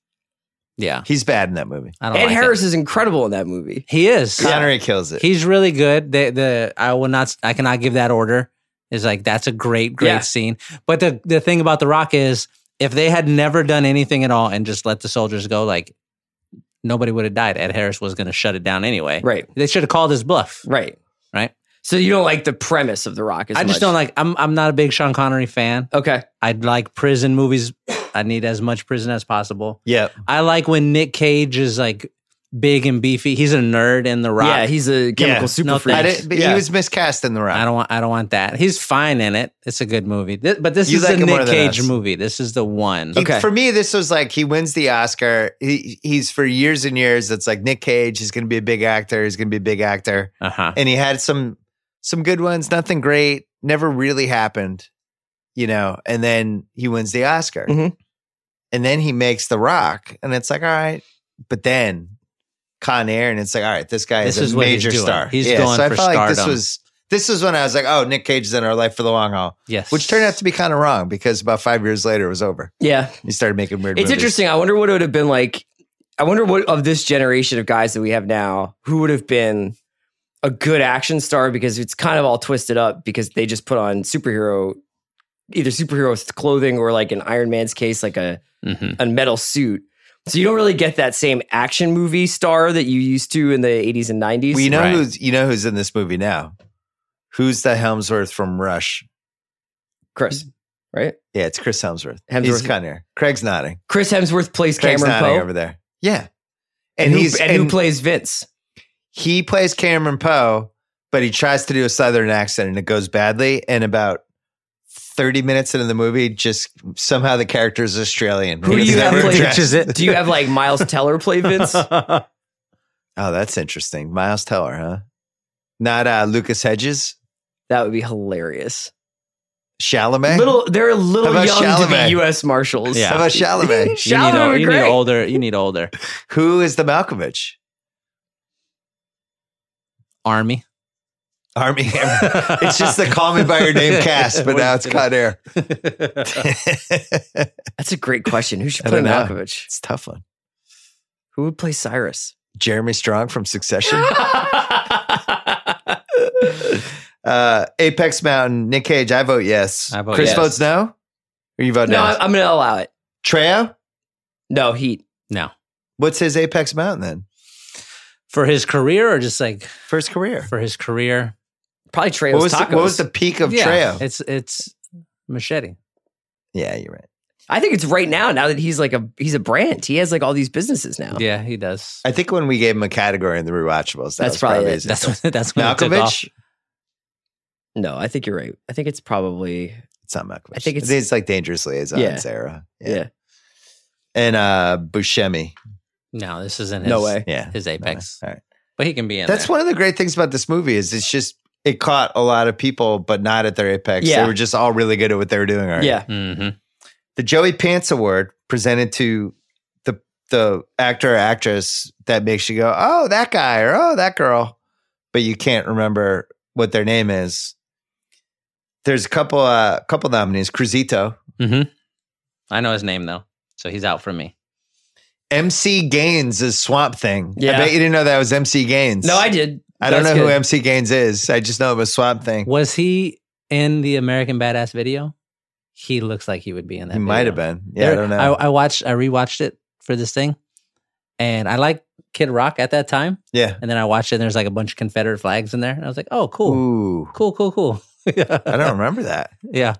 [SPEAKER 3] Yeah.
[SPEAKER 2] He's bad in that movie.
[SPEAKER 3] Oh, I don't
[SPEAKER 9] Ed
[SPEAKER 3] like it.
[SPEAKER 9] Harris is incredible in that movie.
[SPEAKER 3] He is.
[SPEAKER 2] Connery kills it.
[SPEAKER 3] He's really good. The the I will not I cannot give that order. Is like that's a great great
[SPEAKER 9] Yeah.
[SPEAKER 3] scene. But the the thing about The Rock is if they had never done anything at all and just let the soldiers go like nobody would have died. Ed Harris was going to shut it down anyway.
[SPEAKER 9] Right,
[SPEAKER 3] They should have called his bluff,
[SPEAKER 9] right,
[SPEAKER 3] right?
[SPEAKER 9] So you don't like the premise of The Rock? As
[SPEAKER 3] I just
[SPEAKER 9] much.
[SPEAKER 3] don't like I'm I'm not a big Sean Connery fan.
[SPEAKER 9] Okay,
[SPEAKER 3] I like prison movies. I need as much prison as possible.
[SPEAKER 2] Yep.
[SPEAKER 3] I like when Nick Cage is like big and beefy. He's a nerd in The Rock.
[SPEAKER 9] yeah, he's a chemical
[SPEAKER 2] Yeah.
[SPEAKER 9] super
[SPEAKER 3] No,
[SPEAKER 9] freak.
[SPEAKER 2] I didn't, but
[SPEAKER 9] yeah.
[SPEAKER 2] He was miscast in The Rock.
[SPEAKER 3] I don't want. I don't want that. He's fine in it. It's a good movie. Th- but this
[SPEAKER 2] You
[SPEAKER 3] is
[SPEAKER 2] like
[SPEAKER 3] a
[SPEAKER 2] it more
[SPEAKER 3] Nick
[SPEAKER 2] than
[SPEAKER 3] Cage
[SPEAKER 2] us.
[SPEAKER 3] movie. This is the one.
[SPEAKER 2] He-
[SPEAKER 9] Okay.
[SPEAKER 2] For me, this was like he wins the Oscar. He, he's for years and years. It's like Nick Cage. He's going to be a big actor. He's going to be a big actor.
[SPEAKER 3] Uh huh.
[SPEAKER 2] and he had some some good ones nothing great never really happened you know and then he wins the oscar
[SPEAKER 3] Mm-hmm.
[SPEAKER 9] Mhm.
[SPEAKER 2] and then he makes the rock and it's like all right but then con air and it's like all right this guy
[SPEAKER 3] This
[SPEAKER 2] is,
[SPEAKER 3] is
[SPEAKER 2] a
[SPEAKER 3] what he's
[SPEAKER 2] major
[SPEAKER 3] doing.
[SPEAKER 2] star
[SPEAKER 3] He's
[SPEAKER 2] yeah,
[SPEAKER 3] going
[SPEAKER 2] so i
[SPEAKER 3] for
[SPEAKER 2] felt like this
[SPEAKER 3] stardom.
[SPEAKER 2] was this is when i was like oh nick cage is in our life for the long haul
[SPEAKER 3] Yes.
[SPEAKER 2] which turned out to be kind of wrong because about five years later it was over
[SPEAKER 9] yeah.
[SPEAKER 2] he started making weird
[SPEAKER 9] It's
[SPEAKER 2] movies.
[SPEAKER 9] interesting. I wonder what it would have been like. I wonder what of this generation of guys that we have now who would have been a good action star because it's kind of all twisted up because they just put on superhero, either superhero clothing or like an Iron Man's case, like a
[SPEAKER 3] Mhm.
[SPEAKER 9] a metal suit. So you don't really get that same action movie star that you used to in the 80s and 90s.
[SPEAKER 2] well, you know
[SPEAKER 3] Right.
[SPEAKER 2] who's you know who's in this movie now who's the helmsworth from rush
[SPEAKER 9] Chris, right?
[SPEAKER 2] yeah it's chris helmsworth, he's
[SPEAKER 9] Hemsworth.
[SPEAKER 2] con air craig's nodding
[SPEAKER 9] Chris Hemsworth plays
[SPEAKER 2] Craig's
[SPEAKER 9] Cameron
[SPEAKER 2] nodding
[SPEAKER 9] Poe.
[SPEAKER 2] over there. Yeah.
[SPEAKER 9] And,
[SPEAKER 2] And,
[SPEAKER 9] who,
[SPEAKER 2] he's
[SPEAKER 9] and
[SPEAKER 2] and
[SPEAKER 9] who plays Vince?
[SPEAKER 2] he plays Cameron Poe, but he tries to do a southern accent and it goes badly. And about 30 minutes into the movie, just somehow the character is Australian.
[SPEAKER 9] Who
[SPEAKER 2] He
[SPEAKER 9] do you
[SPEAKER 2] gets
[SPEAKER 9] have
[SPEAKER 2] never
[SPEAKER 9] play-
[SPEAKER 2] addressed.
[SPEAKER 9] Do you have like Miles Teller play Vince?
[SPEAKER 2] Oh, that's interesting. Miles Teller, huh? Not uh, Lucas Hedges?
[SPEAKER 9] That would be hilarious.
[SPEAKER 2] Chalamet?
[SPEAKER 9] Little, they're a little
[SPEAKER 2] How
[SPEAKER 9] young
[SPEAKER 2] about
[SPEAKER 9] to
[SPEAKER 2] Chalamet?
[SPEAKER 9] be U.S. Marshals.
[SPEAKER 2] How about Chalamet?
[SPEAKER 3] You need,
[SPEAKER 9] Shallow
[SPEAKER 3] ol-
[SPEAKER 9] and
[SPEAKER 3] you need
[SPEAKER 9] great.
[SPEAKER 3] older. You need older.
[SPEAKER 2] Who is the Malkovich?
[SPEAKER 3] Army.
[SPEAKER 2] Army Hammer. it's just the Call Me By Your Name cast, but now it's Con Air. it's
[SPEAKER 9] That's a great question. Who should
[SPEAKER 2] I
[SPEAKER 9] play
[SPEAKER 2] don't know.
[SPEAKER 9] Malkovich?
[SPEAKER 2] a tough one.
[SPEAKER 9] Who would play Cyrus?
[SPEAKER 2] Jeremy Strong from Succession. uh, Apex Mountain, Nick Cage. I vote yes.
[SPEAKER 3] I vote
[SPEAKER 2] Chris
[SPEAKER 3] yes.
[SPEAKER 2] votes no. Or you vote
[SPEAKER 9] no,
[SPEAKER 2] no.
[SPEAKER 9] I- I'm going to allow it.
[SPEAKER 2] Trejo.
[SPEAKER 9] No, Heat.
[SPEAKER 3] No.
[SPEAKER 2] What's his Apex Mountain then?
[SPEAKER 3] For his career, or just like
[SPEAKER 2] First career.
[SPEAKER 3] for his career.
[SPEAKER 9] Probably Trey
[SPEAKER 2] What was, the,
[SPEAKER 9] tacos.
[SPEAKER 2] what was the peak of
[SPEAKER 3] yeah,
[SPEAKER 2] Trejo?
[SPEAKER 3] It's it's machete.
[SPEAKER 2] Yeah, you're right.
[SPEAKER 9] I think it's right now. Now that he's like a he's a brand, he has like all these businesses now.
[SPEAKER 3] Yeah, he does.
[SPEAKER 2] I think when we gave him a category in the rewatchables, that
[SPEAKER 9] That's
[SPEAKER 2] was
[SPEAKER 9] probably
[SPEAKER 2] probably
[SPEAKER 9] it.
[SPEAKER 2] his
[SPEAKER 9] That's
[SPEAKER 2] influence.
[SPEAKER 9] when- that's when it took
[SPEAKER 2] Malkovich.
[SPEAKER 9] No, I think you're right. I think it's probably
[SPEAKER 2] It's not Malkovich.
[SPEAKER 9] I think it's-
[SPEAKER 2] like Dangerous Liaisons
[SPEAKER 9] Yeah.
[SPEAKER 2] era.
[SPEAKER 9] yeah.
[SPEAKER 2] and uh Buscemi.
[SPEAKER 3] No, this isn't his,
[SPEAKER 9] No way.
[SPEAKER 2] Yeah,
[SPEAKER 3] his apex.
[SPEAKER 2] All right.
[SPEAKER 3] But he can be in
[SPEAKER 2] That's
[SPEAKER 3] there.
[SPEAKER 2] one of the great things about this movie is it's just it caught a lot of people, but not at their apex.
[SPEAKER 9] Yeah.
[SPEAKER 2] They were just all really good at what they were doing. Already.
[SPEAKER 9] Yeah.
[SPEAKER 3] Mm-hmm.
[SPEAKER 2] the Joey Pants Award presented to the the actor or actress that makes you go, oh, that guy or oh, that girl, but you can't remember what their name is. There's a couple uh, couple nominees: Cruzito,
[SPEAKER 3] Mm-hmm. I know his name though, so he's out for me.
[SPEAKER 2] MC Gaines is Swamp Thing. I
[SPEAKER 9] Yeah.
[SPEAKER 2] bet you didn't know that was MC Gaines.
[SPEAKER 9] No, I did.
[SPEAKER 2] I don't
[SPEAKER 9] That's
[SPEAKER 2] know who
[SPEAKER 9] good.
[SPEAKER 2] MC Gaines is. I just know it was Swamp Thing.
[SPEAKER 3] Was he in the American Badass video? He looks like he would be in that.
[SPEAKER 2] He might
[SPEAKER 3] video.
[SPEAKER 2] have been. Yeah, I
[SPEAKER 3] There-
[SPEAKER 2] don't know.
[SPEAKER 3] I, I watched, I rewatched it for this thing, and I liked Kid Rock at that time.
[SPEAKER 2] yeah.
[SPEAKER 3] And then I watched it, and there's like a bunch of Confederate flags in there, and I was like, "Oh, cool,
[SPEAKER 2] Ooh,
[SPEAKER 3] cool, cool, cool."
[SPEAKER 2] I don't remember that.
[SPEAKER 3] Yeah,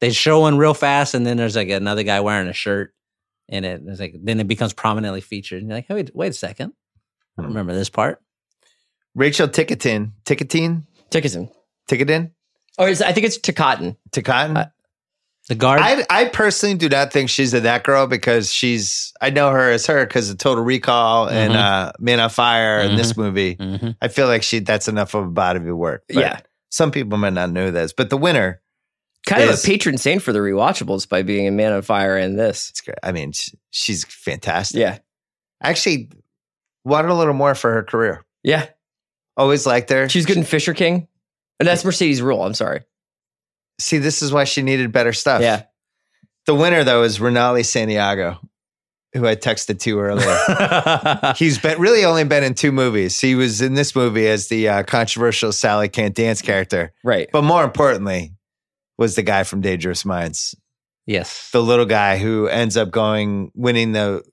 [SPEAKER 3] they show one real fast, and then there's like another guy wearing a shirt, and it it's like then it becomes prominently featured. And you're like, "Hey, wait, wait a second, I don't
[SPEAKER 2] Hmm.
[SPEAKER 3] remember this part."
[SPEAKER 2] Rachel Ticketin, Ticketin,
[SPEAKER 9] Tickerson.
[SPEAKER 2] Ticketin,
[SPEAKER 9] Or is, I think it's Tikotin.
[SPEAKER 2] Ticotton.
[SPEAKER 3] The guard,
[SPEAKER 2] I, I personally do not think she's a that girl because she's I know her as her because of Total Recall and
[SPEAKER 3] Mhm.
[SPEAKER 9] Mm-hmm.
[SPEAKER 2] uh, Man on Fire and this movie.
[SPEAKER 3] Mhm.
[SPEAKER 2] I feel like she that's enough of a body of work. But
[SPEAKER 9] Yeah.
[SPEAKER 2] some people might not know this, but the winner.
[SPEAKER 9] Kind
[SPEAKER 2] is-
[SPEAKER 9] of a patron saint for the rewatchables by being a man on fire and this.
[SPEAKER 2] It's great. I mean, sh- she's fantastic.
[SPEAKER 9] Yeah.
[SPEAKER 2] I actually wanted a little more for her career.
[SPEAKER 9] Yeah.
[SPEAKER 2] Always liked her.
[SPEAKER 9] She's good in Fisher King. And that's Mercedes Rule. I'm sorry.
[SPEAKER 2] See, this is why she needed better stuff.
[SPEAKER 9] Yeah.
[SPEAKER 2] The winner though is Renali Santiago, who I texted to earlier. He's been really only been in two movies. He was in this movie as the uh, controversial Sally Can't Dance character,
[SPEAKER 9] Right.
[SPEAKER 2] but more importantly, was the guy from Dangerous Minds,
[SPEAKER 3] yes,
[SPEAKER 2] the little guy who ends up going winning the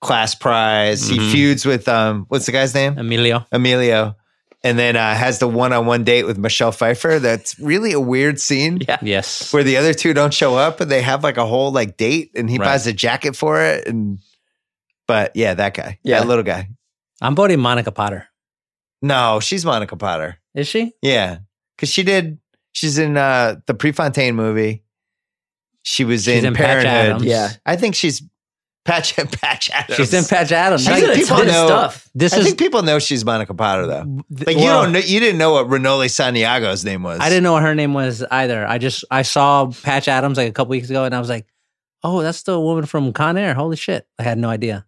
[SPEAKER 2] class prize. He
[SPEAKER 3] Mhm.
[SPEAKER 2] feuds with um, what's the guy's name?
[SPEAKER 3] Emilio.
[SPEAKER 2] Emilio, and then uh, has the one-on-one date with Michelle Pfeiffer. That's really a weird scene.
[SPEAKER 9] Yeah.
[SPEAKER 3] Yes,
[SPEAKER 2] Where the other two don't show up and they have like a whole like date and he
[SPEAKER 3] Right.
[SPEAKER 2] buys a jacket for it and but yeah, that guy.
[SPEAKER 9] Yeah.
[SPEAKER 2] That little guy.
[SPEAKER 3] I'm voting Monica Potter.
[SPEAKER 2] No, she's Monica Potter.
[SPEAKER 3] Is she?
[SPEAKER 2] Yeah. Cause she did she's in uh the Prefontaine movie. She was
[SPEAKER 3] She's
[SPEAKER 2] in,
[SPEAKER 3] in Patch
[SPEAKER 2] Parenthood.
[SPEAKER 3] Adams.
[SPEAKER 9] Yeah.
[SPEAKER 2] I think she's Patch Patch Adams.
[SPEAKER 3] She's in Patch Adams.
[SPEAKER 9] She's in a
[SPEAKER 2] people
[SPEAKER 9] ton of
[SPEAKER 2] know-
[SPEAKER 9] stuff.
[SPEAKER 3] this
[SPEAKER 2] I
[SPEAKER 3] is
[SPEAKER 2] think people know she's Monica Potter though.
[SPEAKER 3] th-
[SPEAKER 2] Like you
[SPEAKER 3] well,
[SPEAKER 2] don't know, you didn't know what Renoli Santiago's name was.
[SPEAKER 3] I didn't know what her name was either. I just I saw Patch Adams like a couple weeks ago, and I was like, "Oh, that's the woman from Con Air." Holy shit! I had no idea.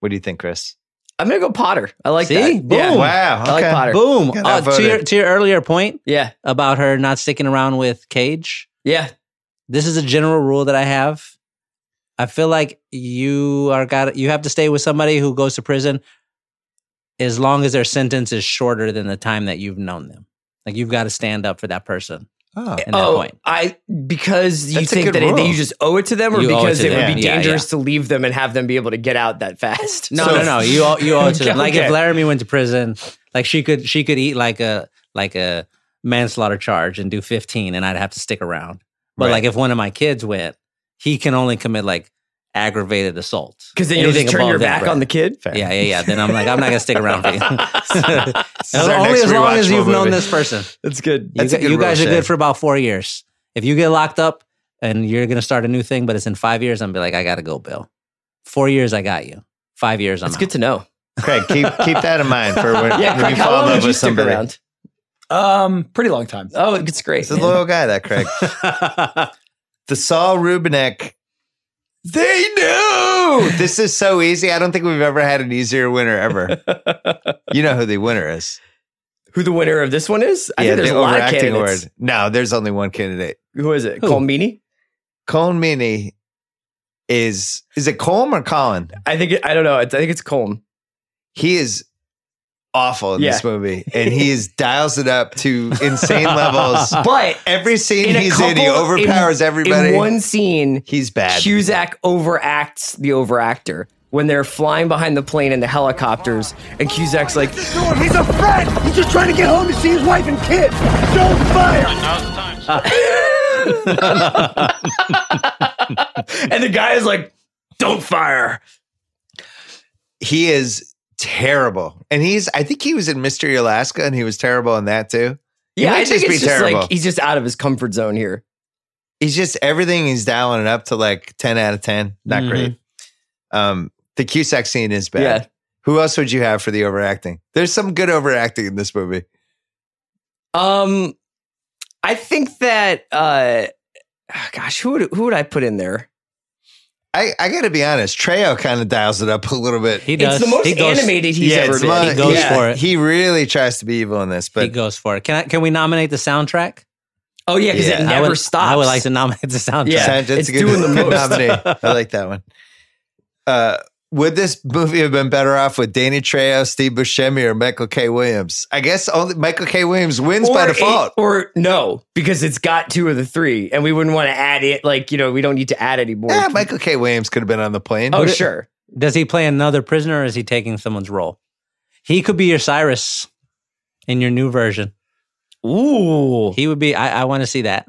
[SPEAKER 2] What do you think, Chris?
[SPEAKER 9] I'm going to go Potter. I like
[SPEAKER 3] See?
[SPEAKER 9] that.
[SPEAKER 3] Boom.
[SPEAKER 9] Yeah.
[SPEAKER 2] Wow.
[SPEAKER 9] I like
[SPEAKER 2] okay.
[SPEAKER 9] Potter.
[SPEAKER 3] Boom!
[SPEAKER 2] Got
[SPEAKER 3] Uh, to,
[SPEAKER 2] outvoted.
[SPEAKER 3] your, to your earlier point
[SPEAKER 9] Yeah.
[SPEAKER 3] about her not sticking around with Cage,
[SPEAKER 9] Yeah.
[SPEAKER 3] this is a general rule that I have. I feel like you are got you have to stay with somebody who goes to prison as long as their sentence is shorter than the time that you've known them. Like you've got to stand up for that person.
[SPEAKER 2] Oh.
[SPEAKER 3] In that
[SPEAKER 9] oh,
[SPEAKER 3] point.
[SPEAKER 9] I because you
[SPEAKER 2] That's a
[SPEAKER 9] think
[SPEAKER 2] good
[SPEAKER 9] that, it, that
[SPEAKER 2] rule.
[SPEAKER 9] you just owe it to them, or
[SPEAKER 3] You owe it
[SPEAKER 9] because
[SPEAKER 3] to
[SPEAKER 9] it,
[SPEAKER 2] them.
[SPEAKER 9] would be
[SPEAKER 3] Yeah, yeah.
[SPEAKER 9] dangerous to leave them and have them be able to get out that fast.
[SPEAKER 3] No,
[SPEAKER 2] So-
[SPEAKER 3] no, no. You owe, you owe it to them. Like
[SPEAKER 9] Okay.
[SPEAKER 3] if Laramie went to prison, like she could she could eat like a like a manslaughter charge and do 15 and I'd have to stick around. But
[SPEAKER 2] Right.
[SPEAKER 3] like if one of my kids went, he can only commit like aggravated assault.
[SPEAKER 9] because then you just
[SPEAKER 3] Anything
[SPEAKER 9] turn your
[SPEAKER 3] above that,
[SPEAKER 9] back on the
[SPEAKER 3] right.
[SPEAKER 9] kid.
[SPEAKER 3] Yeah, yeah, yeah. Then I'm like, I'm not gonna stick around for you.
[SPEAKER 2] is our
[SPEAKER 3] only
[SPEAKER 2] next
[SPEAKER 3] as long as
[SPEAKER 2] rewatchable
[SPEAKER 3] you've known
[SPEAKER 2] movie.
[SPEAKER 3] this person.
[SPEAKER 9] That's good.
[SPEAKER 3] You,
[SPEAKER 2] That's a
[SPEAKER 3] gu-
[SPEAKER 2] good
[SPEAKER 3] you guys
[SPEAKER 2] rule,
[SPEAKER 3] are good
[SPEAKER 2] Shay.
[SPEAKER 3] for about four years. If you get locked up and you're gonna start a new thing, but it's in five years, I'm be like, I gotta go, Bill. Four years, I got you. Five years, I'm
[SPEAKER 9] That's
[SPEAKER 3] out.
[SPEAKER 9] good to know.
[SPEAKER 2] Craig, keep keep that in mind for when,
[SPEAKER 9] Yeah,
[SPEAKER 2] when
[SPEAKER 9] Craig,
[SPEAKER 2] you
[SPEAKER 9] how
[SPEAKER 2] fall in
[SPEAKER 9] long
[SPEAKER 2] love
[SPEAKER 9] would you
[SPEAKER 2] with
[SPEAKER 9] stick
[SPEAKER 2] somebody.
[SPEAKER 9] around?
[SPEAKER 6] Um, pretty long time.
[SPEAKER 9] Oh, it's great.
[SPEAKER 2] He's a loyal guy, that Craig. the Saul Rubinek. They knew this is so easy. I don't think we've ever had an easier winner ever. you know who the winner is?
[SPEAKER 9] Who the winner of this one is? I think there's a lot of candidates.
[SPEAKER 2] award. No, there's only one candidate.
[SPEAKER 9] Who is it?
[SPEAKER 3] Who?
[SPEAKER 9] Colmini?
[SPEAKER 2] Cone Mini is is it Colm or Colin?
[SPEAKER 9] I think it, I don't know. I think it's Colm.
[SPEAKER 2] He is awful in
[SPEAKER 9] Yeah.
[SPEAKER 2] this movie, and he is dials it up to insane levels.
[SPEAKER 9] But
[SPEAKER 2] Every scene
[SPEAKER 9] in a
[SPEAKER 2] he's in, he
[SPEAKER 9] couple- in-
[SPEAKER 2] overpowers everybody.
[SPEAKER 9] in one scene,
[SPEAKER 2] he's bad.
[SPEAKER 9] Cusack overacts the overactor when they're flying behind the plane in the helicopters, and Cusack's like,
[SPEAKER 6] He's a friend. He's just trying to get home to see his wife and kids. Don't fire. and the guy is like, "Don't fire."
[SPEAKER 2] He is terrible, and he's. I think he was in Mystery Alaska, and he was terrible in that too. He
[SPEAKER 9] Yeah,
[SPEAKER 2] might
[SPEAKER 9] I think
[SPEAKER 2] just be
[SPEAKER 9] it's just
[SPEAKER 2] terrible.
[SPEAKER 9] like he's just out of his comfort zone here.
[SPEAKER 2] he's just everything he's dialing it up to like 10 out of 10 not
[SPEAKER 3] Mm-hmm.
[SPEAKER 9] Mhm.
[SPEAKER 2] great um the cusack scene is bad
[SPEAKER 9] Yeah.
[SPEAKER 2] who else would you have for the overacting there's some good overacting in this movie
[SPEAKER 9] Um, I think that uh, gosh, who would who would I put in there?
[SPEAKER 2] i i gotta be honest treo kind of dials it up a little bit he
[SPEAKER 3] does. It's the most He goes- animated he's ever been. He goes for it.
[SPEAKER 2] he really tries to be evil in this but
[SPEAKER 3] he goes for it. Can I? Can we nominate the soundtrack?
[SPEAKER 9] Oh yeah,
[SPEAKER 2] 'cause it
[SPEAKER 3] I
[SPEAKER 2] never
[SPEAKER 3] would,
[SPEAKER 2] stops.
[SPEAKER 3] I would like to nominate the soundtrack.
[SPEAKER 2] Sound- that's a good- good nominee. i like that one uh would this movie have been better off with Danny Trejo, Steve Buscemi, or Michael K. Williams? I guess only Michael K. Williams wins by
[SPEAKER 9] Or
[SPEAKER 2] default.
[SPEAKER 9] it- or no, because it's got two of the three, and we wouldn't want to add it. Like you know, we don't need to add any more.
[SPEAKER 2] Yeah, Michael K. Williams could have been on the plane.
[SPEAKER 9] Oh,
[SPEAKER 3] Would it-
[SPEAKER 9] sure.
[SPEAKER 3] Does he play another prisoner or is he taking someone's role? He could be your Cyrus in your new version.
[SPEAKER 9] Ooh.
[SPEAKER 3] He would be I, I want to see that.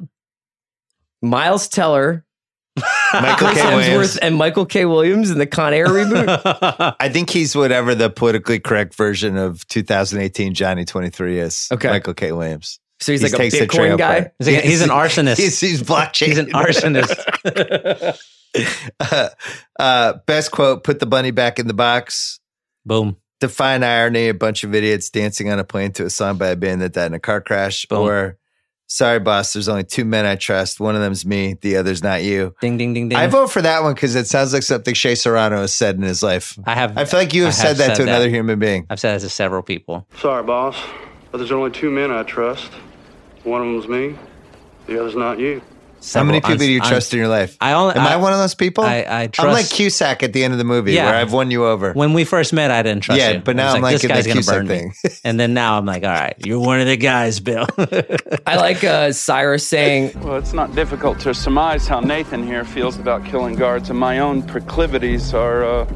[SPEAKER 9] Miles Teller,
[SPEAKER 2] Michael
[SPEAKER 9] Chris
[SPEAKER 2] K. Williams.
[SPEAKER 9] Hemsworth, and Michael K. Williams in the Con Air reboot.
[SPEAKER 2] I think he's whatever the politically correct version of 2018 Johnny 23 is.
[SPEAKER 9] Okay.
[SPEAKER 2] Michael K. Williams.
[SPEAKER 9] So he's like a
[SPEAKER 2] takes the
[SPEAKER 9] Bitcoin
[SPEAKER 2] trail
[SPEAKER 9] guy?
[SPEAKER 2] part.
[SPEAKER 3] He's like- he's an arsonist.
[SPEAKER 2] He's, he's blockchain.
[SPEAKER 3] He's an arsonist.
[SPEAKER 2] uh, uh, best quote put the bunny back in the box.
[SPEAKER 3] Boom.
[SPEAKER 2] Define irony a bunch of idiots dancing on a plane to a song by a band that died in a car crash.
[SPEAKER 3] Boom.
[SPEAKER 2] Or, sorry, boss, there's only two men I trust. One of them's me, the other's not you.
[SPEAKER 3] Ding ding ding ding.
[SPEAKER 2] I vote for that one because it sounds like something Shea Serrano has said in his life.
[SPEAKER 3] I have
[SPEAKER 2] I feel like you
[SPEAKER 3] I
[SPEAKER 2] have said that to another human being.
[SPEAKER 3] I've said that to several people.
[SPEAKER 12] Sorry, boss, but there's only two men I trust. One of them's me, the other's not you.
[SPEAKER 2] How many
[SPEAKER 3] Several.
[SPEAKER 2] people do you
[SPEAKER 3] I'm-
[SPEAKER 2] trust in your life?
[SPEAKER 3] I only
[SPEAKER 2] Am I, one of those people?
[SPEAKER 3] I, I trust
[SPEAKER 2] am like Cusack at the end of the movie
[SPEAKER 3] Yeah.
[SPEAKER 2] where I've won you over.
[SPEAKER 3] when we first met, I didn't trust
[SPEAKER 2] Yeah,
[SPEAKER 3] you.
[SPEAKER 2] but
[SPEAKER 3] I
[SPEAKER 2] now
[SPEAKER 3] was
[SPEAKER 2] I'm like
[SPEAKER 3] this
[SPEAKER 2] in the
[SPEAKER 3] guy's gonna
[SPEAKER 2] Cusack
[SPEAKER 3] burn
[SPEAKER 2] thing.
[SPEAKER 3] me. and then now I'm like, all right, you're one of the guys, Bill.
[SPEAKER 9] I like uh, Cyrus saying,
[SPEAKER 13] Well, it's not difficult to surmise how Nathan here feels about killing guards, and my own proclivities are uh,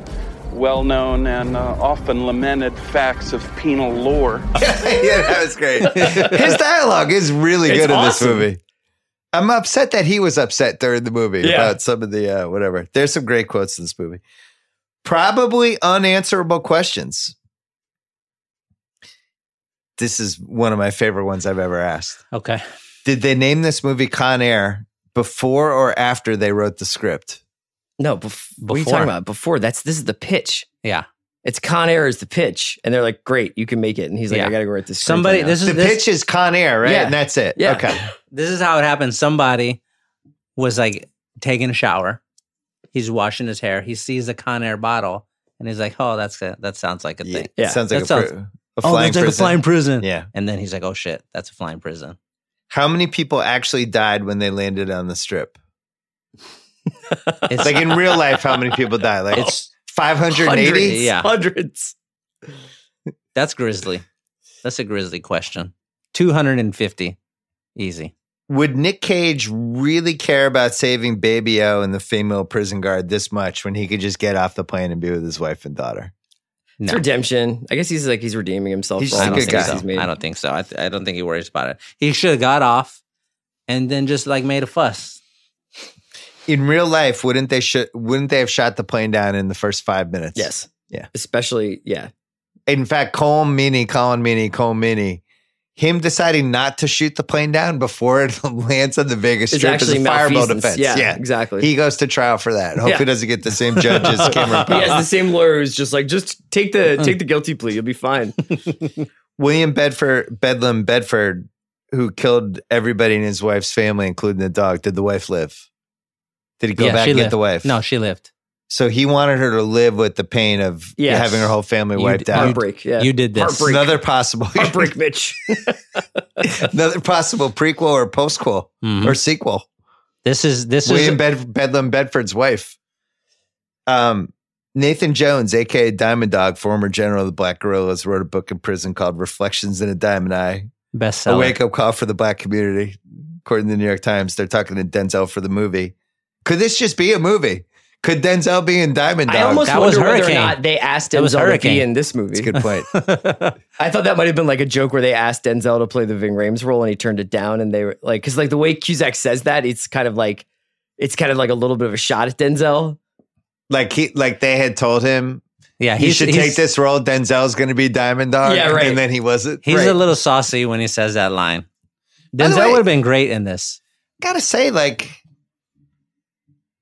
[SPEAKER 13] well known and uh, often lamented facts of penal lore.
[SPEAKER 2] yeah, that was great. His dialogue is really
[SPEAKER 13] It's
[SPEAKER 2] good in this
[SPEAKER 13] awesome.
[SPEAKER 2] movie. I'm upset that he was upset during the movie
[SPEAKER 13] Yeah.
[SPEAKER 2] about some of the uh, whatever. There's some great quotes in this movie. Probably unanswerable questions. This is one of my favorite ones I've ever asked.
[SPEAKER 3] okay.
[SPEAKER 2] Did they name this movie Con Air before or after they wrote the script?
[SPEAKER 9] "No, bef- what are you talking
[SPEAKER 2] Before.
[SPEAKER 9] about? Before that's this is the pitch.
[SPEAKER 3] Yeah.
[SPEAKER 9] It's Con Air is the pitch, and they're like, great, you can make it." And he's like,
[SPEAKER 3] Yeah.
[SPEAKER 9] "I got to go write this."
[SPEAKER 3] Somebody-
[SPEAKER 9] screenplay now."
[SPEAKER 3] this
[SPEAKER 2] The
[SPEAKER 3] this-
[SPEAKER 2] pitch is Con Air, right?
[SPEAKER 9] Yeah.
[SPEAKER 2] And that's it.
[SPEAKER 9] Yeah.
[SPEAKER 2] Okay.
[SPEAKER 3] this is how it happened. Somebody was like taking a shower. He's washing his hair. He sees a Con Air bottle, and he's like, "Oh, that's a, that sounds like a thing.
[SPEAKER 2] It Sounds like
[SPEAKER 3] That
[SPEAKER 2] a,
[SPEAKER 3] sounds-
[SPEAKER 2] pr- a
[SPEAKER 3] oh,
[SPEAKER 2] flying
[SPEAKER 3] that's like a
[SPEAKER 2] prison.
[SPEAKER 3] flying prison."
[SPEAKER 2] Yeah.
[SPEAKER 3] And then he's like, "Oh shit, that's a flying prison."
[SPEAKER 2] How many people actually died when they landed on the strip? It's like in real life, how many people die? Like
[SPEAKER 3] It's-
[SPEAKER 2] 580?
[SPEAKER 3] Hundreds, yeah.
[SPEAKER 9] hundreds.
[SPEAKER 3] That's grizzly. That's a grizzly question. Two hundred and fifty, easy.
[SPEAKER 2] Would Nick Cage really care about saving Baby O and the female prison guard this much when he could just get off the plane and be with his wife and daughter?
[SPEAKER 9] It's
[SPEAKER 3] No.
[SPEAKER 9] redemption. I guess he's like he's redeeming himself.
[SPEAKER 2] He's
[SPEAKER 9] for
[SPEAKER 2] just
[SPEAKER 9] all
[SPEAKER 2] a
[SPEAKER 9] the
[SPEAKER 2] good
[SPEAKER 9] mistakes
[SPEAKER 2] guy.
[SPEAKER 9] He's
[SPEAKER 3] I don't think so. I, th- I don't think he worries about it. He should have got off, and then just like made a fuss.
[SPEAKER 2] In real life, wouldn't they sh- wouldn't they have shot the plane down in the first five minutes?
[SPEAKER 9] Yes.
[SPEAKER 2] Yeah.
[SPEAKER 9] Especially, yeah.
[SPEAKER 2] In fact, Colm Meaney, Colin Meaney, Colm Meaney, him deciding not to shoot the plane down before it lands on the Vegas
[SPEAKER 9] It's
[SPEAKER 2] Strip is a
[SPEAKER 9] actually
[SPEAKER 2] fireball
[SPEAKER 9] malfeasance.
[SPEAKER 2] defense.
[SPEAKER 9] Yeah, exactly.
[SPEAKER 2] He goes to trial for that. Hope
[SPEAKER 9] Yeah.
[SPEAKER 2] he doesn't get the same judge as Cameron
[SPEAKER 9] he
[SPEAKER 2] Poe.
[SPEAKER 9] has the same lawyer who's just like, just take the take the guilty plea. You'll be fine.
[SPEAKER 2] William Bedford Bedlam Bedford, who killed everybody in his wife's family, including the dog. Did the wife live? Did he go
[SPEAKER 3] Yeah,
[SPEAKER 2] back
[SPEAKER 3] she
[SPEAKER 2] and get
[SPEAKER 3] lived.
[SPEAKER 2] the wife?
[SPEAKER 3] No, she lived.
[SPEAKER 2] So he wanted her to live with the pain of
[SPEAKER 9] Yes.
[SPEAKER 2] having her whole family
[SPEAKER 3] You-
[SPEAKER 2] wiped out.
[SPEAKER 9] Heartbreak. Yeah.
[SPEAKER 3] You did this.
[SPEAKER 9] Heartbreak.
[SPEAKER 2] Another possible,
[SPEAKER 9] Heartbreak, Mitch.
[SPEAKER 2] another possible prequel or postquel
[SPEAKER 3] Mhm.
[SPEAKER 2] or sequel.
[SPEAKER 3] This is this
[SPEAKER 2] William
[SPEAKER 3] is
[SPEAKER 2] Bed- Bedlam Bedford's wife. Um, Nathan Jones, aka Diamond Dog, former general of the Black Guerrillas, wrote a book in prison called "Reflections in a Diamond Eye: A
[SPEAKER 3] bestseller.
[SPEAKER 2] Wake Up Call for the Black Community." According to the New York Times, they're talking to Denzel for the movie. Could this just be a movie? Could Denzel be in Diamond Dog?
[SPEAKER 9] I almost wonder whether or not they asked
[SPEAKER 2] That was
[SPEAKER 9] Denzel to
[SPEAKER 2] Hurricane.
[SPEAKER 9] be in this movie.
[SPEAKER 2] That's a good point.
[SPEAKER 9] I thought that might have been like a joke where they asked Denzel to play the Ving Rhames role and he turned it down, and they were like, because like the way Cusack says that, it's kind of like, it's kind of like a little bit of a shot at Denzel.
[SPEAKER 2] like he, like they had told him.
[SPEAKER 3] Yeah,
[SPEAKER 2] he
[SPEAKER 3] he's-
[SPEAKER 2] should
[SPEAKER 3] he's-
[SPEAKER 2] take this role. Denzel's going to be Diamond Dog.
[SPEAKER 3] Yeah, right.
[SPEAKER 2] And then he wasn't.
[SPEAKER 3] He's
[SPEAKER 2] Right.
[SPEAKER 3] a little saucy when he says that line.
[SPEAKER 2] By the
[SPEAKER 3] Denzel
[SPEAKER 2] way-
[SPEAKER 3] would have been great in this.
[SPEAKER 2] gotta say, like,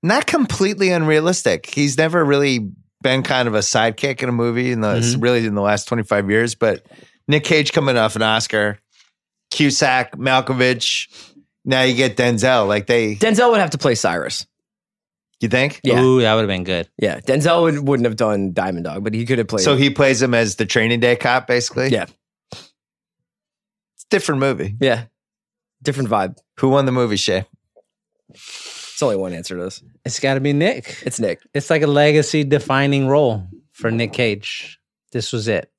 [SPEAKER 2] not completely unrealistic. He's never really been kind of a sidekick in a movie in the
[SPEAKER 9] Mm-hmm.
[SPEAKER 2] really in the last twenty five years. But Nick Cage coming off an Oscar, Cusack, Malkovich. Now you get Denzel. Like they
[SPEAKER 9] Denzel would have to play Cyrus.
[SPEAKER 2] You think?
[SPEAKER 9] Yeah.
[SPEAKER 3] Ooh, that would have been good.
[SPEAKER 9] Yeah, Denzel would, wouldn't have done Diamond Dog, but he could have played.
[SPEAKER 2] So he plays him as the training day cop, basically.
[SPEAKER 9] Yeah.
[SPEAKER 2] It's a different movie.
[SPEAKER 9] Yeah. Different vibe.
[SPEAKER 2] Who won the movie, Shay?
[SPEAKER 9] It's only one answer to this.
[SPEAKER 3] It's got to be Nick.
[SPEAKER 9] It's Nick.
[SPEAKER 3] It's like a legacy defining role for Nick Cage. This was it.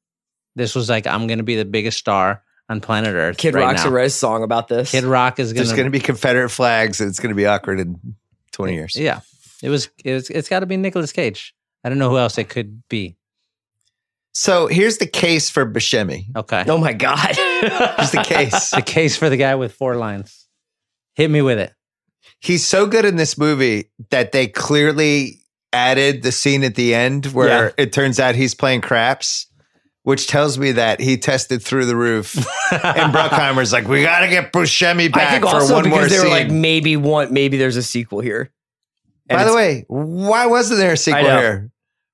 [SPEAKER 3] This was like I'm going to be the biggest star on planet Earth.
[SPEAKER 9] Kid
[SPEAKER 3] right
[SPEAKER 9] Rock's
[SPEAKER 3] now.
[SPEAKER 9] a res song about this.
[SPEAKER 3] Kid Rock is
[SPEAKER 2] There's
[SPEAKER 3] going
[SPEAKER 2] going to
[SPEAKER 3] to
[SPEAKER 2] be Confederate flags, and it's going to be awkward in 20 years.
[SPEAKER 3] Yeah, it was. It was it's got to be Nicolas Cage. I don't know who else it could be.
[SPEAKER 2] So here's the case for Buscemi.
[SPEAKER 3] Okay.
[SPEAKER 9] Oh my God.
[SPEAKER 2] Here's the case.
[SPEAKER 3] the case for the guy with four lines. Hit me with it.
[SPEAKER 2] He's so good in this movie that they clearly added the scene at the end where
[SPEAKER 3] Yeah.
[SPEAKER 2] it turns out he's playing craps, which tells me that he tested through the roof. and Bruckheimer's like, we got to get Buscemi back
[SPEAKER 9] I think
[SPEAKER 2] for
[SPEAKER 9] also
[SPEAKER 2] one
[SPEAKER 9] because
[SPEAKER 2] more
[SPEAKER 9] they were
[SPEAKER 2] scene.
[SPEAKER 9] like, maybe one, maybe there's a sequel here.
[SPEAKER 2] By the way, why wasn't there a sequel
[SPEAKER 9] know.
[SPEAKER 2] here?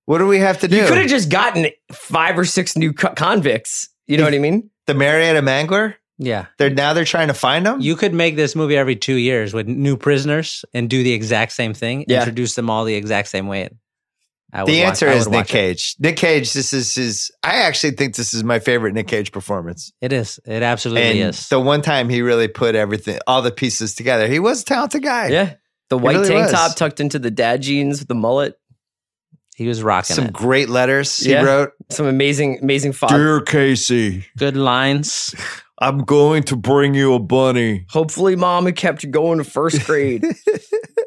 [SPEAKER 2] What do we have to do?
[SPEAKER 9] you could have just gotten five or six new co- convicts. You know what I mean?
[SPEAKER 2] the Marietta Mangler.
[SPEAKER 3] Yeah.
[SPEAKER 2] They're now they're trying to find him.
[SPEAKER 3] You could make this movie every two years with new prisoners and do the exact same thing.
[SPEAKER 2] Yeah.
[SPEAKER 3] Introduce them all the exact same way. I would
[SPEAKER 2] the
[SPEAKER 3] watch-
[SPEAKER 2] answer
[SPEAKER 3] I
[SPEAKER 2] is
[SPEAKER 3] would
[SPEAKER 2] Nick
[SPEAKER 3] watch it.
[SPEAKER 2] Cage. Nick Cage. This is his. I actually think this is my favorite Nick Cage performance.
[SPEAKER 3] It is. It absolutely
[SPEAKER 2] and
[SPEAKER 3] is.
[SPEAKER 2] the one time he really put everything, all the pieces together. He was a talented guy.
[SPEAKER 9] Yeah. The
[SPEAKER 2] He
[SPEAKER 9] white
[SPEAKER 2] really
[SPEAKER 9] tank
[SPEAKER 2] was.
[SPEAKER 9] top tucked into the dad jeans with the mullet.
[SPEAKER 3] He was rocking
[SPEAKER 2] Some
[SPEAKER 3] it.
[SPEAKER 2] great letters he
[SPEAKER 9] Yeah.
[SPEAKER 2] wrote.
[SPEAKER 9] Some amazing, amazing fog.
[SPEAKER 2] Dear Casey,
[SPEAKER 3] Good lines.
[SPEAKER 2] I'm going to bring you a bunny.
[SPEAKER 9] Hopefully, mom had kept you going to first grade.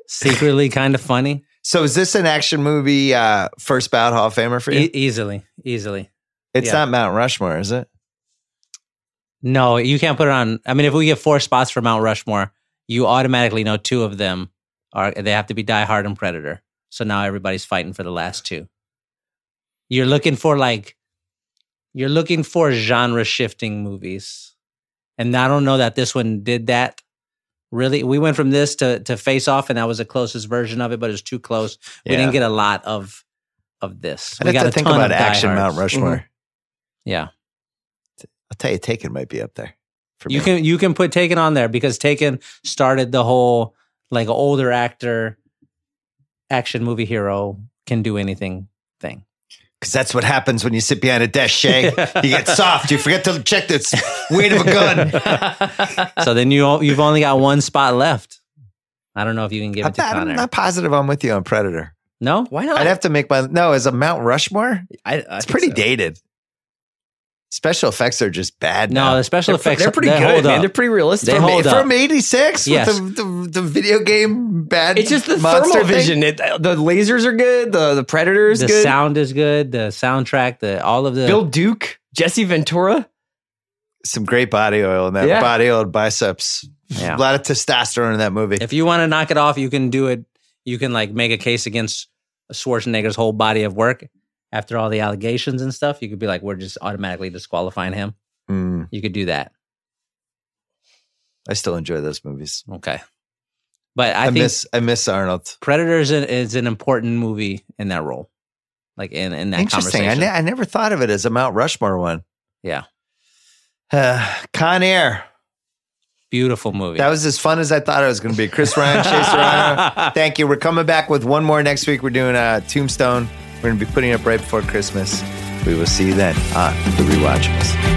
[SPEAKER 3] Secretly kind of funny.
[SPEAKER 2] So is this an action movie uh, first bout Hall of Famer for you?
[SPEAKER 3] E- easily. Easily.
[SPEAKER 2] it's
[SPEAKER 3] yeah.
[SPEAKER 2] not Mount Rushmore, is it?
[SPEAKER 3] No, you can't put it on. I mean, if we get four spots for Mount Rushmore, you automatically know two of them are they have to be Die Hard and Predator. So now everybody's fighting for the last two. You're looking for like you're looking for genre shifting movies. And I don't know that this one did that. Really, we went from this to to Face Off, and that was the closest version of it, but it was too close. We
[SPEAKER 2] Yeah.
[SPEAKER 3] didn't get a lot of of this.
[SPEAKER 2] I'd
[SPEAKER 3] we
[SPEAKER 2] have to
[SPEAKER 3] a
[SPEAKER 2] think
[SPEAKER 3] ton
[SPEAKER 2] about
[SPEAKER 3] of Die
[SPEAKER 2] action
[SPEAKER 3] Hards.
[SPEAKER 2] Mount Rushmore.
[SPEAKER 3] Mhm. Yeah.
[SPEAKER 2] I'll tell you, Taken might be up there. For
[SPEAKER 3] You
[SPEAKER 2] me.
[SPEAKER 3] can you can put Taken on there because Taken started the whole like older actor, action movie hero can do anything thing.
[SPEAKER 2] Because that's what happens when you sit behind a desk, Shay. you get soft. You forget to check this weight of a gun.
[SPEAKER 3] So then you o- you've only got one spot left. I don't know if you can give
[SPEAKER 2] I'm
[SPEAKER 3] it to
[SPEAKER 2] not, I'm
[SPEAKER 3] Connor.
[SPEAKER 2] not positive I'm with you on Predator.
[SPEAKER 3] no,
[SPEAKER 9] Why not?
[SPEAKER 2] I'd have to make my no. Is a Mount Rushmore?
[SPEAKER 9] I, I
[SPEAKER 2] It's
[SPEAKER 9] think
[SPEAKER 2] pretty
[SPEAKER 9] so.
[SPEAKER 2] dated. Special effects are just bad.
[SPEAKER 3] no,
[SPEAKER 2] now.
[SPEAKER 3] the special
[SPEAKER 9] They're,
[SPEAKER 3] effects
[SPEAKER 9] they're pretty
[SPEAKER 3] they
[SPEAKER 9] good,
[SPEAKER 3] hold
[SPEAKER 9] man.
[SPEAKER 3] up.
[SPEAKER 9] They're pretty realistic.
[SPEAKER 3] They
[SPEAKER 2] from,
[SPEAKER 3] hold up.
[SPEAKER 2] from '86
[SPEAKER 3] Yes.
[SPEAKER 2] with the, the, the video game bad.
[SPEAKER 9] It's just the
[SPEAKER 2] monster
[SPEAKER 9] thermal
[SPEAKER 2] thing?
[SPEAKER 9] vision. It, the lasers are good. The the predators
[SPEAKER 3] The
[SPEAKER 9] good.
[SPEAKER 3] sound is good. The soundtrack. The all of the
[SPEAKER 9] Bill Duke, Jesse Ventura.
[SPEAKER 2] Some great body oil in that
[SPEAKER 9] Yeah.
[SPEAKER 2] body oil biceps.
[SPEAKER 3] Yeah.
[SPEAKER 2] A lot of testosterone in that movie.
[SPEAKER 3] If you want to knock it off, you can do it. You can like make a case against Schwarzenegger's whole body of work after all the allegations and stuff. You could be like, we're just automatically disqualifying him.
[SPEAKER 2] Mm,
[SPEAKER 3] You could do that.
[SPEAKER 2] I still enjoy those movies.
[SPEAKER 3] Okay. But I,
[SPEAKER 2] I,
[SPEAKER 3] think
[SPEAKER 2] miss I miss Arnold.
[SPEAKER 3] Predator is an, is an important movie in that role, like in, in that
[SPEAKER 2] Interesting. I,
[SPEAKER 3] conversation.
[SPEAKER 2] ne- I never thought of it as a Mount Rushmore one.
[SPEAKER 3] yeah.
[SPEAKER 2] Uh, Con Air.
[SPEAKER 3] Beautiful movie.
[SPEAKER 2] That was as fun as I thought it was going to be. Chris Ryan, Chase Serrano. Thank you. We're coming back with one more next week. We're doing uh, Tombstone. We're going to be putting it up right before Christmas. We will see you then on The Rewatchables.